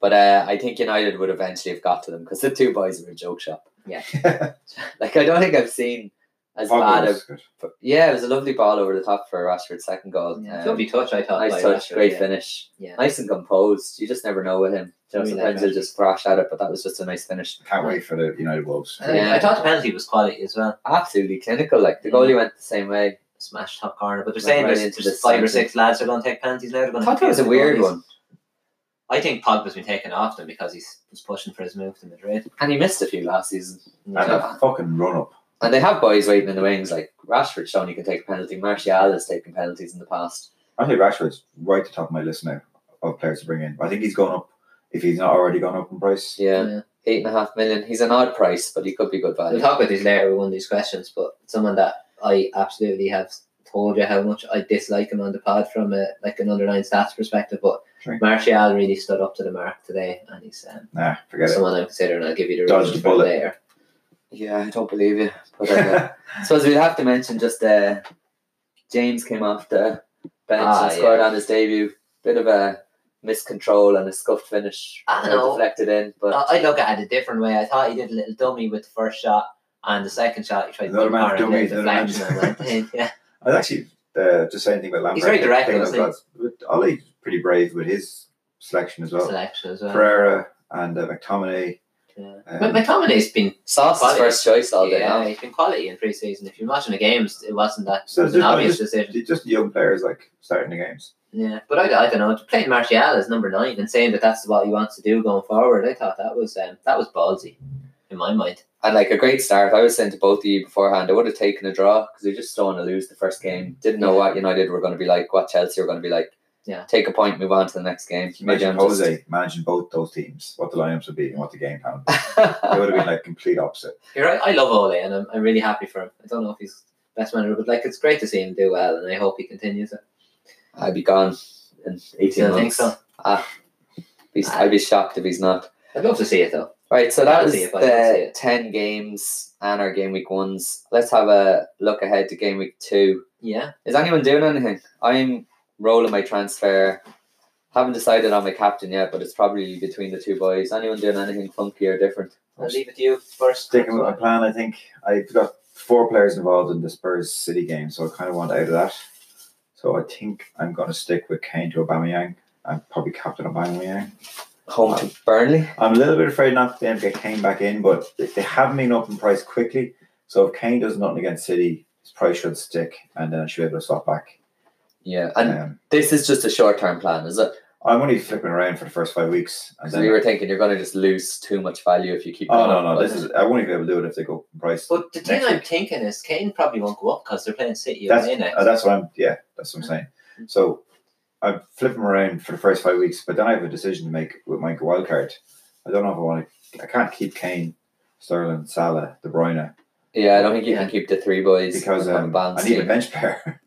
Speaker 1: But uh, I think United would eventually have got to them because the two boys were a joke shop. Like I don't think I've seen as bad
Speaker 3: Ogbo's
Speaker 1: of.
Speaker 3: good.
Speaker 1: Yeah, it was a lovely ball over the top for Rashford's second goal.
Speaker 2: Yeah.
Speaker 1: Um,
Speaker 2: Lovely touch, I thought.
Speaker 1: nice
Speaker 2: by
Speaker 1: touch,
Speaker 2: Rashford,
Speaker 1: great
Speaker 2: yeah.
Speaker 1: finish.
Speaker 2: Yeah.
Speaker 1: Nice and composed. You just never know with him. You know,
Speaker 2: Really
Speaker 1: sometimes
Speaker 2: nice.
Speaker 1: he'll just thrash at it, but that was just a nice finish.
Speaker 3: Can't wait for the United Wolves.
Speaker 2: And I-
Speaker 1: Yeah.
Speaker 2: I thought the penalty was quality as well.
Speaker 1: absolutely clinical. Like the
Speaker 2: Yeah.
Speaker 1: goalie went the same way.
Speaker 2: Smash top corner, but they're
Speaker 1: Went
Speaker 2: saying
Speaker 1: right
Speaker 2: there's,
Speaker 1: into
Speaker 2: there's
Speaker 1: the
Speaker 2: five or
Speaker 1: centre.
Speaker 2: six lads are going to take penalties now. They're going
Speaker 1: I
Speaker 2: to
Speaker 1: thought that was a weird one,
Speaker 2: I think Pogba's been taken off them because he's was pushing for his move to Madrid.
Speaker 1: and he missed a few last season.
Speaker 3: And
Speaker 1: Yeah.
Speaker 3: a fucking run up.
Speaker 1: And they have boys waiting in the wings, like Rashford's shown he can take a penalty. Martial has taken penalties in the past.
Speaker 3: I think Rashford's right at the top of my list now of players to bring in. I think he's gone up if he's not already gone up in price.
Speaker 1: Yeah, eight and a half million. He's an odd price, but he could be good
Speaker 2: We'll
Speaker 1: value.
Speaker 2: talk about these later with one of these questions, but someone that I absolutely have told you how much I dislike him on the pod from a like an underlying stats perspective, but
Speaker 3: Sure.
Speaker 2: Martial really stood up to the mark today, and he's um,
Speaker 3: Nah, forget it.
Speaker 2: [laughs] someone I'm considering. I'll give you the
Speaker 3: Dodged
Speaker 2: reason
Speaker 3: a bullet.
Speaker 2: later.
Speaker 1: Yeah, I don't believe you. But uh, I suppose we'd have to mention just uh, James came off the bench
Speaker 2: Ah,
Speaker 1: and scored
Speaker 2: yeah.
Speaker 1: on his debut. Bit of a miscontrol and a scuffed finish
Speaker 2: I
Speaker 1: uh,
Speaker 2: know. Ah,
Speaker 1: deflected in, but
Speaker 2: I I look at it a different way. I thought he did a little dummy with the first shot, and the second shot he tried to
Speaker 3: Another
Speaker 2: put
Speaker 3: man's
Speaker 2: corner and
Speaker 3: dummy,
Speaker 2: the
Speaker 3: another man's-
Speaker 2: deflection and went in. [laughs] Yeah,
Speaker 3: [laughs] I was actually uh, just saying thing about Lampard.
Speaker 2: He's very direct,
Speaker 3: Thinking
Speaker 2: isn't he?
Speaker 3: of that, but Ollie's pretty brave with his selection as well.
Speaker 2: selection as well.
Speaker 3: Pereira and uh, McTominay.
Speaker 2: Yeah.
Speaker 3: Um,
Speaker 2: uh, But McTominay's been
Speaker 1: Sauce is
Speaker 2: Quality.
Speaker 1: first choice all day
Speaker 2: yeah,
Speaker 1: long.
Speaker 2: he's been quality in pre-season. If you're watching the games, it wasn't that
Speaker 3: so
Speaker 2: it was an
Speaker 3: just,
Speaker 2: obvious
Speaker 3: just,
Speaker 2: decision.
Speaker 3: just young players like starting the games.
Speaker 2: Yeah, but I, I don't know. Playing Martial as number nine and saying that that's what he wants to do going forward, I thought that was um, that was ballsy, in my mind.
Speaker 1: And like a great start. I was saying to both of you beforehand, I would have taken a draw because we just don't want to lose the first game. Didn't know what United were going to be like, what Chelsea were going to be like.
Speaker 2: Yeah.
Speaker 1: Take a point, move on to the next game.
Speaker 3: Imagine
Speaker 1: I'm just-
Speaker 3: Jose managing both those teams, what the lineups would be and what the game plan. would be. They would have been like complete opposite.
Speaker 2: You're right. I love Ole, and I'm, I'm really happy for him. I don't know if he's best manager, but like it's great to see him do well, and I hope he continues it.
Speaker 1: [laughs] I'd be gone in 18
Speaker 2: Still
Speaker 1: months.
Speaker 2: think so. Ah.
Speaker 1: He's- I'd be shocked if he's not.
Speaker 2: I'd love to see it though.
Speaker 1: Right, so
Speaker 2: I
Speaker 1: that
Speaker 2: can
Speaker 1: was
Speaker 2: see it, but I don't see
Speaker 1: the
Speaker 2: it.
Speaker 1: 10 games and our game week ones. Let's have a look ahead to game week two.
Speaker 2: Yeah,
Speaker 1: Is anyone doing anything? I'm rolling my transfer. Haven't decided on my captain yet, but it's probably between the two boys. Anyone doing anything funky or different?
Speaker 2: I'll leave it to you first.
Speaker 3: Sticking with my plan, I think I've got four players involved in the Spurs City game, so I kind of want out of that. So I think I'm going to stick with Kane to Aubameyang. I'm probably captain Aubameyang.
Speaker 1: Home to Burnley?
Speaker 3: I'm a little bit afraid not them to get Kane back in, but they they haven't been up in price quickly. So if Kane does nothing against City, his price should stick, and then I should be able to swap back.
Speaker 1: Yeah, and
Speaker 3: Um,
Speaker 1: this is just a short term plan, is it?
Speaker 3: I'm only flipping around for the first five weeks, and
Speaker 1: Because
Speaker 3: then
Speaker 1: we were thinking you're going to just lose too much value if you keep
Speaker 3: oh
Speaker 1: going.
Speaker 3: no, no,
Speaker 1: but
Speaker 3: this is I won't even be able to do it if they go up in price.
Speaker 2: But the thing
Speaker 3: Next
Speaker 2: I'm
Speaker 3: week.
Speaker 2: thinking is Kane probably won't go up because they're playing City
Speaker 3: That's,
Speaker 2: away next.
Speaker 3: uh, that's what I'm. Yeah, that's what I'm saying. So I'm flipping around for the first five weeks, but then I have a decision to make with my wild card. I don't know if I want to. I can't keep Kane, Sterling, Salah, De Bruyne
Speaker 1: Yeah, I don't think you
Speaker 2: Yeah.
Speaker 1: can keep the three boys
Speaker 3: because
Speaker 1: and have a
Speaker 3: um, I
Speaker 1: balanced
Speaker 3: need a
Speaker 1: team.
Speaker 3: bench [laughs] player.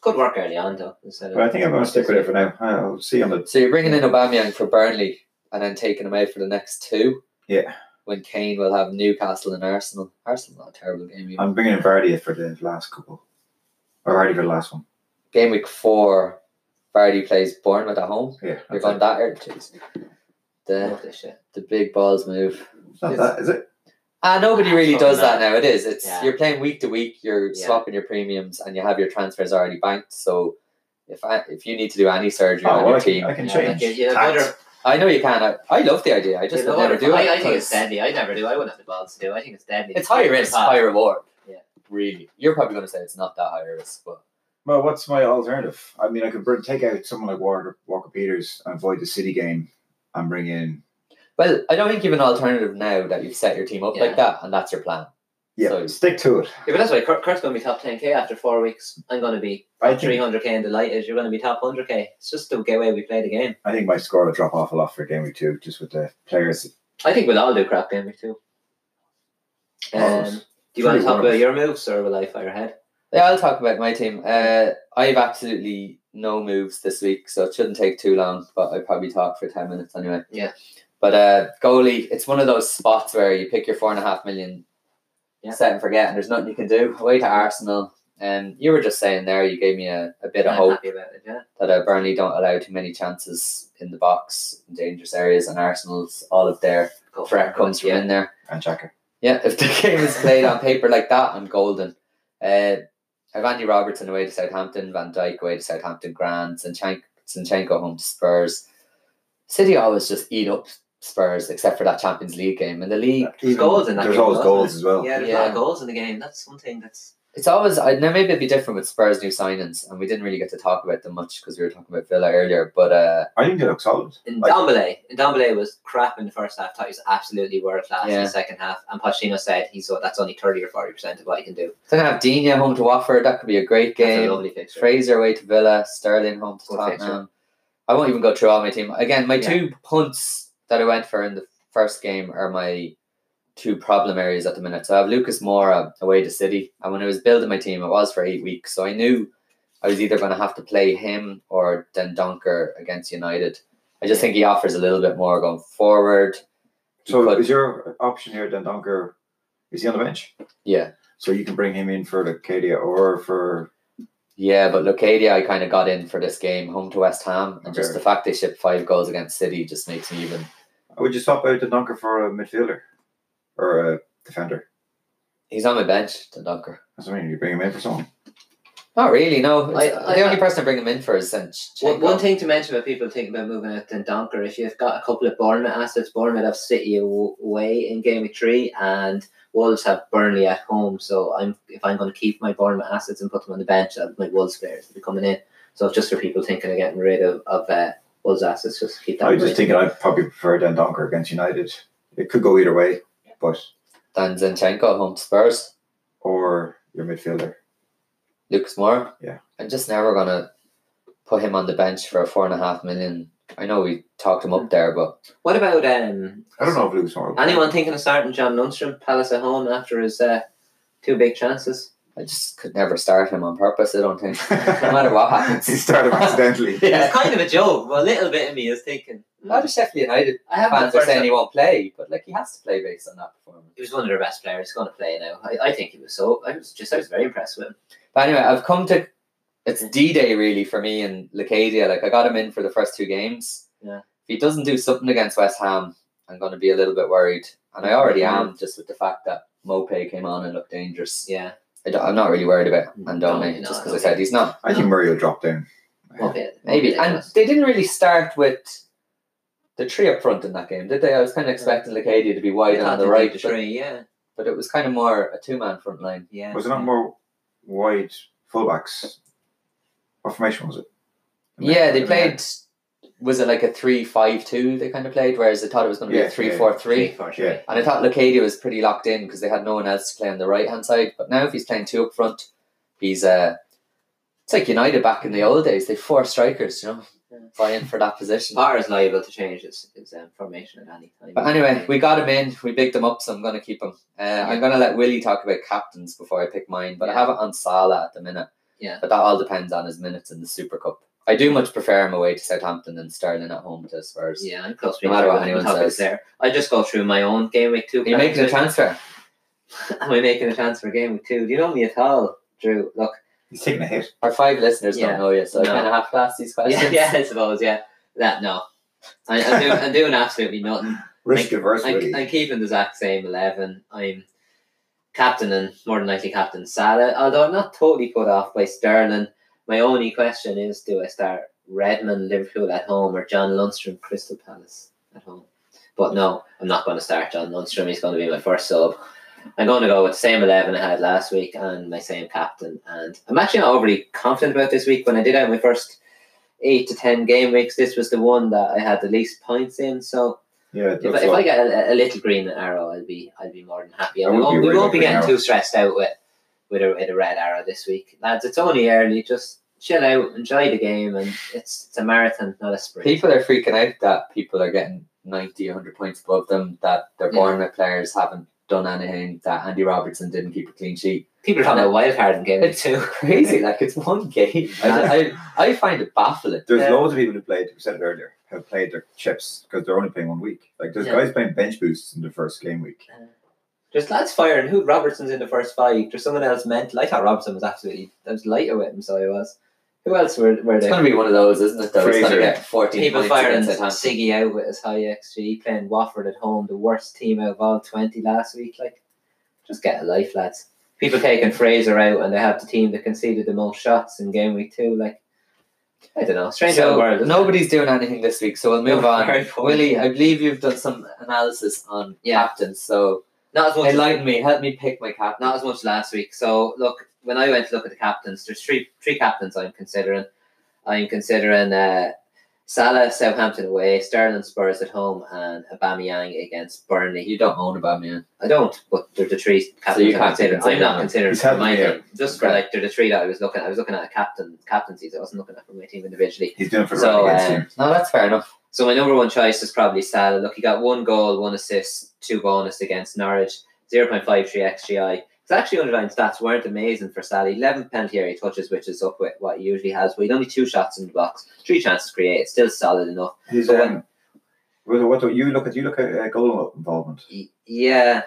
Speaker 2: Good work early on though. instead of-
Speaker 3: but I think I'm going to stick with it for now. I'll see on the.
Speaker 1: So you're bringing in Aubameyang for Burnley and then taking him out for the next two.
Speaker 3: Yeah.
Speaker 1: When Kane will have Newcastle and Arsenal. Arsenal not a terrible game. Even.
Speaker 3: I'm bringing in Vardy for the last couple, or Vardy for the last one.
Speaker 1: Game week four, Vardy plays Bournemouth at home.
Speaker 3: Yeah,
Speaker 1: You're
Speaker 3: that's
Speaker 1: going
Speaker 3: it.
Speaker 1: that out, jeez. The
Speaker 2: Love this shit.
Speaker 1: the big balls move.
Speaker 3: It's not that, is it?
Speaker 1: Ah, nobody
Speaker 2: Ah,
Speaker 1: really
Speaker 2: fucking
Speaker 1: does that now. It is. It's
Speaker 2: Yeah.
Speaker 1: you're playing week to week. You're
Speaker 2: Yeah.
Speaker 1: swapping your premiums, and you have your transfers already banked. So. If, I, if you need to do any surgery
Speaker 3: Oh,
Speaker 1: on
Speaker 3: well,
Speaker 1: your
Speaker 3: I can,
Speaker 1: team,
Speaker 3: I can
Speaker 2: Yeah,
Speaker 3: change.
Speaker 2: like, yeah,
Speaker 3: Tact.
Speaker 2: whether-
Speaker 1: I know you can. I, I love the idea. I just
Speaker 2: Yeah,
Speaker 1: would
Speaker 2: no,
Speaker 1: never do it.
Speaker 2: I, I think it's
Speaker 1: because-
Speaker 2: deadly. I never do. I wouldn't have the balls to do. it. I think it's deadly.
Speaker 1: It's high risk,
Speaker 2: Pass.
Speaker 1: high reward.
Speaker 2: Yeah.
Speaker 1: Really. You're probably going to say it's not that high risk, but
Speaker 3: Well, what's my alternative? I mean, I could bring, take out someone like Walker, Walker Peters and avoid the City game and bring in.
Speaker 1: well, I don't think you've an alternative now that you've set your team up
Speaker 2: Yeah.
Speaker 1: like that, and that's your plan.
Speaker 3: Yeah,
Speaker 1: So-
Speaker 3: stick to it.
Speaker 2: Yeah, but that's why Kurt, Kurt's going to be top 10k after four weeks. I'm going to be
Speaker 3: I
Speaker 2: top
Speaker 3: think
Speaker 2: 300k in the light as you're going to be top 100k. It's just the way we play the game.
Speaker 3: I think my score will drop off a lot for game week two, just with the players.
Speaker 2: I think we'll all do crap game week two. Um,
Speaker 3: Awesome.
Speaker 2: do you want to
Speaker 3: Pretty
Speaker 2: talk
Speaker 3: warm.
Speaker 2: about your moves or will I fire ahead?
Speaker 1: Yeah, I'll talk about my team. Uh, I have absolutely no moves this week, so it shouldn't take too long, but I probably talk for 10 minutes anyway.
Speaker 2: Yeah.
Speaker 1: But uh, goalie, it's one of those spots where you pick your four and a half million,
Speaker 2: Yeah.
Speaker 1: set and forget, and there's nothing you can do. Away to Arsenal. And you were just saying there, you gave me a, a bit of
Speaker 2: I'm
Speaker 1: hope.
Speaker 2: happy about it, yeah.
Speaker 1: that uh, Burnley don't allow too many chances in the box, in dangerous areas, and Arsenal's all of their
Speaker 2: Go for
Speaker 1: threat
Speaker 2: it.
Speaker 1: comes from
Speaker 2: yeah.
Speaker 1: in there.
Speaker 3: And Jacker.
Speaker 1: Yeah, if the [laughs] game is played on paper like that, I'm golden. Uh, I've Andy Robertson away to Southampton, Van Dyke away to Southampton, Grand, Zinchenko, Zinchenko home to Spurs. City always just eat up Spurs, except for that Champions League game. And the league,
Speaker 2: There's goals in that
Speaker 3: There's
Speaker 2: game,
Speaker 3: always
Speaker 2: wasn't
Speaker 3: goals as well.
Speaker 2: Yeah, there's a lot
Speaker 1: Yeah.
Speaker 2: of goals in the game. That's one thing that's.
Speaker 1: it's always, I now maybe it'd be different with Spurs' new signings, and we didn't really get to talk about them much because we were talking about Villa earlier, but uh,
Speaker 3: I think they look solid. Like-
Speaker 2: Ndombele, Ndombele was crap in the first half. Thought he was absolutely world class in
Speaker 1: Yeah.
Speaker 2: the second half. And Pochettino said he thought that's only thirty or forty percent of what he can do.
Speaker 1: Then I have Dina home to Watford. That could be a great
Speaker 2: That's a
Speaker 1: game.
Speaker 2: lovely fixture.
Speaker 1: Fraser away to Villa. Sterling home to
Speaker 2: Good
Speaker 1: Tottenham. I won't even go through all my team. Again, my
Speaker 2: Yeah.
Speaker 1: two punts that I went for in the first game are my two problem areas at the minute. So I have Lucas Mora away to City. And when I was building my team, it was for eight weeks. So I knew I was either going to have to play him or Den Donker against United. I just think he offers a little bit more going forward.
Speaker 3: So
Speaker 1: But-
Speaker 3: is your option here then Donker Is he on the bench?
Speaker 1: Yeah.
Speaker 3: So you can bring him in for Cadia or for
Speaker 1: Yeah, but Locadia, I kind of got in for this game, home to West Ham, and just
Speaker 3: Okay.
Speaker 1: the fact they shipped five goals against City just makes me even.
Speaker 3: I would you swap out the knocker for a midfielder or a defender?
Speaker 1: He's on my bench, the dunker.
Speaker 3: That's what I mean. You bring him in for someone.
Speaker 1: Not really. No,
Speaker 2: I-
Speaker 1: It's-
Speaker 2: I-
Speaker 1: the only person I bring him in for is Sanchez.
Speaker 2: One, one thing to mention about people thinking about moving out to Donker, if you've got a couple of Bournemouth assets, Bournemouth have City aw- away in game week three, and Wolves have Burnley at home. So I'm if I'm going to keep my Bournemouth assets and put them on the bench, uh, my Wolves players will be coming in. So just for people thinking of getting rid of, of uh, Wolves assets, just keep that.
Speaker 3: I
Speaker 2: in
Speaker 3: was
Speaker 2: mind.
Speaker 3: just thinking I'd probably prefer Dan Donker against United. It could go either way, but
Speaker 1: Dan Zinchenko, home to Spurs.
Speaker 3: or your midfielder.
Speaker 1: Lucas Moore.
Speaker 3: Yeah.
Speaker 1: I'm just never gonna put him on the bench for four and a half million. I know we talked him
Speaker 2: Mm.
Speaker 1: up there, but
Speaker 2: What about um,
Speaker 3: I don't know if Lucas Moore. [laughs]
Speaker 2: anyone thinking of starting John Lundstrom, Palace at home after his uh, two big chances?
Speaker 1: I just could never start him on purpose. I don't
Speaker 3: [laughs]
Speaker 1: think, no matter what happens.
Speaker 2: [laughs]
Speaker 3: he started accidentally.
Speaker 1: [laughs] Yeah.
Speaker 2: It's kind of a joke, but a little bit of me is thinking.
Speaker 1: A lot of Sheffield United
Speaker 2: I have
Speaker 1: fans are saying he won't play, but like he has to play based on that performance.
Speaker 2: he was one of their best players. He's going to play now. I, I think he was so. I was just I was very impressed with him.
Speaker 1: But anyway, I've come to it's D Day really for me in Lacadia. Like I got him in for the first two games.
Speaker 2: Yeah.
Speaker 1: If he doesn't do something against West Ham, I'm gonna be a little bit worried. And I already am just with the fact that Mopey came on and looked dangerous.
Speaker 2: Yeah,
Speaker 1: I don't- I'm not really worried about
Speaker 2: No,
Speaker 1: Andone,
Speaker 2: no,
Speaker 1: just because
Speaker 2: no.
Speaker 1: I said Mm-hmm. he's not.
Speaker 3: I think Murray will drop down.
Speaker 2: okay,
Speaker 1: Maybe. And they didn't really start with the three up front in that game, did they? I was kind of expecting Lacadia to be wide on the right, but,
Speaker 2: three. Yeah,
Speaker 1: but it was kind of more a two man front line.
Speaker 2: yeah.
Speaker 3: Was it not more wide fullbacks? What formation was it?
Speaker 1: Yeah, they played. Was it like a three-five-two? They kind of played, whereas I thought it was going to be
Speaker 3: Yeah,
Speaker 1: a three-four-three.
Speaker 2: three, four, three.
Speaker 3: Yeah.
Speaker 1: And I thought Locadia was pretty locked in because they had no one else to play on the right hand side. But now if he's playing two up front, he's uh, it's like United back in the old days. They had four strikers, you know,
Speaker 2: Yeah.
Speaker 1: vying for that position.
Speaker 2: Potter is liable to change his, his um, formation at any time.
Speaker 1: But anyway, we got him in. We picked him up, so I'm going to keep him. Uh, I'm going to let Willie talk about captains before I pick mine, but I
Speaker 2: Yeah.
Speaker 1: have it on Salah at the minute.
Speaker 2: Yeah.
Speaker 1: But that all depends on his minutes in the Super Cup. I do much prefer him away to Southampton than Sterling at home to Spurs.
Speaker 2: yeah, I'm close.
Speaker 1: No matter what anyone says.
Speaker 2: there. I just go through my own game week two.
Speaker 1: Are you making a transfer?
Speaker 2: [laughs] Am I making a chance for game week two? Do you know me at all, Drew? Look,
Speaker 3: He's taking a hit.
Speaker 1: Our five listeners
Speaker 2: Yeah.
Speaker 1: don't know you, so
Speaker 2: No.
Speaker 1: I kind of have to ask these questions.
Speaker 2: yeah, [laughs] yeah, I suppose, yeah. That no, I, I'm, doing, I'm doing absolutely nothing.
Speaker 3: Risk averse,
Speaker 2: I'm,
Speaker 3: really.
Speaker 2: I'm keeping the exact same 11. I'm captain and more than likely captain Salah, although I'm not totally put off by Sterling. My only question is do I start Redmond, Liverpool at home, or John Lundstrom, Crystal Palace at home? But no, I'm not going to start John Lundstrom. He's going to be my first sub. I'm going to go with the same 11 I had last week and my same captain. And I'm actually not overly confident about this week. When I did out my first eight to 10 game weeks, this was the one that I had the least points in. So
Speaker 3: yeah, it
Speaker 2: if,
Speaker 3: looks
Speaker 2: I- if I
Speaker 3: like-
Speaker 2: get a, a little green arrow, I'll be I'll be more than happy.
Speaker 3: I
Speaker 2: And we
Speaker 3: would be
Speaker 2: won't, we
Speaker 3: really
Speaker 2: won't be
Speaker 3: green
Speaker 2: getting
Speaker 3: arrow.
Speaker 2: too stressed out with with a, with a red arrow this week, lads. It's only early. Just chill out, enjoy the game, and it's it's a marathon, not a sprint.
Speaker 1: People are freaking out that people are getting 90, 100 points above them, that their
Speaker 2: Yeah.
Speaker 1: Bournemouth players haven't done anything, that Andy Robertson didn't keep a clean sheet. [laughs]
Speaker 2: People are talking about wild card in
Speaker 3: [laughs]
Speaker 2: game week
Speaker 1: It's
Speaker 2: too.
Speaker 1: crazy, like it's one game. I, I, I find it baffling.
Speaker 3: there's
Speaker 2: yeah.
Speaker 3: loads of people who played. We said it earlier. Have played their chips because they're only playing one week. Like there's
Speaker 2: Yeah.
Speaker 3: guys playing bench boosts in the first game week.
Speaker 2: There's lads firing. Who Robertson's in the first five? There's someone else mental. I thought Robertson was absolutely. I was lighter with him, so I was. Who else were were
Speaker 1: It's
Speaker 2: there?
Speaker 1: going to be one of those, isn't it? Though it's going to
Speaker 3: Fraser.
Speaker 1: get 14
Speaker 2: People
Speaker 1: points
Speaker 2: firing
Speaker 1: against Southampton.
Speaker 2: Siggy out with his high XG, playing Watford at home, the worst team out of all 20 last week. Like, just get a life, lads. People taking Fraser out and they have the team that conceded the most shots in game week two. Like, I don't know. Strange
Speaker 1: So
Speaker 2: old world. isn't it?
Speaker 1: nobody's doing anything this week, so we'll move
Speaker 2: No,
Speaker 1: on.
Speaker 2: very funny.
Speaker 1: Willie, I believe you've done some analysis on
Speaker 2: Yeah.
Speaker 1: captains, so
Speaker 2: Not as much. as-
Speaker 1: enlighten me, help me pick my captain.
Speaker 2: not as much last week. So look, when I went to look at the captains, there's three three captains I'm considering. I'm considering uh, Salah Southampton away, Sterling Spurs at home, and Aubameyang against Burnley.
Speaker 1: you don't own about me. eh?
Speaker 2: I don't, but they're the three captains
Speaker 1: you
Speaker 2: I'm
Speaker 1: can't
Speaker 2: considering.
Speaker 1: consider
Speaker 2: I'm not
Speaker 1: them.
Speaker 2: considering
Speaker 3: He's
Speaker 2: for
Speaker 3: having
Speaker 2: my
Speaker 3: a-
Speaker 2: team. Just for
Speaker 1: okay.
Speaker 2: like they're the three that I was looking at. I was looking at a captain captaincies. I wasn't looking at for my team individually.
Speaker 3: He's doing it for the
Speaker 2: So,
Speaker 3: so, against
Speaker 2: um,
Speaker 3: him.
Speaker 1: No, that's fair enough.
Speaker 2: So my number one choice is probably Salah. Look, he got one goal, one assist, two bonus against Norwich, 0.53 XGI. His actually underlying stats weren't amazing for Salah. 11 penalty area touches, which is up with what he usually has, but he'd only two shots in the box, three chances created, still solid enough.
Speaker 3: He's
Speaker 2: but
Speaker 3: um. What, what do you look at? You look at uh, goal involvement.
Speaker 2: Y- Yeah,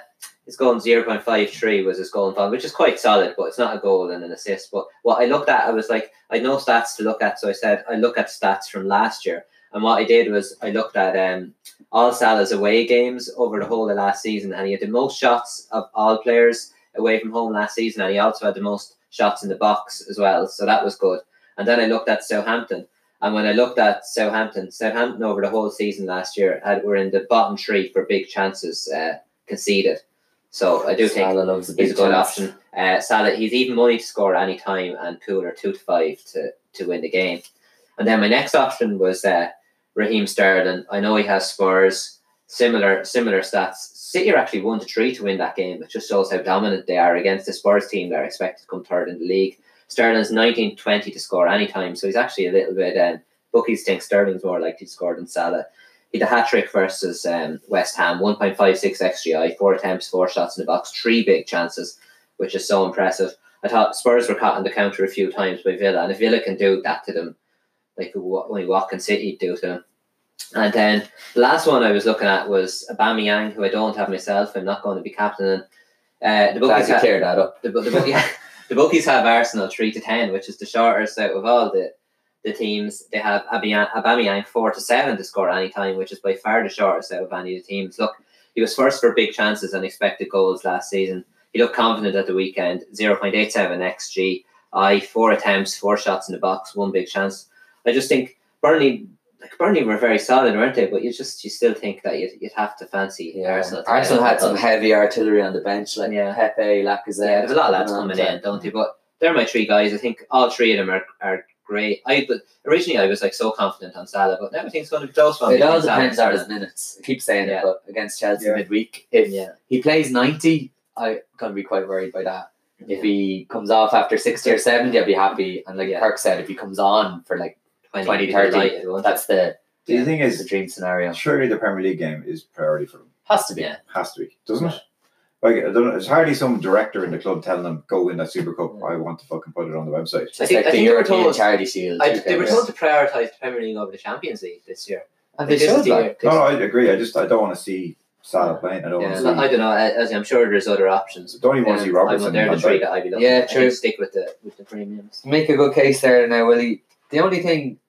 Speaker 2: his goal in 0.53 was his goal in fund, which is quite solid, but it's not a goal and an assist. But what I looked at, I was like, I had no stats to look at, so I said I look at stats from last year. And what I did was I looked at um, all Salah's away games over the whole of last season, and he had the most shots of all players away from home last season, and he also had the most shots in the box as well. So that was good. And then I looked at Southampton, and when I looked at Southampton, Southampton over the whole season last year had, were in the bottom three for big chances uh, conceded. So I do think
Speaker 1: Salah loves a big
Speaker 2: he's a good
Speaker 1: chance.
Speaker 2: option. Uh, Salah, he's even money to score any time, and pool are two to five to, to win the game. And then my next option was uh, Raheem Sterling. I know he has Spurs similar similar stats. City are actually one to three to win that game, which just shows how dominant they are against the Spurs team. They're expected to come third in the league. Sterling's 19 20 to score any time, so he's actually a little bit. Um, bookies think Sterling's more likely to score than Salah. He had a hat trick versus um, West Ham, 1.56 XGI, four attempts, four shots in the box, three big chances, which is so impressive. I thought Spurs were caught on the counter a few times by Villa, and if Villa can do that to them, like wa- only Watkins City do to them. And then the last one I was looking at was Aubameyang, who I don't have myself. I'm not going to be captaining. Uh,
Speaker 1: Glad
Speaker 2: the bookies
Speaker 1: you
Speaker 2: ha-
Speaker 1: cleared that up.
Speaker 2: the, bu- the, bookie,
Speaker 1: [laughs]
Speaker 2: the bookies have Arsenal three to ten, which is the shortest out of all the the teams. They have Aubameyang Aubameyang four to seven to score any time, which is by far the shortest out of any of the teams. Look, he was first for big chances and expected goals last season. He looked confident at the weekend. Zero point eight seven xg. I four attempts, four shots in the box, one big chance. I just think Burnley. Like Burnley were very solid, weren't they? But you just you still think that you'd, you'd have to fancy
Speaker 1: Yeah,
Speaker 2: Arsenal. to
Speaker 1: Arsenal
Speaker 2: get
Speaker 1: had
Speaker 2: that
Speaker 1: some heavy artillery on the bench, like
Speaker 2: Yeah.
Speaker 1: Pepe, Lacazette.
Speaker 2: Yeah, there's a lot of lads
Speaker 1: and
Speaker 2: coming
Speaker 1: Ante.
Speaker 2: in, don't they? But they're my three guys. I think all three of them are, are great. I but originally I was like so confident on Salah, but now I think it's going to be close one.
Speaker 1: It all
Speaker 2: between
Speaker 1: depends
Speaker 2: Salah
Speaker 1: on
Speaker 2: and
Speaker 1: his minutes. I keep saying
Speaker 2: Yeah.
Speaker 1: it, but against Chelsea
Speaker 3: Yeah.
Speaker 1: midweek, if
Speaker 2: Yeah.
Speaker 1: he plays 90, I'm going to be quite worried by that. If he comes off after 60 or 70, I'll be happy. And like
Speaker 2: Yeah.
Speaker 1: Kirk said, if he comes on for like,
Speaker 2: Salah.
Speaker 1: 20,
Speaker 2: You'd be
Speaker 1: 30.
Speaker 2: delighted, wouldn't
Speaker 1: that's the,
Speaker 3: The
Speaker 2: Yeah.
Speaker 3: thing
Speaker 1: is the
Speaker 3: is,
Speaker 1: dream scenario.
Speaker 3: surely the Premier League game is priority for them.
Speaker 1: Has to be.
Speaker 2: Yeah.
Speaker 3: Has to be, doesn't it? Like, I don't know, it's hardly some director in the club telling them go win that Super Cup. I want to fucking put it on the website.
Speaker 1: Just
Speaker 2: I think-
Speaker 1: like
Speaker 2: I
Speaker 1: the
Speaker 2: think they were
Speaker 1: European
Speaker 2: told-
Speaker 1: Charity Shield.
Speaker 2: I,
Speaker 1: who
Speaker 2: they were
Speaker 1: cares?
Speaker 2: told to prioritise the Premier League over the Champions League this year.
Speaker 1: and they
Speaker 2: This is
Speaker 1: should,
Speaker 2: the
Speaker 1: like,
Speaker 2: year-
Speaker 3: No, no, I agree. I just I don't want to see Salah playing. I don't
Speaker 1: Yeah.
Speaker 2: I
Speaker 3: want to
Speaker 2: don't know. I- As I'm sure there's other options.
Speaker 3: see. Don't even want
Speaker 1: Yeah,
Speaker 3: to see
Speaker 2: I want
Speaker 3: Robertson.
Speaker 2: they're the
Speaker 3: and Van
Speaker 2: three
Speaker 3: Dijk.
Speaker 2: that I'd be looking.
Speaker 1: Yeah,
Speaker 2: at. I think
Speaker 1: true.
Speaker 2: Stick with the with the premiums.
Speaker 1: make a good case there now, Willie. The only thing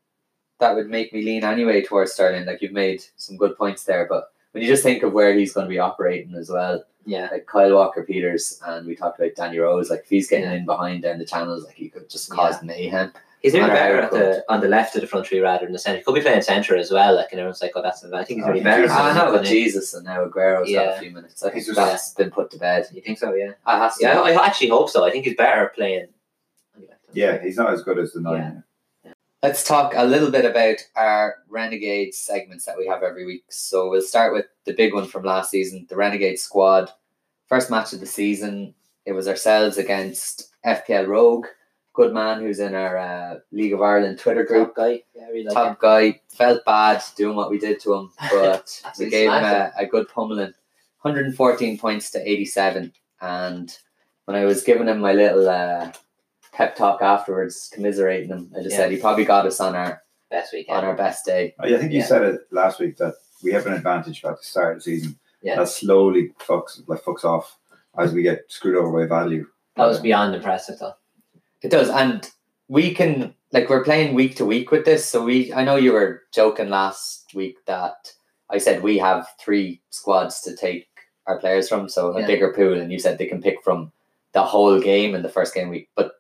Speaker 1: that would make me lean anyway towards Sterling, like you've made some good points there, but when you just think of where he's going to be operating as well,
Speaker 2: Yeah,
Speaker 1: like Kyle Walker Peters, and we talked about Danny Rose, like if he's getting
Speaker 2: Yeah.
Speaker 1: in behind down the channels, like he could just cause mayhem.
Speaker 2: he's nearly
Speaker 1: Matter how
Speaker 2: better
Speaker 1: it
Speaker 2: at the on the left of the front three rather than the centre. He could be playing centre as well. Like and everyone's like, oh, that's. I think he's
Speaker 3: Oh,
Speaker 2: really
Speaker 3: I think
Speaker 2: better.
Speaker 3: Jesus.
Speaker 1: I
Speaker 2: than
Speaker 1: know, but
Speaker 2: Anthony.
Speaker 1: Jesus, and now Aguero's got
Speaker 2: Yeah.
Speaker 1: a few minutes. I think
Speaker 3: He's just-
Speaker 1: that's been put to bed.
Speaker 2: You think so? Yeah.
Speaker 1: I has to
Speaker 2: Yeah, I I actually hope so. I think he's better playing.
Speaker 3: Yeah, he's not as good as the nine.
Speaker 1: Let's talk a little bit about our Renegade segments that we have every week. So we'll start with the big one from last season, the Renegade squad. First match of the season, it was ourselves against FPL Rogue, good man who's in our uh, League of Ireland Twitter group.
Speaker 2: Top guy. Yeah, I really like him.
Speaker 1: Top guy, felt bad doing what we did to him, but we
Speaker 2: Absolutely
Speaker 1: gave him a,
Speaker 2: smacked
Speaker 1: a good pummeling. 114 points to 87. And when I was giving him my little uh, pep talk afterwards, commiserating him, I just
Speaker 2: Yeah.
Speaker 1: said he probably got us on our
Speaker 2: Best
Speaker 1: on
Speaker 2: weekend.
Speaker 1: our best day.
Speaker 3: I think you
Speaker 2: Yeah.
Speaker 3: said it last week that we have an advantage at the start of the season.
Speaker 2: Yeah.
Speaker 3: That slowly fucks like fucks off as we get screwed over by value.
Speaker 2: That was beyond impressive, though.
Speaker 1: It does, and we can like we're playing week to week with this. So we, I know you were joking last week that I said we have three squads to take our players from, so a
Speaker 2: Yeah.
Speaker 1: bigger pool, and you said they can pick from the whole game in the first game week, but.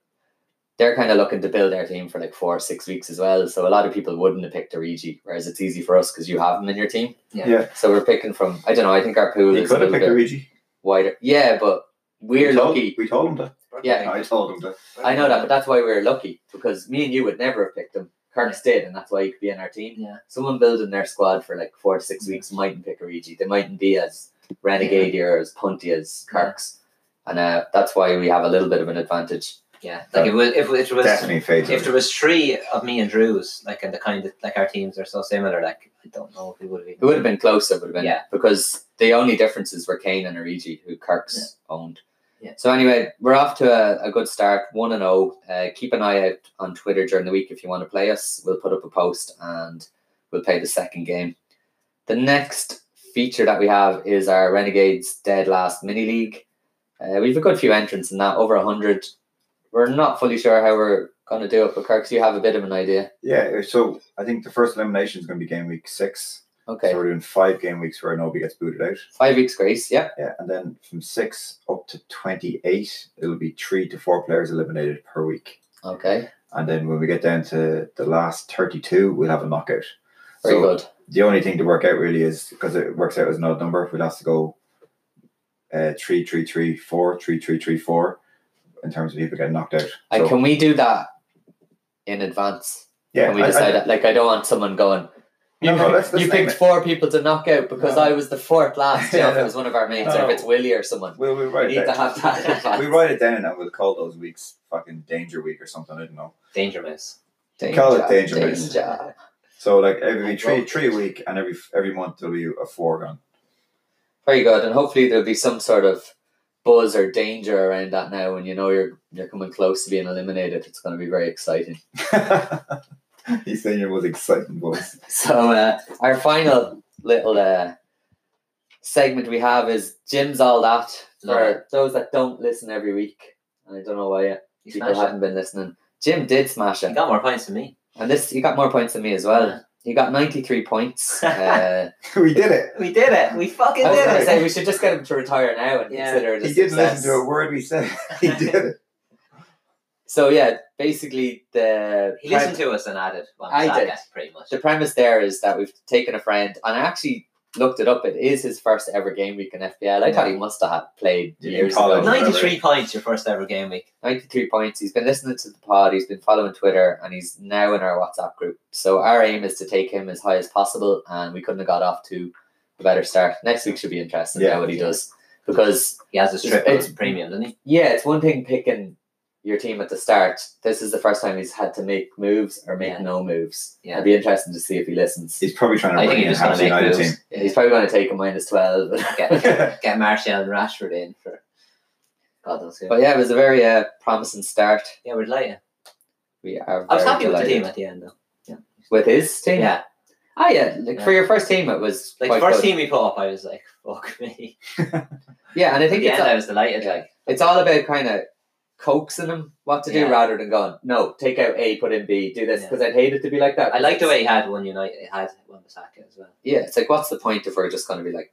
Speaker 1: They're kind of looking to build their team for like four, six weeks as well. So a lot of people wouldn't have picked Origi, whereas it's easy for us because you have him in your team.
Speaker 2: Yeah.
Speaker 3: Yeah.
Speaker 1: So we're picking from. I don't know. I think our pool
Speaker 3: He
Speaker 1: is a
Speaker 3: could have
Speaker 1: little
Speaker 3: picked
Speaker 1: bit
Speaker 3: Origi.
Speaker 1: wider. Yeah, but we're
Speaker 3: we told,
Speaker 1: lucky.
Speaker 3: We told him that.
Speaker 1: Yeah.
Speaker 3: I told him that.
Speaker 1: I know that, but that's why we were lucky because me and you would never have picked him. Kirk's did, and that's why he could be in our team.
Speaker 2: Yeah.
Speaker 1: Someone building their squad for like four to six weeks mightn't pick Origi. They mightn't be as renegade or as punty as Kirk's, and uh, that's why we have a little bit of an advantage.
Speaker 2: Yeah, like if it was, if it was, if it was
Speaker 3: Definitely fatal.
Speaker 2: if there was three of me and Drew's, like and the kind of like our teams are so similar, like I don't know if we would have.
Speaker 1: It
Speaker 2: Even,
Speaker 1: would have been closer, would have been
Speaker 2: Yeah.
Speaker 1: because the only differences were Kane and Origi, who Kirk's owned.
Speaker 2: Yeah.
Speaker 1: So anyway, we're off to a, a good start, one and zero. Uh, Keep an eye out on Twitter during the week if you want to play us. We'll put up a post and we'll play the second game. The next feature that we have is our Renegades Dead Last mini league. Uh, we've a good few entrants in that, over hundred. We're not fully sure how we're going to do it, but Kirk, so you have a bit of an idea.
Speaker 3: Yeah, so I think the first elimination is going to be game week six.
Speaker 1: Okay,
Speaker 3: So we're doing five game weeks where nobody gets booted out.
Speaker 1: five weeks grace. Yeah,
Speaker 3: Yeah, and then from six up to 28, it'll be three to four players eliminated per week.
Speaker 1: okay,
Speaker 3: And then when we get down to the last 32, we'll have a knockout.
Speaker 1: very
Speaker 3: so
Speaker 1: good.
Speaker 3: the only thing to work out really is because it works out as an odd number, we'll have to go uh, three, three, three, four, three, three, three, four in terms of people getting knocked out.
Speaker 1: And
Speaker 3: So,
Speaker 1: can we do that in advance?
Speaker 3: yeah,
Speaker 1: can we
Speaker 3: I- I-
Speaker 1: decide that? Like, I don't want someone going.
Speaker 3: No,
Speaker 1: you
Speaker 3: no,
Speaker 1: pick-
Speaker 3: let's- let's
Speaker 1: you
Speaker 3: name
Speaker 1: picked
Speaker 3: it."
Speaker 1: four people to knock out because
Speaker 3: No. Oh.
Speaker 1: I was the fourth last.
Speaker 3: [laughs]
Speaker 1: You know, if it was one of our mates, or
Speaker 3: No.
Speaker 1: if it's Willie or someone.
Speaker 3: we'll, we'll
Speaker 1: We
Speaker 3: write
Speaker 1: need
Speaker 3: it
Speaker 1: to
Speaker 3: down.
Speaker 1: have that in
Speaker 3: [laughs] we
Speaker 1: advance.
Speaker 3: write it down and we'll call those weeks fucking danger week or something. I don't know.
Speaker 2: Danger Mouse.
Speaker 3: Call it danger, mate.
Speaker 1: danger.
Speaker 3: So like every
Speaker 2: Like
Speaker 3: three
Speaker 2: road
Speaker 3: three a week and every every month there'll be a four gun. [laughs]
Speaker 1: Very good, and hopefully there'll be some sort of buzz or danger around that now. When you know you're you're coming close to being eliminated, it's going to be very exciting. [laughs]
Speaker 3: He's saying it was exciting voice. [laughs]
Speaker 1: So uh, our final little uh, segment we have is Jim's all that for
Speaker 2: Love
Speaker 1: those that don't listen every week, and I don't know why yet.
Speaker 2: He
Speaker 1: people
Speaker 2: smashed
Speaker 1: haven't been listening. Jim did smash
Speaker 2: it.
Speaker 1: it,
Speaker 2: He got more points than me.
Speaker 1: and this he got more points than me as well.
Speaker 2: Yeah.
Speaker 1: He got ninety three
Speaker 2: [laughs]
Speaker 1: points. Uh,
Speaker 3: we did it.
Speaker 2: We did it. We fucking
Speaker 1: I was
Speaker 3: did
Speaker 1: going to
Speaker 3: it.
Speaker 1: say we should just get him to retire now and
Speaker 2: Yeah.
Speaker 1: consider it a
Speaker 3: He didn't
Speaker 1: success.
Speaker 3: listen to a word we said. [laughs] he did it.
Speaker 1: So yeah, basically the
Speaker 2: He
Speaker 1: prim-
Speaker 2: listened to us and added one
Speaker 1: I
Speaker 2: I
Speaker 1: did.
Speaker 2: pretty much.
Speaker 1: the premise there is that we've taken a friend, and I actually looked it up. It is his first ever game week in FPL. I thought he must have had played
Speaker 3: In
Speaker 1: years
Speaker 3: college.
Speaker 1: ago.
Speaker 3: Nine-
Speaker 2: 93 points your first ever game week.
Speaker 1: Ninety three points. He's been listening to the pod. He's been following Twitter, and he's now in our WhatsApp group. So our aim is to take him as high as possible, and we couldn't have got off to a better start. Next week should be interesting. Yeah,
Speaker 3: Yeah.
Speaker 1: what he does because
Speaker 2: He has a strip on
Speaker 1: It's-
Speaker 2: his premium, doesn't he?
Speaker 1: yeah, it's one thing picking your team at the start. This is the first time he's had to make moves or make
Speaker 2: Yeah.
Speaker 1: no moves.
Speaker 2: Yeah.
Speaker 1: It'd be interesting to see if he listens.
Speaker 3: He's probably trying to
Speaker 2: I
Speaker 3: bring
Speaker 2: think
Speaker 3: in
Speaker 2: he's just going
Speaker 3: Hampshire
Speaker 2: to make
Speaker 3: United
Speaker 2: moves.
Speaker 1: He's probably going to take a minus [laughs] 12.
Speaker 2: Get,
Speaker 3: team.
Speaker 2: get, get Martial and Rashford in for God knows who.
Speaker 1: but yeah, it was a very uh, promising start.
Speaker 2: yeah, we're delighted.
Speaker 1: We are
Speaker 2: I was
Speaker 1: very
Speaker 2: happy with the
Speaker 1: delighted.
Speaker 2: team at the end though.
Speaker 1: With his team?
Speaker 2: Yeah,
Speaker 1: Ah, yeah. Like, For your first team, it was
Speaker 2: like
Speaker 1: quite
Speaker 2: the first
Speaker 1: good.
Speaker 2: team we put up, I was like, [laughs] "Fuck me."
Speaker 1: Yeah, and I
Speaker 2: At
Speaker 1: think
Speaker 2: the
Speaker 1: it's,
Speaker 2: end,
Speaker 1: all,
Speaker 2: I was delighted.
Speaker 1: yeah.
Speaker 2: Like,
Speaker 1: it's all about kind of coaxing him what to do
Speaker 2: Yeah.
Speaker 1: rather than going, no, take out A, put in B, do this.
Speaker 2: Yeah.
Speaker 1: Because I'd hate it to be like that.
Speaker 2: I like the
Speaker 1: It's-
Speaker 2: way he had one United, he had one Saka as well.
Speaker 1: Yeah, it's like, what's the point if we're just going to be like,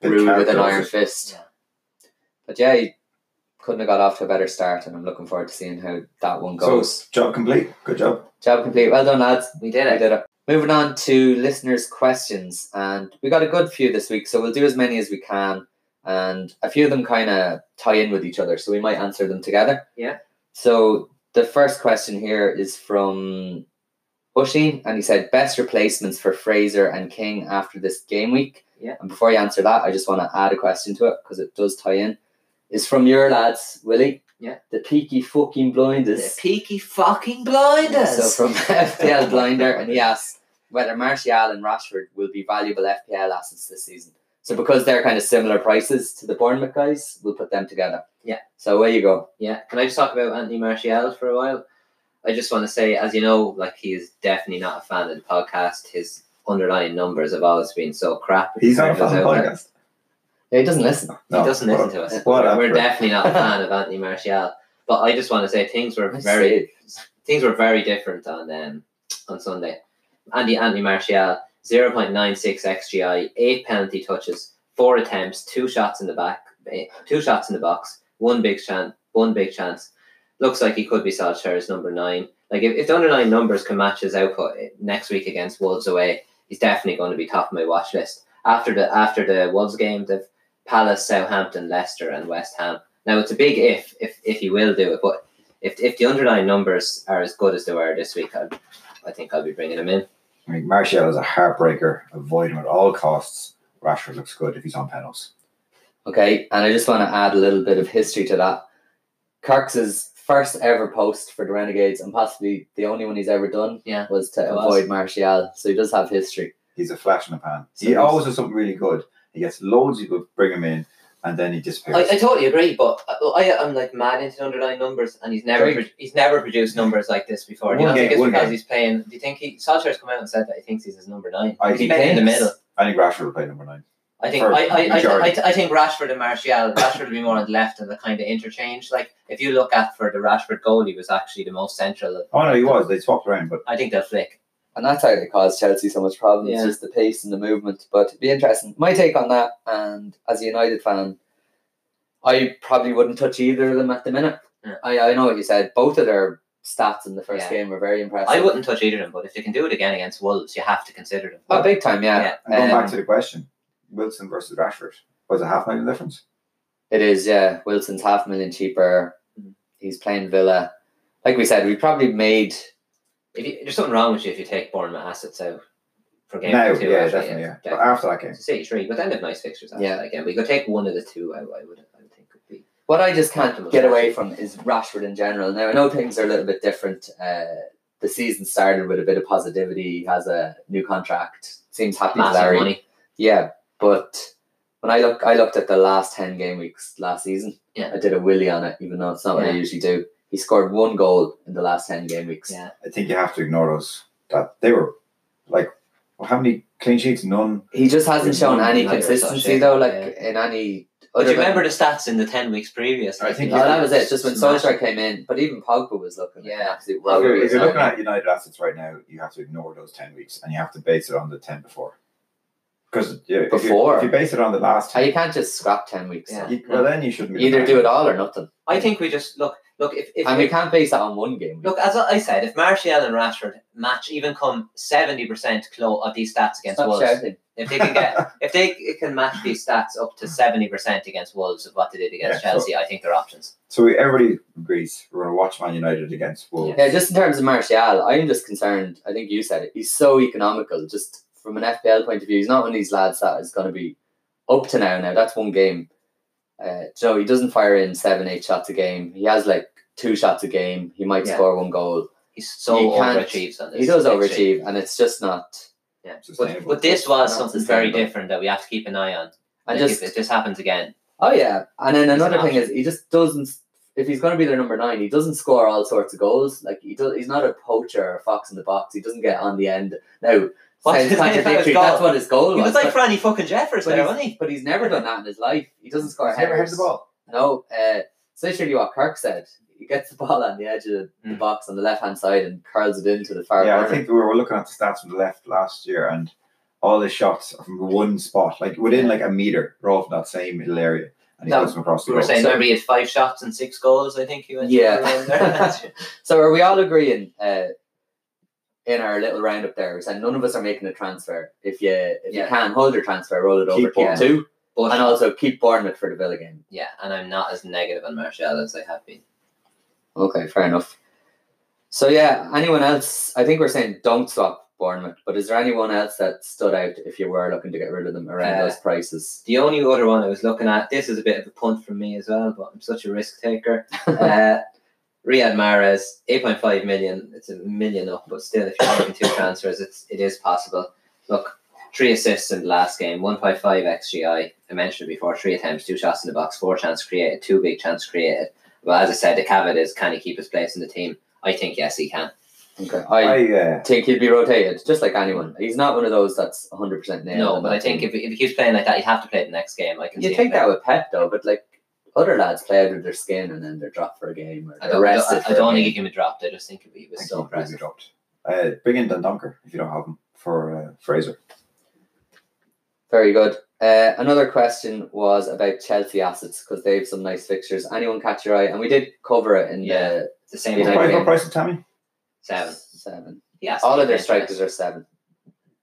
Speaker 3: Big
Speaker 1: rude with an
Speaker 3: character,
Speaker 1: iron
Speaker 3: is it?
Speaker 1: fist.
Speaker 2: Yeah.
Speaker 1: But yeah, he couldn't have got off to a better start, and I'm looking forward to seeing how that one goes.
Speaker 3: So job complete. Good job.
Speaker 1: Job complete. Well done, lads.
Speaker 2: We did
Speaker 1: We
Speaker 2: it.
Speaker 1: did it. Moving on to listeners' questions, and we got a good few this week, so we'll do as many as we can, and a few of them kind of tie in with each other, so we might answer them together.
Speaker 2: Yeah.
Speaker 1: So the first question here is from Bushing, and he said best replacements for Fraser and King after this game week.
Speaker 2: Yeah.
Speaker 1: And before you answer that, I just want to add a question to it because it does tie in. It's from your lads, Willie.
Speaker 2: Yeah.
Speaker 1: The peaky fucking blinders.
Speaker 2: The peaky fucking blinders.
Speaker 1: So from FPL Blinder, and he asks whether Martial and Rashford will be valuable FPL assets this season. So because they're kind of similar prices to the Bournemouth guys, we'll put them together.
Speaker 2: Yeah.
Speaker 1: So away you go.
Speaker 2: Yeah, can I just talk about Anthony Martial for a while? I just want to say, as you know, like he is definitely not a fan of the podcast. His underlying numbers have always been so crap.
Speaker 3: He's not a fan of the
Speaker 2: Out there.
Speaker 3: podcast.
Speaker 1: Yeah, he doesn't listen.
Speaker 2: He doesn't listen to us.
Speaker 3: What a
Speaker 2: We're
Speaker 3: prick.
Speaker 2: definitely not a fan of Anthony Martial. But I just want to say things were very things were very different on um, on Sunday. Andy Anthony Martial, 0.96 XGI, eight penalty touches, four attempts, two shots in the back, eh, two shots in the box, one big chance, one big chance. Looks like he could be Solskjaer's number nine. Like if, if the underlying numbers can match his output eh, next week against Wolves away, he's definitely going to be top of my watch list. After the after the Wolves game, they've Palace, Southampton, Leicester, and West Ham. Now it's a big if if if he will do it, but if if the underlying numbers are as good as they were this week, I, I think I'll be bringing him in.
Speaker 3: I mean, Martial is a heartbreaker. Avoid him at all costs. Rashford looks good if he's on panels.
Speaker 1: Okay, and I just want to add a little bit of history to that. Kirk's first ever post for the Renegades, and possibly the only one he's ever done,
Speaker 2: Yeah,
Speaker 1: was to
Speaker 2: it was.
Speaker 1: avoid Martial. So he does have history.
Speaker 3: He's a flash in the pan.
Speaker 1: So
Speaker 3: he
Speaker 1: he's-
Speaker 3: always does something really good. He gets loads of people bring him in, and then he disappears.
Speaker 2: I, I totally agree, but I, I am like mad into the underlying numbers, and he's never
Speaker 1: Great.
Speaker 2: pro- he's never produced numbers like this before. Do you
Speaker 3: One
Speaker 2: not think
Speaker 3: game,
Speaker 2: it's
Speaker 3: one
Speaker 2: because
Speaker 3: game.
Speaker 2: he's playing? Do you think he Solskjaer's come out and said that he thinks he's his number nine?
Speaker 3: I
Speaker 2: He's
Speaker 3: think
Speaker 2: playing in the
Speaker 1: he thinks.
Speaker 2: middle.
Speaker 3: I think Rashford will play number nine.
Speaker 2: I think
Speaker 3: For
Speaker 2: I, I, I, I,
Speaker 3: majority.
Speaker 2: I think Rashford and Martial, Rashford will be more on the left and the kind of interchange. Like if you look at for the Rashford goal, he was actually the most central. Of,
Speaker 3: Oh no, he was. They swapped around, but
Speaker 2: I think they'll flick.
Speaker 1: And that's how they caused Chelsea so much problems,
Speaker 2: Yeah.
Speaker 1: just the pace and the movement. But it'd be interesting. My take on that, and as a United fan, I probably wouldn't touch either of them at the minute.
Speaker 2: Yeah.
Speaker 1: I, I know what you said. Both of their stats in the first
Speaker 2: Yeah.
Speaker 1: game were very impressive.
Speaker 2: I wouldn't touch either of them, but if they can do it again against Wolves, you have to consider them.
Speaker 1: Oh, big time, yeah.
Speaker 3: and going
Speaker 1: Um,
Speaker 3: back to the question, Wilson versus Rashford was a half million difference.
Speaker 1: It is, yeah. Wilson's half a million cheaper.
Speaker 2: Mhm.
Speaker 1: He's playing Villa. Like we said, we probably made.
Speaker 2: If you, there's something wrong with you if you take Bournemouth assets out for game
Speaker 3: No,
Speaker 2: two.
Speaker 3: yeah,
Speaker 2: actually,
Speaker 3: definitely, yeah. But
Speaker 2: definitely.
Speaker 3: after that game,
Speaker 2: It's a City three, but then they have nice fixtures. After
Speaker 1: Yeah.
Speaker 2: that game. we could take one of the two. I, I would, I would think would be.
Speaker 1: What I just
Speaker 2: Not the
Speaker 1: can't
Speaker 2: most
Speaker 1: get away
Speaker 2: Rashford.
Speaker 1: from is Rashford in general. Now, I know things are a little bit different. Uh, the season started with a bit of positivity. He has a new contract. Seems happy as
Speaker 2: Massive
Speaker 1: Larry.
Speaker 2: money.
Speaker 1: Yeah, but when I look, I looked at the last ten game weeks last season.
Speaker 2: Yeah.
Speaker 1: I did a willy on it, even though it's not what
Speaker 2: Yeah.
Speaker 1: I usually do. He scored one goal in the last ten game weeks.
Speaker 2: Yeah.
Speaker 3: I think you have to ignore those. That they were like, well, how many clean sheets? None.
Speaker 1: He just hasn't
Speaker 3: Yeah,
Speaker 1: shown
Speaker 2: yeah,
Speaker 1: any
Speaker 2: yeah, yeah,
Speaker 1: consistency
Speaker 2: yeah.
Speaker 1: though, like in any.
Speaker 2: But
Speaker 1: other
Speaker 2: Oh, do you
Speaker 1: than-
Speaker 2: remember the stats in the ten weeks previous?
Speaker 3: I think
Speaker 1: Oh,
Speaker 3: Yeah,
Speaker 1: that was it. Just when
Speaker 2: Smash.
Speaker 1: Solskjaer came in, but even Pogba was looking like an
Speaker 2: Yeah.
Speaker 1: absolute
Speaker 3: If
Speaker 1: rogue.
Speaker 3: you're, if you're
Speaker 1: So-
Speaker 3: looking at United assets right now, you have to ignore those ten weeks, and you have to base it on the ten before. Because yeah, if you-
Speaker 1: Before?
Speaker 3: if you base it on the last
Speaker 1: Oh,
Speaker 3: ten,
Speaker 1: you can't just scrap ten weeks.
Speaker 2: Yeah.
Speaker 3: you- well then you shouldn't be
Speaker 1: Either
Speaker 3: looking
Speaker 1: do
Speaker 3: at
Speaker 1: it all or nothing,
Speaker 2: I think we just look look if, if
Speaker 1: and we can't base that on one game. week.
Speaker 2: look as I said, if Martial and Rashford match even come seventy percent close of these stats against
Speaker 1: Stop
Speaker 2: Wolves,
Speaker 1: shouting.
Speaker 2: if they can
Speaker 3: [laughs]
Speaker 2: get if they can match these stats up to seventy percent against Wolves of what they did against
Speaker 3: Yeah, so-
Speaker 2: Chelsea, I think they're options.
Speaker 3: So we, everybody agrees we're going to watch Man United against Wolves.
Speaker 1: Yeah, just in terms of Martial, I'm just concerned. I think you said it. He's so economical, just from an FPL point of view. He's not one of these lads that is going to be up to now. Now that's one game. Uh, so he doesn't fire in seven, eight shots a game. He has like two shots a game. He might
Speaker 2: Yeah.
Speaker 1: score one goal.
Speaker 2: He's so
Speaker 1: You can't-
Speaker 2: overachieves on this.
Speaker 1: He does
Speaker 2: actually.
Speaker 1: overachieve, and it's just not.
Speaker 2: But,
Speaker 3: Sustainable.
Speaker 2: but this was
Speaker 1: Not
Speaker 2: something very
Speaker 1: sustainable.
Speaker 2: different that we have to keep an eye on.
Speaker 1: And
Speaker 2: Like,
Speaker 1: just
Speaker 2: if, if this happens again,
Speaker 1: Oh yeah, and then
Speaker 2: He's an
Speaker 1: another thing
Speaker 2: option.
Speaker 1: is he just doesn't. If he's going to be their number nine, he doesn't score all sorts of goals. Like he does, he's not a poacher or a fox in the box. He doesn't get on the end. Now,
Speaker 2: What?
Speaker 1: sounds contradictory.
Speaker 2: That was
Speaker 1: That's
Speaker 2: goal.
Speaker 1: what his goal
Speaker 2: he
Speaker 1: was.
Speaker 2: was like
Speaker 1: but,
Speaker 2: Franny fucking Jeffers
Speaker 1: but
Speaker 2: there,
Speaker 1: he's-
Speaker 2: wasn't he?
Speaker 1: but he's never done that in his life. He doesn't score
Speaker 3: He's never
Speaker 1: headers.
Speaker 3: hit the ball.
Speaker 1: No, uh, it's literally what Kirk said. He gets the ball on the edge of the
Speaker 2: Mm.
Speaker 1: box on the left hand side and curls it into the far
Speaker 3: yeah, I
Speaker 1: corner.
Speaker 3: think we were looking at the stats from the left last year, and all the shots are from one spot, like within like a meter, they're all from that same middle area, and he
Speaker 2: No,
Speaker 3: puts them across the
Speaker 2: We were
Speaker 3: goal.
Speaker 2: saying
Speaker 1: So-
Speaker 2: remember he had five shots and six goals. I think you went.
Speaker 1: Yeah.
Speaker 2: around
Speaker 1: [laughs]
Speaker 2: there.
Speaker 1: So are we all agreeing uh, in our little roundup there? We said none of us are making a transfer. If you if you
Speaker 2: Yeah.
Speaker 1: can hold your transfer, roll it over
Speaker 3: Keep
Speaker 1: keep
Speaker 3: Bournemouth.
Speaker 1: two,
Speaker 2: But-
Speaker 1: and also keep Bournemouth for the Villa game.
Speaker 2: yeah, and I'm not as negative on Martial as I have been.
Speaker 1: Okay, fair enough. So yeah, anyone else? I think we're saying don't swap Bournemouth, but is there anyone else that stood out if you were looking to get rid of them around
Speaker 2: Uh,
Speaker 1: those prices?
Speaker 2: The only other one I was looking at, this is a bit of a punt from me as well, but I'm such a risk taker. uh, Riyad Mahrez, 8.5 million. It's a million up, but still, if you're making two transfers, it's, it is possible. Look, three assists in the last game, 1.5 XGI. I mentioned it before, three attempts, two shots in the box, four chances created, two big chances created. Well, as I said, the caveat is can he keep his place in the team? I think yes, he can.
Speaker 1: [laughs] Okay, I
Speaker 3: I, uh,
Speaker 1: think he'd be rotated just like anyone. He's not one of those that's one hundred percent nailed.
Speaker 2: no,
Speaker 1: on
Speaker 2: but
Speaker 1: that
Speaker 2: I think
Speaker 1: team.
Speaker 2: if, if he keeps playing like that, he'd have to play the next game. I can
Speaker 1: You
Speaker 2: see
Speaker 1: take
Speaker 2: him
Speaker 1: that with Pep though, but like other lads play out of their skin and then they're dropped for a game or they're
Speaker 2: I don't, I don't-
Speaker 1: arrested.
Speaker 2: I don't want to give him a drop. I just think he
Speaker 3: I
Speaker 2: was
Speaker 3: think
Speaker 2: so
Speaker 3: he will be
Speaker 2: impressive.
Speaker 3: dropped. Uh, bring in Dundonker if you don't have him for uh, Fraser.
Speaker 1: Very good. Uh, another question was about Chelsea assets because they have some nice fixtures. Anyone catch your eye? And we did cover it in
Speaker 2: Yeah.
Speaker 1: the
Speaker 2: It's the same
Speaker 1: Yeah,
Speaker 3: What
Speaker 2: type
Speaker 1: I
Speaker 3: price,
Speaker 1: agree.
Speaker 2: of
Speaker 3: what
Speaker 2: game.
Speaker 3: price is Tammy?
Speaker 2: Seven.
Speaker 1: seven.
Speaker 2: Yes.
Speaker 1: All of their strikers are seven.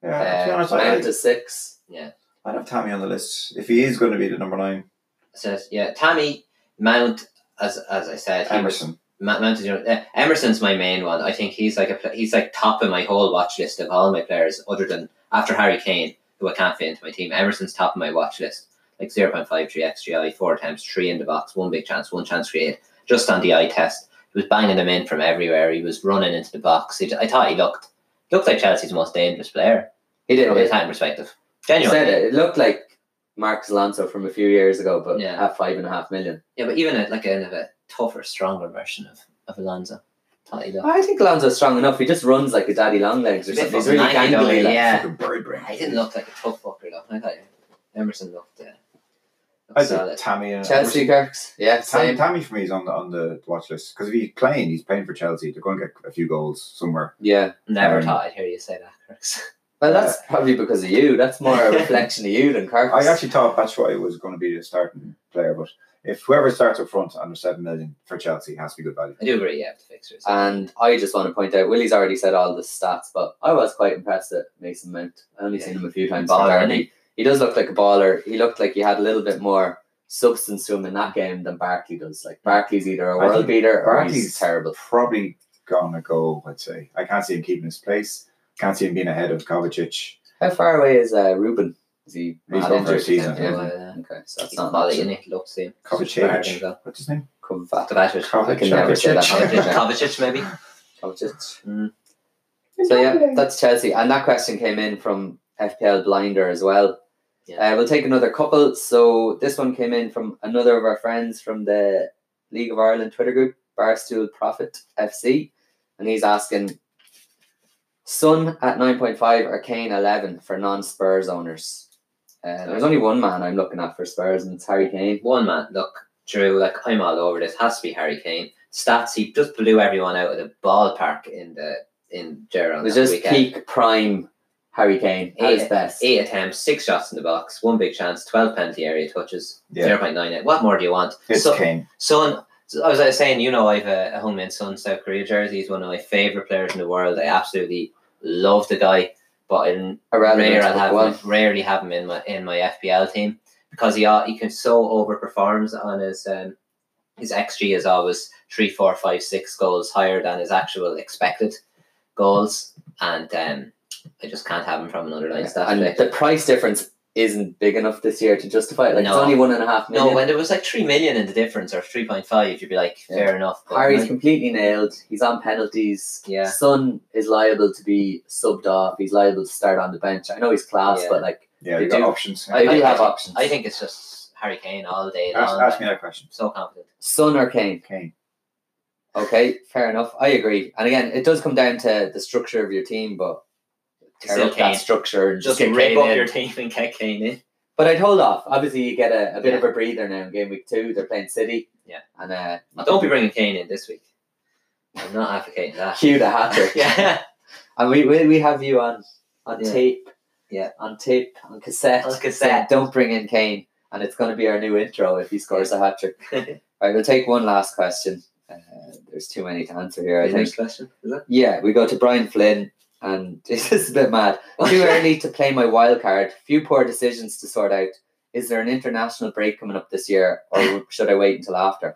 Speaker 3: Yeah, to be
Speaker 1: Uh,
Speaker 3: honest, I,
Speaker 1: Mount is six.
Speaker 3: I- I'd have Tammy on the list if he is going to be the number nine.
Speaker 2: Says yeah. Tammy Mount, as as I said, he was-
Speaker 3: Emerson,
Speaker 2: Ma- Mount is your- uh, Emerson's my main one. I think he's like a pla- he's like top in my whole watch list of all my players, other than after Harry Kane, who I can't fit into my team. Emerson's top of my watch list. Like 0.53 XGI, four attempts, three in the box, one big chance, one chance created, just on the eye test. He was banging them in from everywhere. He was running into the box. He, I thought he looked looked like Chelsea's most dangerous player
Speaker 1: He did
Speaker 2: from a
Speaker 1: it.
Speaker 2: time perspective.
Speaker 1: He
Speaker 2: Genuinely.
Speaker 1: said it. It looked like Marcus Alonso from a few years ago, but
Speaker 2: Yeah.
Speaker 1: at five and a half million.
Speaker 2: Yeah, but even a, like a, a tougher, stronger version of, of Alonso. Thought he'd-
Speaker 1: I think Alonso's strong enough. He just runs like a daddy long legs or
Speaker 2: He's a bit
Speaker 1: something. He's really
Speaker 2: fucking lanky, though,
Speaker 1: gangly. like.
Speaker 2: Yeah.
Speaker 3: fucking bird brain.
Speaker 2: He didn't look like a tough fucker though. I thought he- Emerson looked, uh, looked
Speaker 3: I
Speaker 2: solid.
Speaker 3: think Tammy and
Speaker 1: Chelsea Kirks, yeah,
Speaker 3: Tammy,
Speaker 1: same.
Speaker 3: Tammy for me is on the on the watch list because if he's playing, he's playing for Chelsea. They're going to get a few goals somewhere.
Speaker 1: Yeah.
Speaker 2: Never
Speaker 3: Um,
Speaker 2: thought I'd hear you say that, Chris.
Speaker 1: Well, that's probably because of you. That's more a reflection of you than Kirks.
Speaker 3: I actually thought Batshuayi was going to be the starting player, but if whoever starts up front under seven million for Chelsea has to be good value.
Speaker 2: [laughs] I do agree, you have to fix yourself.
Speaker 1: And I just want to point out, Willie's already said all the stats, but I was quite impressed at Mason Mount. I only
Speaker 2: Yeah.
Speaker 1: seen him a few times.
Speaker 2: He's a baller,
Speaker 1: Baller, and
Speaker 2: isn't
Speaker 1: he, he does look like a baller. He looked like he had a little bit more substance to him in that game than Barkley does. Like Barkley's either a
Speaker 3: I
Speaker 1: world
Speaker 3: think
Speaker 1: beater or he's
Speaker 3: Barkley's-
Speaker 1: terrible.
Speaker 3: Probably gonna go. I'd say I can't see him keeping his place. Can't see him being ahead of Kovacic.
Speaker 1: How far away is uh, Ruben? Is he?
Speaker 3: He's
Speaker 1: not
Speaker 3: gone for a
Speaker 1: injured?
Speaker 3: season.
Speaker 1: Yeah.
Speaker 2: Uh,
Speaker 1: Okay, so that's
Speaker 2: That's
Speaker 1: not
Speaker 2: not
Speaker 1: an
Speaker 2: Molly
Speaker 1: option.
Speaker 2: in it. Love seeing
Speaker 3: Kovacic. What's his name?
Speaker 1: Kovac-
Speaker 2: Kovacic.
Speaker 1: I can never say
Speaker 3: [laughs]
Speaker 1: that.
Speaker 2: Kovacic,
Speaker 1: Yeah.
Speaker 2: Kovacic maybe.
Speaker 1: Kovacic. Mm. So
Speaker 3: So
Speaker 1: yeah, that's Chelsea, and that question came in from FPL Blinder as well.
Speaker 2: Yeah.
Speaker 1: Uh, we'll take another couple. So this one came in from another of our friends from the League of Ireland Twitter group, Barstool Profit FC, and he's asking: Sun at nine point five or Kane eleven for non-Spurs owners. Uh, there's only one man I'm looking at for Spurs, and it's Harry Kane.
Speaker 2: One man, look, Drew, like I'm all over this. Has to be Harry Kane. Stats, he just blew everyone out of the ballpark in the in
Speaker 1: It
Speaker 2: Gerald
Speaker 1: was
Speaker 2: this
Speaker 1: just
Speaker 2: weekend.
Speaker 1: peak prime Harry Kane at his
Speaker 2: Yeah.
Speaker 1: best.
Speaker 2: Eight attempts, six shots in the box, one big chance, twelve penalty area touches,
Speaker 3: Yeah.
Speaker 2: zero point nine eight. What more do you want?
Speaker 3: It's
Speaker 2: So-
Speaker 3: Kane.
Speaker 2: Son, so I was uh, saying, you know, I've a, a Hungman Son South Korea jersey. He's one of my favorite players in the world. I absolutely love the guy, but in
Speaker 1: Irrelevant,
Speaker 2: rare
Speaker 1: but
Speaker 2: I'll have
Speaker 1: well.
Speaker 2: him, rarely have him in my in my FPL team because he al- he can so overperforms on his um, his xG is always three, four, five, six goals higher than his actual expected goals, and um, I just can't have him from another line stat.
Speaker 1: and
Speaker 2: today.
Speaker 1: the price difference isn't big enough this year to justify it. Like it's
Speaker 2: No.
Speaker 1: only one and a half million.
Speaker 2: No, when there was like three million in the difference or three point five, you'd be like,
Speaker 1: Yeah.
Speaker 2: fair enough. but
Speaker 1: Harry's
Speaker 2: nine-
Speaker 1: completely nailed. He's on penalties.
Speaker 2: Yeah.
Speaker 1: Son is liable to be subbed off. He's liable to start on the bench. I know he's class,
Speaker 2: Yeah.
Speaker 1: but like
Speaker 3: Yeah,
Speaker 1: They
Speaker 3: they've got
Speaker 1: do.
Speaker 3: options.
Speaker 1: they
Speaker 2: I-
Speaker 1: do
Speaker 2: I-
Speaker 1: have options.
Speaker 2: I think it's just Harry Kane all day
Speaker 3: ask,
Speaker 2: long.
Speaker 3: ask me that question.
Speaker 2: so confident.
Speaker 1: Son or Kane.
Speaker 3: Kane.
Speaker 1: Okay, fair enough. I agree. And again, it does come down to the structure of your team, but tear
Speaker 2: Still
Speaker 1: up that
Speaker 2: Kane.
Speaker 1: structure and just,
Speaker 2: Just
Speaker 1: get
Speaker 2: rip
Speaker 1: Kane
Speaker 2: up
Speaker 1: in.
Speaker 2: your team and get Kane in.
Speaker 1: But I'd hold off. Obviously, you get a, a bit
Speaker 2: Yeah.
Speaker 1: of a breather now in game week two. They're playing City.
Speaker 2: Yeah.
Speaker 1: And uh,
Speaker 2: Don't be bringing Kane in this week. I'm not advocating that.
Speaker 1: cue the hat [laughs] trick.
Speaker 2: [laughs] yeah.
Speaker 1: And we, we, we have you on on
Speaker 2: Yeah.
Speaker 1: tape.
Speaker 2: Yeah.
Speaker 1: On tape, on cassette.
Speaker 2: On cassette.
Speaker 1: [laughs] saying, Don't bring in Kane. And it's going to be our new intro if he scores a hat trick. Right, we'll take one last question. Uh, there's too many to answer here, I think.
Speaker 2: Next question. Is it?
Speaker 1: Yeah, we go to Brian Flynn. And [laughs] this is a bit mad. Too
Speaker 2: [laughs]
Speaker 1: early to play my wild card. Few poor decisions to sort out. Is there an international break coming up this year or should I wait until after?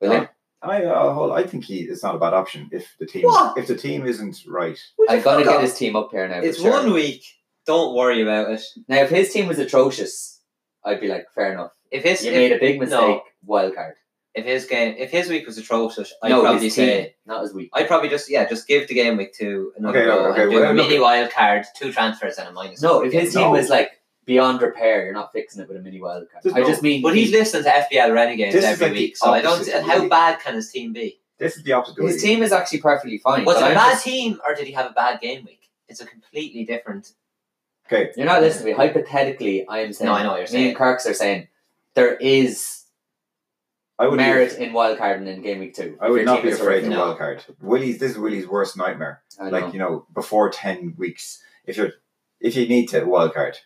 Speaker 1: Will
Speaker 3: No. I uh, hold, I think he it's not a bad option if the team
Speaker 2: What?
Speaker 3: if the team isn't right.
Speaker 1: I've got to get his team up here now. for
Speaker 2: Oh, It's
Speaker 1: sure.
Speaker 2: one week. Don't worry about it.
Speaker 1: Now, if his team was atrocious, I'd be like, fair enough.
Speaker 2: If his
Speaker 1: You
Speaker 2: if,
Speaker 1: made a big
Speaker 2: no.
Speaker 1: mistake, wild card.
Speaker 2: if his game if his week was atrocious, I'd
Speaker 1: no,
Speaker 2: probably
Speaker 1: his team,
Speaker 2: say
Speaker 1: not his week.
Speaker 2: I'd probably just yeah just give the game week two another
Speaker 3: Okay,
Speaker 2: go
Speaker 3: okay,
Speaker 2: and do a
Speaker 3: well, look
Speaker 2: mini wild card, two transfers and a minus.
Speaker 1: No,
Speaker 2: one
Speaker 1: if his
Speaker 2: game.
Speaker 1: team
Speaker 3: No.
Speaker 1: was like beyond repair, you're not fixing it with a mini wild card.
Speaker 3: There's
Speaker 1: I
Speaker 3: no-
Speaker 1: just mean,
Speaker 2: But he's listening to FBL Renegades
Speaker 3: This is
Speaker 2: every
Speaker 3: like the
Speaker 2: week, so I don't.
Speaker 3: opposite of
Speaker 2: How
Speaker 3: you.
Speaker 2: bad can his team be?
Speaker 3: This is the opposite.
Speaker 1: his team is actually perfectly fine.
Speaker 2: Was it
Speaker 1: but
Speaker 2: a
Speaker 1: I'm
Speaker 2: bad
Speaker 1: just-
Speaker 2: team, or did he have a bad game week? It's a completely different.
Speaker 3: Okay,
Speaker 1: You're not listening to me. Hypothetically, I am saying.
Speaker 2: No, I know what you're
Speaker 1: Me
Speaker 2: saying.
Speaker 1: and Kirk's are saying there is
Speaker 3: I would
Speaker 1: merit in wild card and in game week two.
Speaker 3: I would
Speaker 1: Your
Speaker 3: not
Speaker 1: team
Speaker 3: be
Speaker 1: is
Speaker 3: afraid of
Speaker 1: horrific.
Speaker 2: No.
Speaker 3: wild card. Willie's this is Willie's worst nightmare.
Speaker 1: I know.
Speaker 3: Like you know, before ten weeks, if you're if you need to wild card,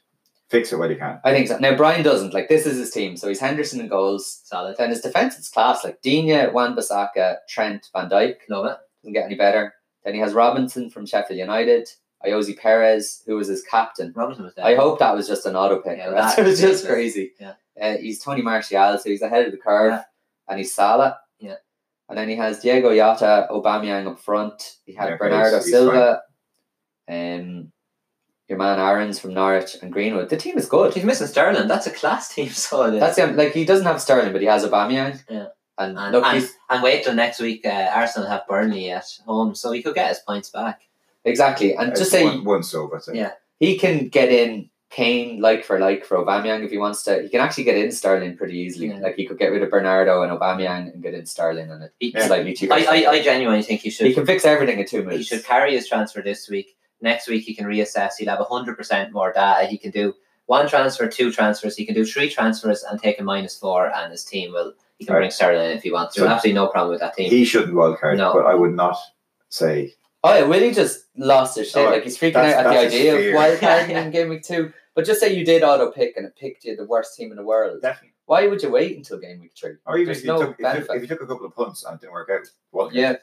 Speaker 3: fix it while you can.
Speaker 1: I think so. Now Brian doesn't like this is his team, so he's Henderson in goals.
Speaker 2: Solid.
Speaker 1: Then his defense is class, like Dina, Wan Bissaka, Trent, Van Dyke.
Speaker 2: Love it.
Speaker 1: doesn't get any better. Then he has Robinson from Sheffield United, Iosi Perez, who was his captain.
Speaker 2: Robinson was there.
Speaker 1: I hope that was just an auto pick. [laughs]
Speaker 2: Yeah,
Speaker 1: that
Speaker 2: that
Speaker 1: was
Speaker 2: is
Speaker 1: just
Speaker 2: ridiculous.
Speaker 1: crazy.
Speaker 2: Yeah.
Speaker 1: Uh, he's Tony Martial, so he's ahead of the curve,
Speaker 2: Yeah.
Speaker 1: and he's Salah.
Speaker 2: Yeah.
Speaker 1: And then he has Diego Yata, Aubameyang up front. He had
Speaker 3: Yeah, okay,
Speaker 1: Bernardo
Speaker 3: he's- he's
Speaker 1: Silva, um, your man Aaron's from Norwich and Greenwood. The team is good.
Speaker 2: He's missing Sterling. That's a class team, [laughs] so it is.
Speaker 1: That's him. Like he doesn't have Sterling, but he has Aubameyang.
Speaker 2: Yeah.
Speaker 1: And,
Speaker 2: and,
Speaker 1: look,
Speaker 2: and,
Speaker 1: he's,
Speaker 2: and wait till next week. Uh, Arsenal have Burnley at home, so he could get his points back.
Speaker 1: exactly. And
Speaker 3: It's
Speaker 1: just say
Speaker 3: one, one so that's it.
Speaker 2: Yeah.
Speaker 1: he can get in Kane like for like for Aubameyang if he wants to. He can actually get in Sterling pretty easily.
Speaker 2: Yeah.
Speaker 1: Like he could get rid of Bernardo and Aubameyang and get in Sterling and it
Speaker 2: He,
Speaker 1: slightly cheaper.
Speaker 2: I, I, I genuinely think he should.
Speaker 1: he can fix everything in two
Speaker 2: he
Speaker 1: moves.
Speaker 2: should carry his transfer this week. Next week he can reassess. He'll have hundred percent more data. He can do one transfer, two transfers. He can do three transfers and take a minus four, and his team will. He can
Speaker 3: Right.
Speaker 2: bring Sterling in if he wants.
Speaker 3: So-
Speaker 2: There's absolutely no problem with that team.
Speaker 3: He shouldn't wild card,
Speaker 2: No.
Speaker 3: but I would not say
Speaker 1: Oh yeah, Willie just lost his shit.
Speaker 3: Oh,
Speaker 1: like he's freaking
Speaker 3: that's-
Speaker 1: out at the
Speaker 3: that's his
Speaker 1: idea
Speaker 3: fear.
Speaker 1: of wild
Speaker 2: [laughs]
Speaker 1: carding in game week two. But just say you did auto pick and it picked you the worst team in the world.
Speaker 3: definitely.
Speaker 1: Why would you wait until game week three?
Speaker 3: Or even
Speaker 1: There's
Speaker 3: if you,
Speaker 1: no
Speaker 3: took, if, you took,
Speaker 1: benefit.
Speaker 3: if you took a couple of punts and it didn't work out, well,
Speaker 1: Yeah,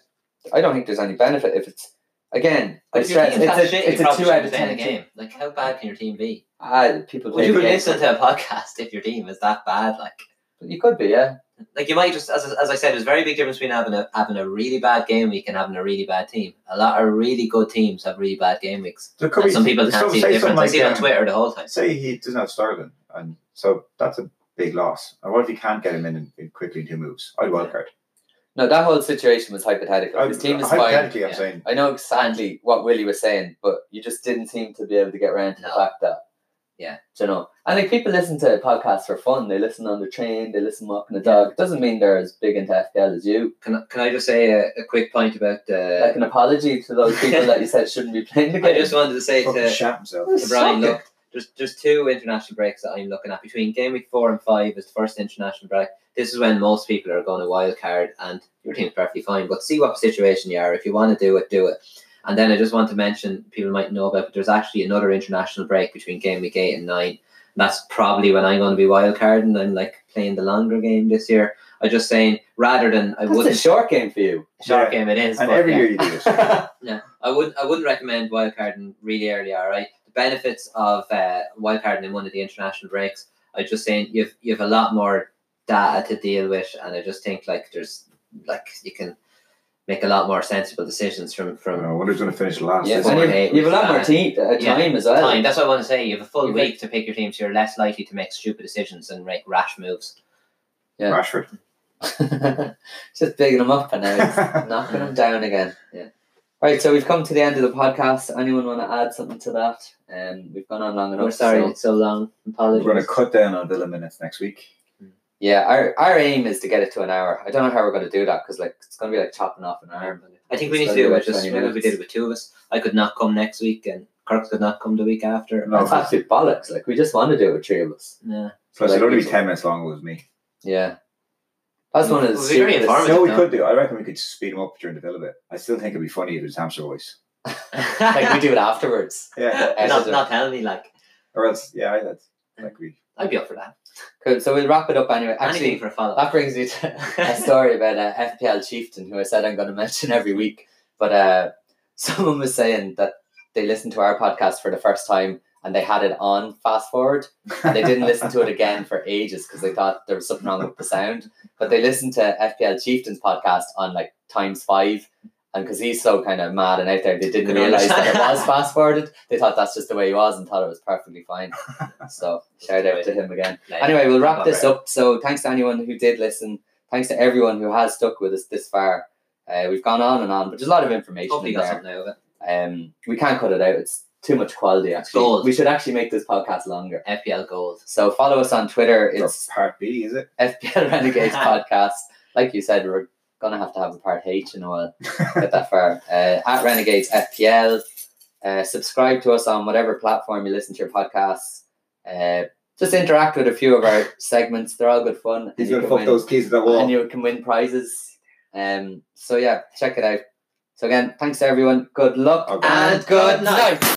Speaker 1: I don't think there's any benefit if it's again. I
Speaker 2: If your
Speaker 1: stress
Speaker 2: team's
Speaker 1: it's
Speaker 2: that
Speaker 1: a
Speaker 2: shit, you
Speaker 1: it's a
Speaker 2: probably
Speaker 1: two out of
Speaker 2: shouldn't play in
Speaker 1: ten
Speaker 2: a
Speaker 1: game.
Speaker 2: game. Like, how bad can your team be?
Speaker 1: Ah, people
Speaker 2: Would
Speaker 1: play
Speaker 2: you
Speaker 1: games.
Speaker 2: listen to a podcast if your team is that bad? Like,
Speaker 1: You could be, yeah.
Speaker 2: like you might just, as, as I said, there's a very big difference between having a having a really bad game week and having a really bad team. A lot of really good teams have really bad game weeks.
Speaker 3: there could
Speaker 2: And
Speaker 3: be
Speaker 2: some people
Speaker 3: so
Speaker 2: can't see the
Speaker 3: say
Speaker 2: difference.
Speaker 3: something
Speaker 2: I
Speaker 3: like,
Speaker 2: see it on
Speaker 3: um,
Speaker 2: Twitter the whole time.
Speaker 3: Say he doesn't have Sterling, and so that's a big loss. And what if you can't get him in, in, quickly in two moves? I'd wild card.
Speaker 1: No, that whole situation was hypothetical.
Speaker 3: I'd-
Speaker 1: His team is fine.
Speaker 3: hypothetically, I'm
Speaker 2: yeah.
Speaker 3: saying
Speaker 1: I know exactly what Willie was saying, but you just didn't seem to be able to get around to the
Speaker 2: No.
Speaker 1: fact that.
Speaker 2: Yeah.
Speaker 1: Do you know? And like people listen to podcasts for fun. They listen on the train, they listen walking the dog. Doesn't mean they're as big into FPL as you.
Speaker 2: Can I- can I just say a, a quick point about the?
Speaker 1: like an apology to
Speaker 2: [laughs]
Speaker 1: those people that you said shouldn't be playing the
Speaker 2: I
Speaker 1: game.
Speaker 2: just wanted to say
Speaker 3: fucking
Speaker 2: to
Speaker 3: shat himself.
Speaker 1: It's
Speaker 2: to Brian,
Speaker 1: shocking.
Speaker 2: look, there's there's two international breaks that I'm looking at between game week four and five is the first international break. This is when most people are going to wild card, and your team's perfectly fine. But see what situation you are. If you want to do it, do it. And then I just want to mention people might know about, but there's actually another international break between game week eight and nine. That's probably when I'm going to be wild carding. I'm like playing the longer game this year. I just saying rather than I
Speaker 1: That's a
Speaker 2: wouldn't
Speaker 1: short game for you.
Speaker 2: short game it is.
Speaker 3: And
Speaker 2: but
Speaker 3: every
Speaker 2: yeah.
Speaker 3: year you do
Speaker 2: [laughs]
Speaker 3: this.
Speaker 2: No, I would I wouldn't recommend wildcarding really early. All right, the benefits of uh, wildcarding in one of the international breaks. I just saying you've you've a lot more data to deal with, and I just think like there's like you can make a lot more sensible decisions from
Speaker 3: I don't
Speaker 2: from
Speaker 3: know, I wonder who's going to finish last.
Speaker 1: Yeah,
Speaker 3: this
Speaker 2: four
Speaker 1: and
Speaker 2: and
Speaker 3: year.
Speaker 1: you've,
Speaker 2: eight
Speaker 1: you've a
Speaker 2: was
Speaker 1: lot more
Speaker 2: bad.
Speaker 1: te- uh,
Speaker 2: Yeah,
Speaker 1: time as well.
Speaker 2: time. That's what I want to say. You have a full
Speaker 1: You've
Speaker 2: week to pick your team, so you're less likely to make stupid decisions and make rash moves.
Speaker 1: Yeah.
Speaker 3: Rashford.
Speaker 1: [laughs] just bigging them up and
Speaker 2: [laughs]
Speaker 1: now
Speaker 3: [laughs]
Speaker 1: it's knocking them down again.
Speaker 2: Yeah.
Speaker 1: Right, so we've come to the end of the podcast. Anyone want to add something to that? Um, we've gone on long enough.
Speaker 2: We're sorry
Speaker 1: so-
Speaker 2: it's so long.
Speaker 3: We're
Speaker 2: Apologies.
Speaker 3: going to cut down on Villa minutes next week.
Speaker 1: Yeah, our, our aim is to get it to an hour. I don't know how we're going to do that because like it's going to be like chopping off an arm.
Speaker 2: I think we need
Speaker 1: It's
Speaker 2: to do
Speaker 1: only
Speaker 2: it
Speaker 1: about
Speaker 2: just
Speaker 1: 20
Speaker 2: we did it with two of us. I could not come next week, and Kirk could not come the week after.
Speaker 3: No,
Speaker 1: That's absolute bollocks. Like we just want to do it with three of us.
Speaker 2: Yeah.
Speaker 3: Plus,
Speaker 1: Like
Speaker 3: it'd only be
Speaker 1: usual.
Speaker 3: 10 minutes long with me.
Speaker 1: Yeah, that's one of the
Speaker 2: Well, we're very
Speaker 1: stupidest-
Speaker 2: informative.
Speaker 3: No, we
Speaker 2: No.
Speaker 3: could do. I reckon we could speed them up during the Villa bit. I still think it'd be funny if it was hamster voice.
Speaker 1: [laughs]
Speaker 3: [laughs]
Speaker 2: [laughs]
Speaker 1: like we do it afterwards. [laughs]
Speaker 3: Yeah.
Speaker 2: not, not tell me like
Speaker 3: Or else, yeah, I- that's like we.
Speaker 2: I'd be up for that.
Speaker 1: Cool. So we'll wrap it up anyway.
Speaker 2: Anything
Speaker 1: Actually,
Speaker 2: for a follow
Speaker 1: [laughs] that
Speaker 2: up.
Speaker 1: brings me to
Speaker 2: [laughs]
Speaker 1: a story about a FPL chieftain who I said I'm going to mention every week. But uh, [laughs] someone was saying that they listened to our podcast for the first time and they had it on fast forward. And they didn't listen to it again for ages because they thought there was something wrong with the sound. But they listened to FPL Chieftain's podcast on like times five. And because he's so kind of mad and out there, they didn't
Speaker 2: Couldn't
Speaker 1: realize that it
Speaker 2: understand.
Speaker 1: was fast forwarded. They thought that's just the way he was and thought it was perfectly fine. So shout out to him again. Anyway, we'll wrap this up. So thanks to anyone who did listen. Thanks to everyone who has stuck with us this far. Uh, we've gone on and on, but there's a lot of information
Speaker 2: Hopefully, you
Speaker 1: in
Speaker 2: got
Speaker 1: there.
Speaker 2: something out of it.
Speaker 1: Um, we can't cut it out. It's too much quality. Actually,
Speaker 2: gold.
Speaker 1: we should actually make this podcast longer.
Speaker 2: FPL Gold.
Speaker 1: So follow us on Twitter.
Speaker 3: Or
Speaker 1: [laughs] It's
Speaker 3: part B, is it?
Speaker 1: FPL
Speaker 2: [laughs]
Speaker 1: Renegades Podcast. Like you said, we're gonna have to have a part H in a while. Get that far. Uh, at Renegades FPL. Uh, subscribe to us on whatever platform you listen to your podcasts. Uh, just interact with a few of our segments. They're all good fun. and
Speaker 3: He's
Speaker 1: you
Speaker 3: going to
Speaker 1: can
Speaker 3: fuck
Speaker 1: win-
Speaker 3: those keys at that
Speaker 1: and
Speaker 3: wall.
Speaker 1: you can win prizes. Um, so yeah, check it out. So again, thanks to everyone. Good luck
Speaker 3: Okay.
Speaker 1: and good night.